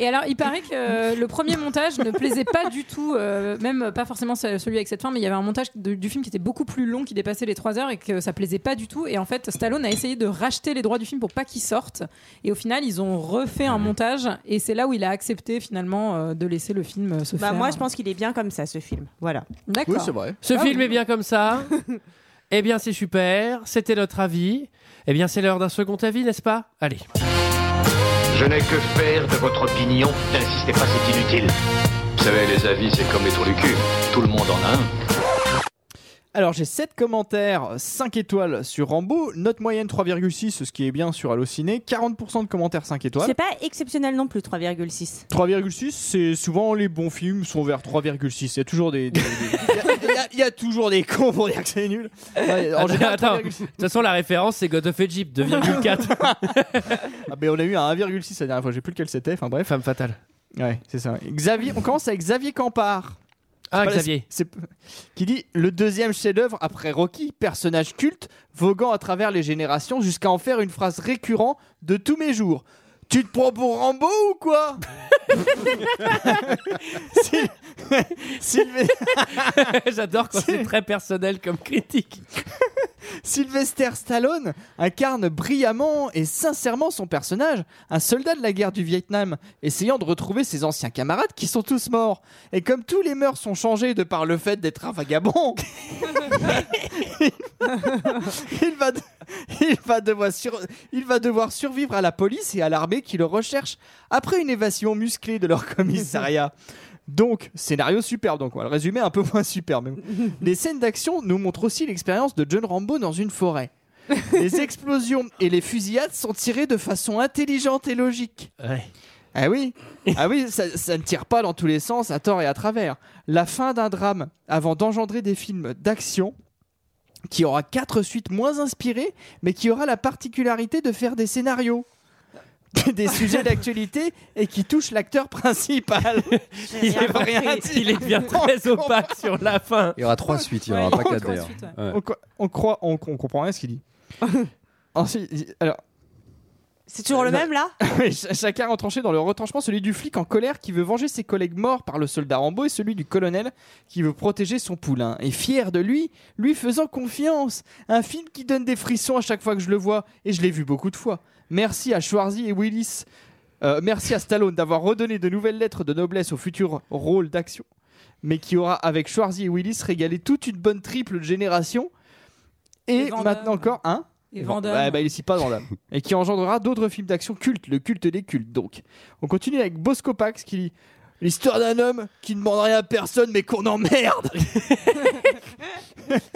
Speaker 11: Et alors, il paraît que euh, le premier montage ne plaisait pas du tout, euh, même pas forcément ce- celui avec cette fin, mais il y avait un montage de- du film qui était beaucoup plus long, qui dépassait les 3 heures et que ça plaisait pas du tout. Et en fait, Stallone a essayé de racheter les droits du film pour pas qu'il sorte. Et au final, ils ont refait un montage et c'est là où il a accepté finalement euh, de laisser le film euh, se
Speaker 7: Bah,
Speaker 11: faire.
Speaker 7: moi, je pense qu'il est bien comme ça, ce film. Voilà.
Speaker 11: D'accord.
Speaker 1: Ce
Speaker 11: Ah
Speaker 1: film
Speaker 11: oui.
Speaker 1: est bien comme ça. eh bien, c'est super. C'était notre avis. Eh bien, c'est l'heure d'un second avis, n'est-ce pas Allez.
Speaker 3: Je n'ai que faire de votre opinion. N'insistez pas, c'est inutile. Vous savez, les avis, c'est comme les trous du cul. Tout le monde en a un.
Speaker 8: Alors j'ai 7 commentaires, 5 étoiles sur Rambo, note moyenne 3,6, ce qui est bien sur Allociné, 40% de commentaires 5 étoiles.
Speaker 7: C'est pas exceptionnel non plus, 3,6.
Speaker 8: 3,6, c'est souvent les bons films sont vers 3,6. Il y a toujours des. des- des- Il y a- il y, a toujours des cons pour dire que c'est nul. Ouais, en général,
Speaker 1: Attends, de toute façon, la référence, c'est God of Egypt, 2,4.
Speaker 8: Ah, mais on a eu un 1,6 la dernière fois, j'ai plus lequel c'était, enfin bref.
Speaker 1: Femme fatale.
Speaker 8: Ouais, c'est ça. Xavier, on commence avec Xavier Campard.
Speaker 1: Ah,
Speaker 8: C'est pas la-
Speaker 1: Xavier.
Speaker 8: c'est- qui dit le deuxième chef-d'œuvre après Rocky, personnage culte, voguant à travers les générations jusqu'à en faire une phrase récurrente de tous mes jours. Tu te prends pour Rambo ou quoi Syl- Sylvie-
Speaker 1: J'adore quand c'est très personnel comme critique.
Speaker 8: Sylvester Stallone incarne brillamment et sincèrement son personnage, un soldat de la guerre du Vietnam, essayant de retrouver ses anciens camarades qui sont tous morts. Et comme tous les mœurs sont changées de par le fait d'être un vagabond, il va, de- il va devoir sur- il va devoir survivre à la police et à l'armée qui le recherchent après une évasion musclée de leur commissariat. Donc, scénario superbe, donc on va le résumer un peu moins superbe. mais- Les scènes d'action nous montrent aussi l'expérience de John Rambo dans une forêt. Les explosions et les fusillades sont tirées de façon intelligente et logique. Ah oui, ah oui ça, ça ne tire pas dans tous les sens, à tort et à travers. La fin d'un drame, avant d'engendrer des films d'action, qui aura quatre suites moins inspirées, mais qui aura la particularité de faire des scénarios, des sujets d'actualité et qui touchent l'acteur principal.
Speaker 1: Il est,
Speaker 8: rien dit.
Speaker 1: il est bien très opaque sur la fin.
Speaker 5: Il y aura trois suites, il y en aura pas quatre d'ailleurs. Ouais.
Speaker 8: On, co- on croit, on, on comprend rien à ce qu'il dit. Ensuite, il- alors.
Speaker 7: C'est toujours le même, là
Speaker 8: Oui, ch- chacun retranché dans le retranchement, celui du flic en colère qui veut venger ses collègues morts par le soldat Rambo et celui du colonel qui veut protéger son poulain. Et fier de lui, lui faisant confiance. Un film qui donne des frissons à chaque fois que je le vois, et je l'ai vu beaucoup de fois. Merci à Schwarzy et Willis. Euh, merci à Stallone d'avoir redonné de nouvelles lettres de noblesse au futur rôle d'action, mais qui aura avec Schwarzy et Willis régalé toute une bonne triple de génération. Et, maintenant encore, hein
Speaker 11: Et Van Damme.
Speaker 8: Ouais, bah, il cite pas Van Damme. Et qui engendrera d'autres films d'action cultes, le culte des cultes donc. On continue avec Bosco Pax qui dit L'histoire d'un homme qui ne demande rien à personne mais qu'on emmerde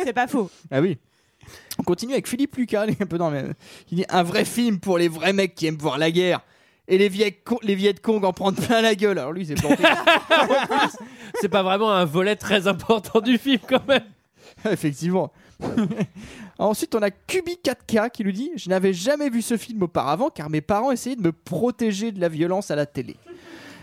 Speaker 7: C'est pas faux.
Speaker 8: Ah oui. On continue avec Philippe Lucas, un peu dans le même- qui dit Un vrai film pour les vrais mecs qui aiment voir la guerre. Et les Viet, Cong- les Viet Cong en prendre plein la gueule. Alors lui, il s'est planté.
Speaker 1: C'est pas vraiment un volet très important du film quand même.
Speaker 8: Effectivement. Ensuite, on a Cubi4K qui nous dit Je n'avais jamais vu ce film auparavant car mes parents essayaient de me protéger de la violence à la télé.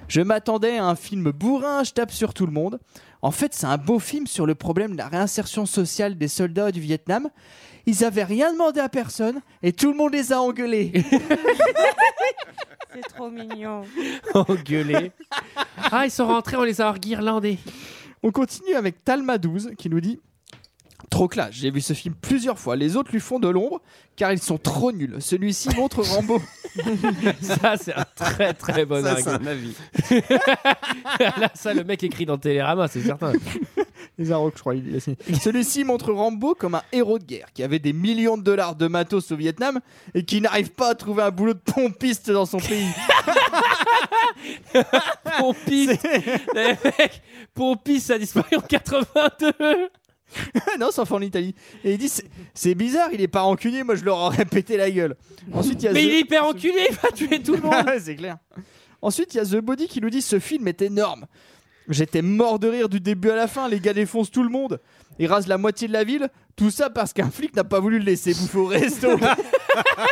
Speaker 8: Je m'attendais à un film bourrin, je tape sur tout le monde. En fait, c'est un beau film sur le problème de la réinsertion sociale des soldats du Vietnam. Ils avaient rien demandé à personne et tout le monde les a engueulés.
Speaker 7: C'est trop mignon.
Speaker 1: Engueulés. Ah, ils sont rentrés, on les a guirlandés.
Speaker 8: On continue avec Talma12 qui nous dit Trop classe, j'ai vu ce film plusieurs fois. Les autres lui font de l'ombre car ils sont trop nuls. Celui-ci montre Rambo.
Speaker 1: Ça, c'est un très très bon
Speaker 8: Ça,
Speaker 1: argument.
Speaker 8: c'est un avis.
Speaker 1: Là, ça, le mec écrit dans Télérama, c'est certain.
Speaker 8: Les Arocs, je crois. il l'a signé. Celui-ci montre Rambo comme un héros de guerre qui avait des millions de dollars de matos au Vietnam et qui n'arrive pas à trouver un boulot de pompiste dans son pays.
Speaker 1: pompiste Les mecs, Pompis a disparu en 82
Speaker 8: non, ça en Italie. Et il dit c'est- C'est bizarre, il est pas rancunier, moi je leur aurais pété la gueule. Ensuite, il y a
Speaker 1: Mais
Speaker 8: The-
Speaker 1: il est hyper enculé, il va tuer tout le monde
Speaker 8: Ouais, c'est clair. Ensuite, il y a The Body qui nous dit ce film est énorme. J'étais mort de rire du début à la fin, les gars défoncent tout le monde. Ils rasent la moitié de la ville, tout ça parce qu'un flic n'a pas voulu le laisser bouffer au resto.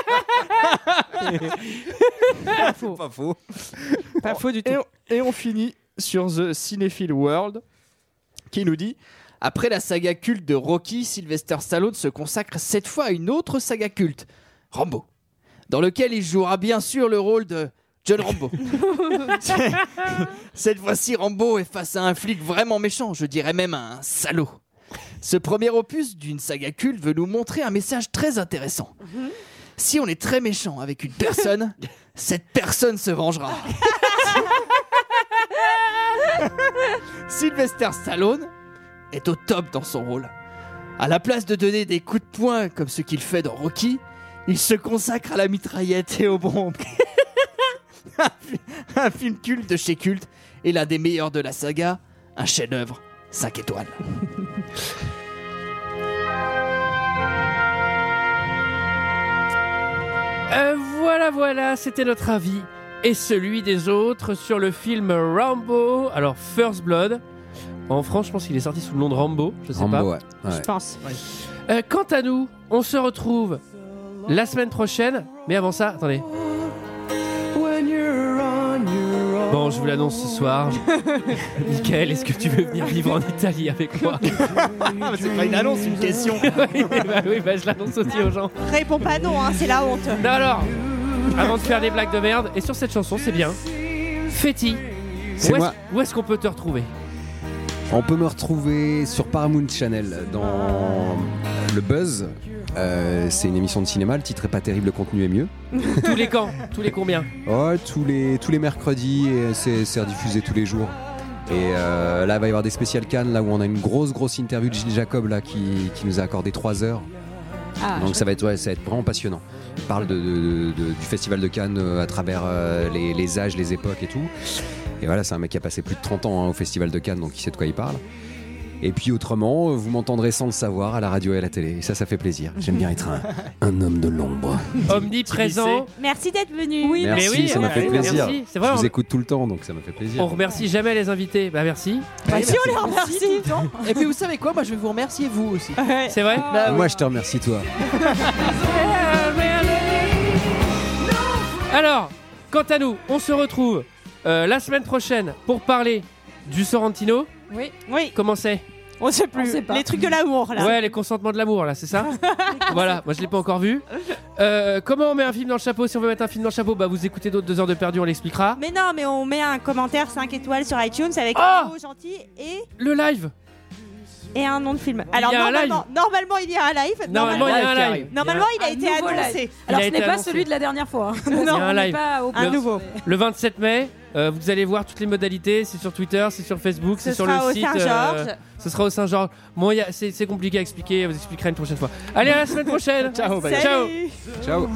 Speaker 5: C'est pas faux.
Speaker 8: Pas faux du tout. Et on, et on finit sur The Cinephile World qui nous dit Après la saga culte de Rocky, Sylvester Stallone se consacre cette fois à une autre saga culte, Rambo, dans lequel il jouera bien sûr le rôle de John Rambo. Cette fois-ci, Rambo est face à un flic vraiment méchant, je dirais même un salaud. Ce premier opus d'une saga culte veut nous montrer un message très intéressant. Si on est très méchant avec une personne, cette personne se vengera. Sylvester Stallone est au top dans son rôle. À la place de donner des coups de poing comme ce qu'il fait dans Rocky, il se consacre à la mitraillette et aux bombes. un, fi- un film culte de chez culte et l'un des meilleurs de la saga, un chef-d'œuvre 5 étoiles.
Speaker 1: Euh, voilà, voilà, c'était notre avis et celui des autres sur le film Rambo. Alors, First Blood. En France, je pense qu'il est sorti sous le nom de Rambo. Je sais
Speaker 5: Rambo,
Speaker 1: pas.
Speaker 5: ouais, ouais. Je
Speaker 1: pense. quant à nous, on se retrouve la semaine prochaine. Mais avant ça, attendez. Bon, je vous l'annonce ce soir. Michael, est-ce que tu veux venir vivre en Italie avec moi
Speaker 8: Ah, C'est pas une annonce, une question.
Speaker 1: oui, bah, oui, bah, je l'annonce aussi aux gens.
Speaker 7: Réponds pas non, hein, c'est la honte.
Speaker 1: Non, alors, avant de faire des blagues de merde, et sur cette chanson, c'est bien. Fetty,
Speaker 5: C'est
Speaker 1: où est-ce-
Speaker 5: moi.
Speaker 1: où est-ce qu'on peut te retrouver
Speaker 5: On peut me retrouver sur Paramount Channel dans Le Buzz. Euh, c'est une émission de cinéma, le titre est pas terrible, le contenu est mieux.
Speaker 1: Tous les camps, tous les combien
Speaker 5: Oh, tous les, tous les mercredis, et c'est c'est rediffusé tous les jours. Et euh, là, il va y avoir des spéciales Cannes, là où on a une grosse, grosse interview de Gilles Jacob, là, qui, qui nous a accordé 3 heures. Donc ça va, être, ouais, ça va être vraiment passionnant. On parle de, de- de- du Festival de Cannes euh, à travers euh, les, les âges, les époques et tout. Et voilà, c'est un mec qui a passé plus de 30 ans hein, au Festival de Cannes, donc il sait de quoi il parle. Et puis autrement, euh, vous m'entendrez sans le savoir à la radio et à la télé. Et ça, ça fait plaisir. J'aime bien être un, un homme de l'ombre.
Speaker 1: Omniprésent.
Speaker 7: Merci d'être venu.
Speaker 1: Oui,
Speaker 5: Merci,
Speaker 1: mais oui,
Speaker 5: ça m'a
Speaker 1: ouais,
Speaker 5: fait
Speaker 1: ouais,
Speaker 5: plaisir.
Speaker 1: merci, c'est vrai,
Speaker 5: Je
Speaker 1: on-
Speaker 5: vous écoute tout le temps, donc ça m'a fait plaisir.
Speaker 1: On remercie jamais les invités. Bah merci.
Speaker 8: si, on les remercie. Et puis vous savez quoi, moi je vais vous remercier vous aussi.
Speaker 1: C'est vrai
Speaker 8: Bah,
Speaker 5: Moi, je te remercie, toi.
Speaker 1: Alors, quant à nous, on se retrouve euh, la semaine prochaine pour parler du Sorrentino.
Speaker 11: Oui.
Speaker 1: Oui. Comment c'est
Speaker 7: On sait plus. Les trucs de l'amour là.
Speaker 1: Ouais, les consentements de l'amour, là, c'est ça Voilà, moi je l'ai pas encore vu. Euh, comment on met un film dans le chapeau Si on veut mettre un film dans le chapeau, bah vous écoutez d'autres deux heures de perdu, on l'expliquera.
Speaker 7: Mais non, mais on met un commentaire 5 étoiles sur iTunes avec
Speaker 1: Ah
Speaker 7: un mot gentil et
Speaker 1: Le live
Speaker 7: et un nom de film. Alors
Speaker 1: Il y a un
Speaker 7: normalement, normalement, il y a un live.
Speaker 1: Normalement, il y a un live.
Speaker 7: Normalement, il a
Speaker 11: Un
Speaker 7: été
Speaker 11: nouveau
Speaker 7: annoncé.
Speaker 11: live. Alors,
Speaker 1: Il a
Speaker 11: ce
Speaker 1: été
Speaker 11: n'est pas
Speaker 1: annoncé.
Speaker 11: celui de la dernière fois. hein.
Speaker 1: Il y a
Speaker 11: Parce
Speaker 1: un
Speaker 11: qu'on n'est
Speaker 1: live. Ah,
Speaker 11: pas au
Speaker 1: Le-
Speaker 11: plus.
Speaker 1: Le 27 mai, euh, vous allez voir toutes les modalités. C'est sur Twitter, c'est sur Facebook,
Speaker 7: Ce
Speaker 1: c'est sur le
Speaker 7: sera au
Speaker 1: site. euh,
Speaker 7: Saint-Georges.
Speaker 1: ce sera au Saint-Georges. Bon, il y a- c'est c'est compliqué à expliquer. On vous expliquera une prochaine fois. Allez, à la semaine prochaine.
Speaker 8: Ciao, bye.
Speaker 1: bah, Ciao.
Speaker 8: Salut.
Speaker 5: Ciao.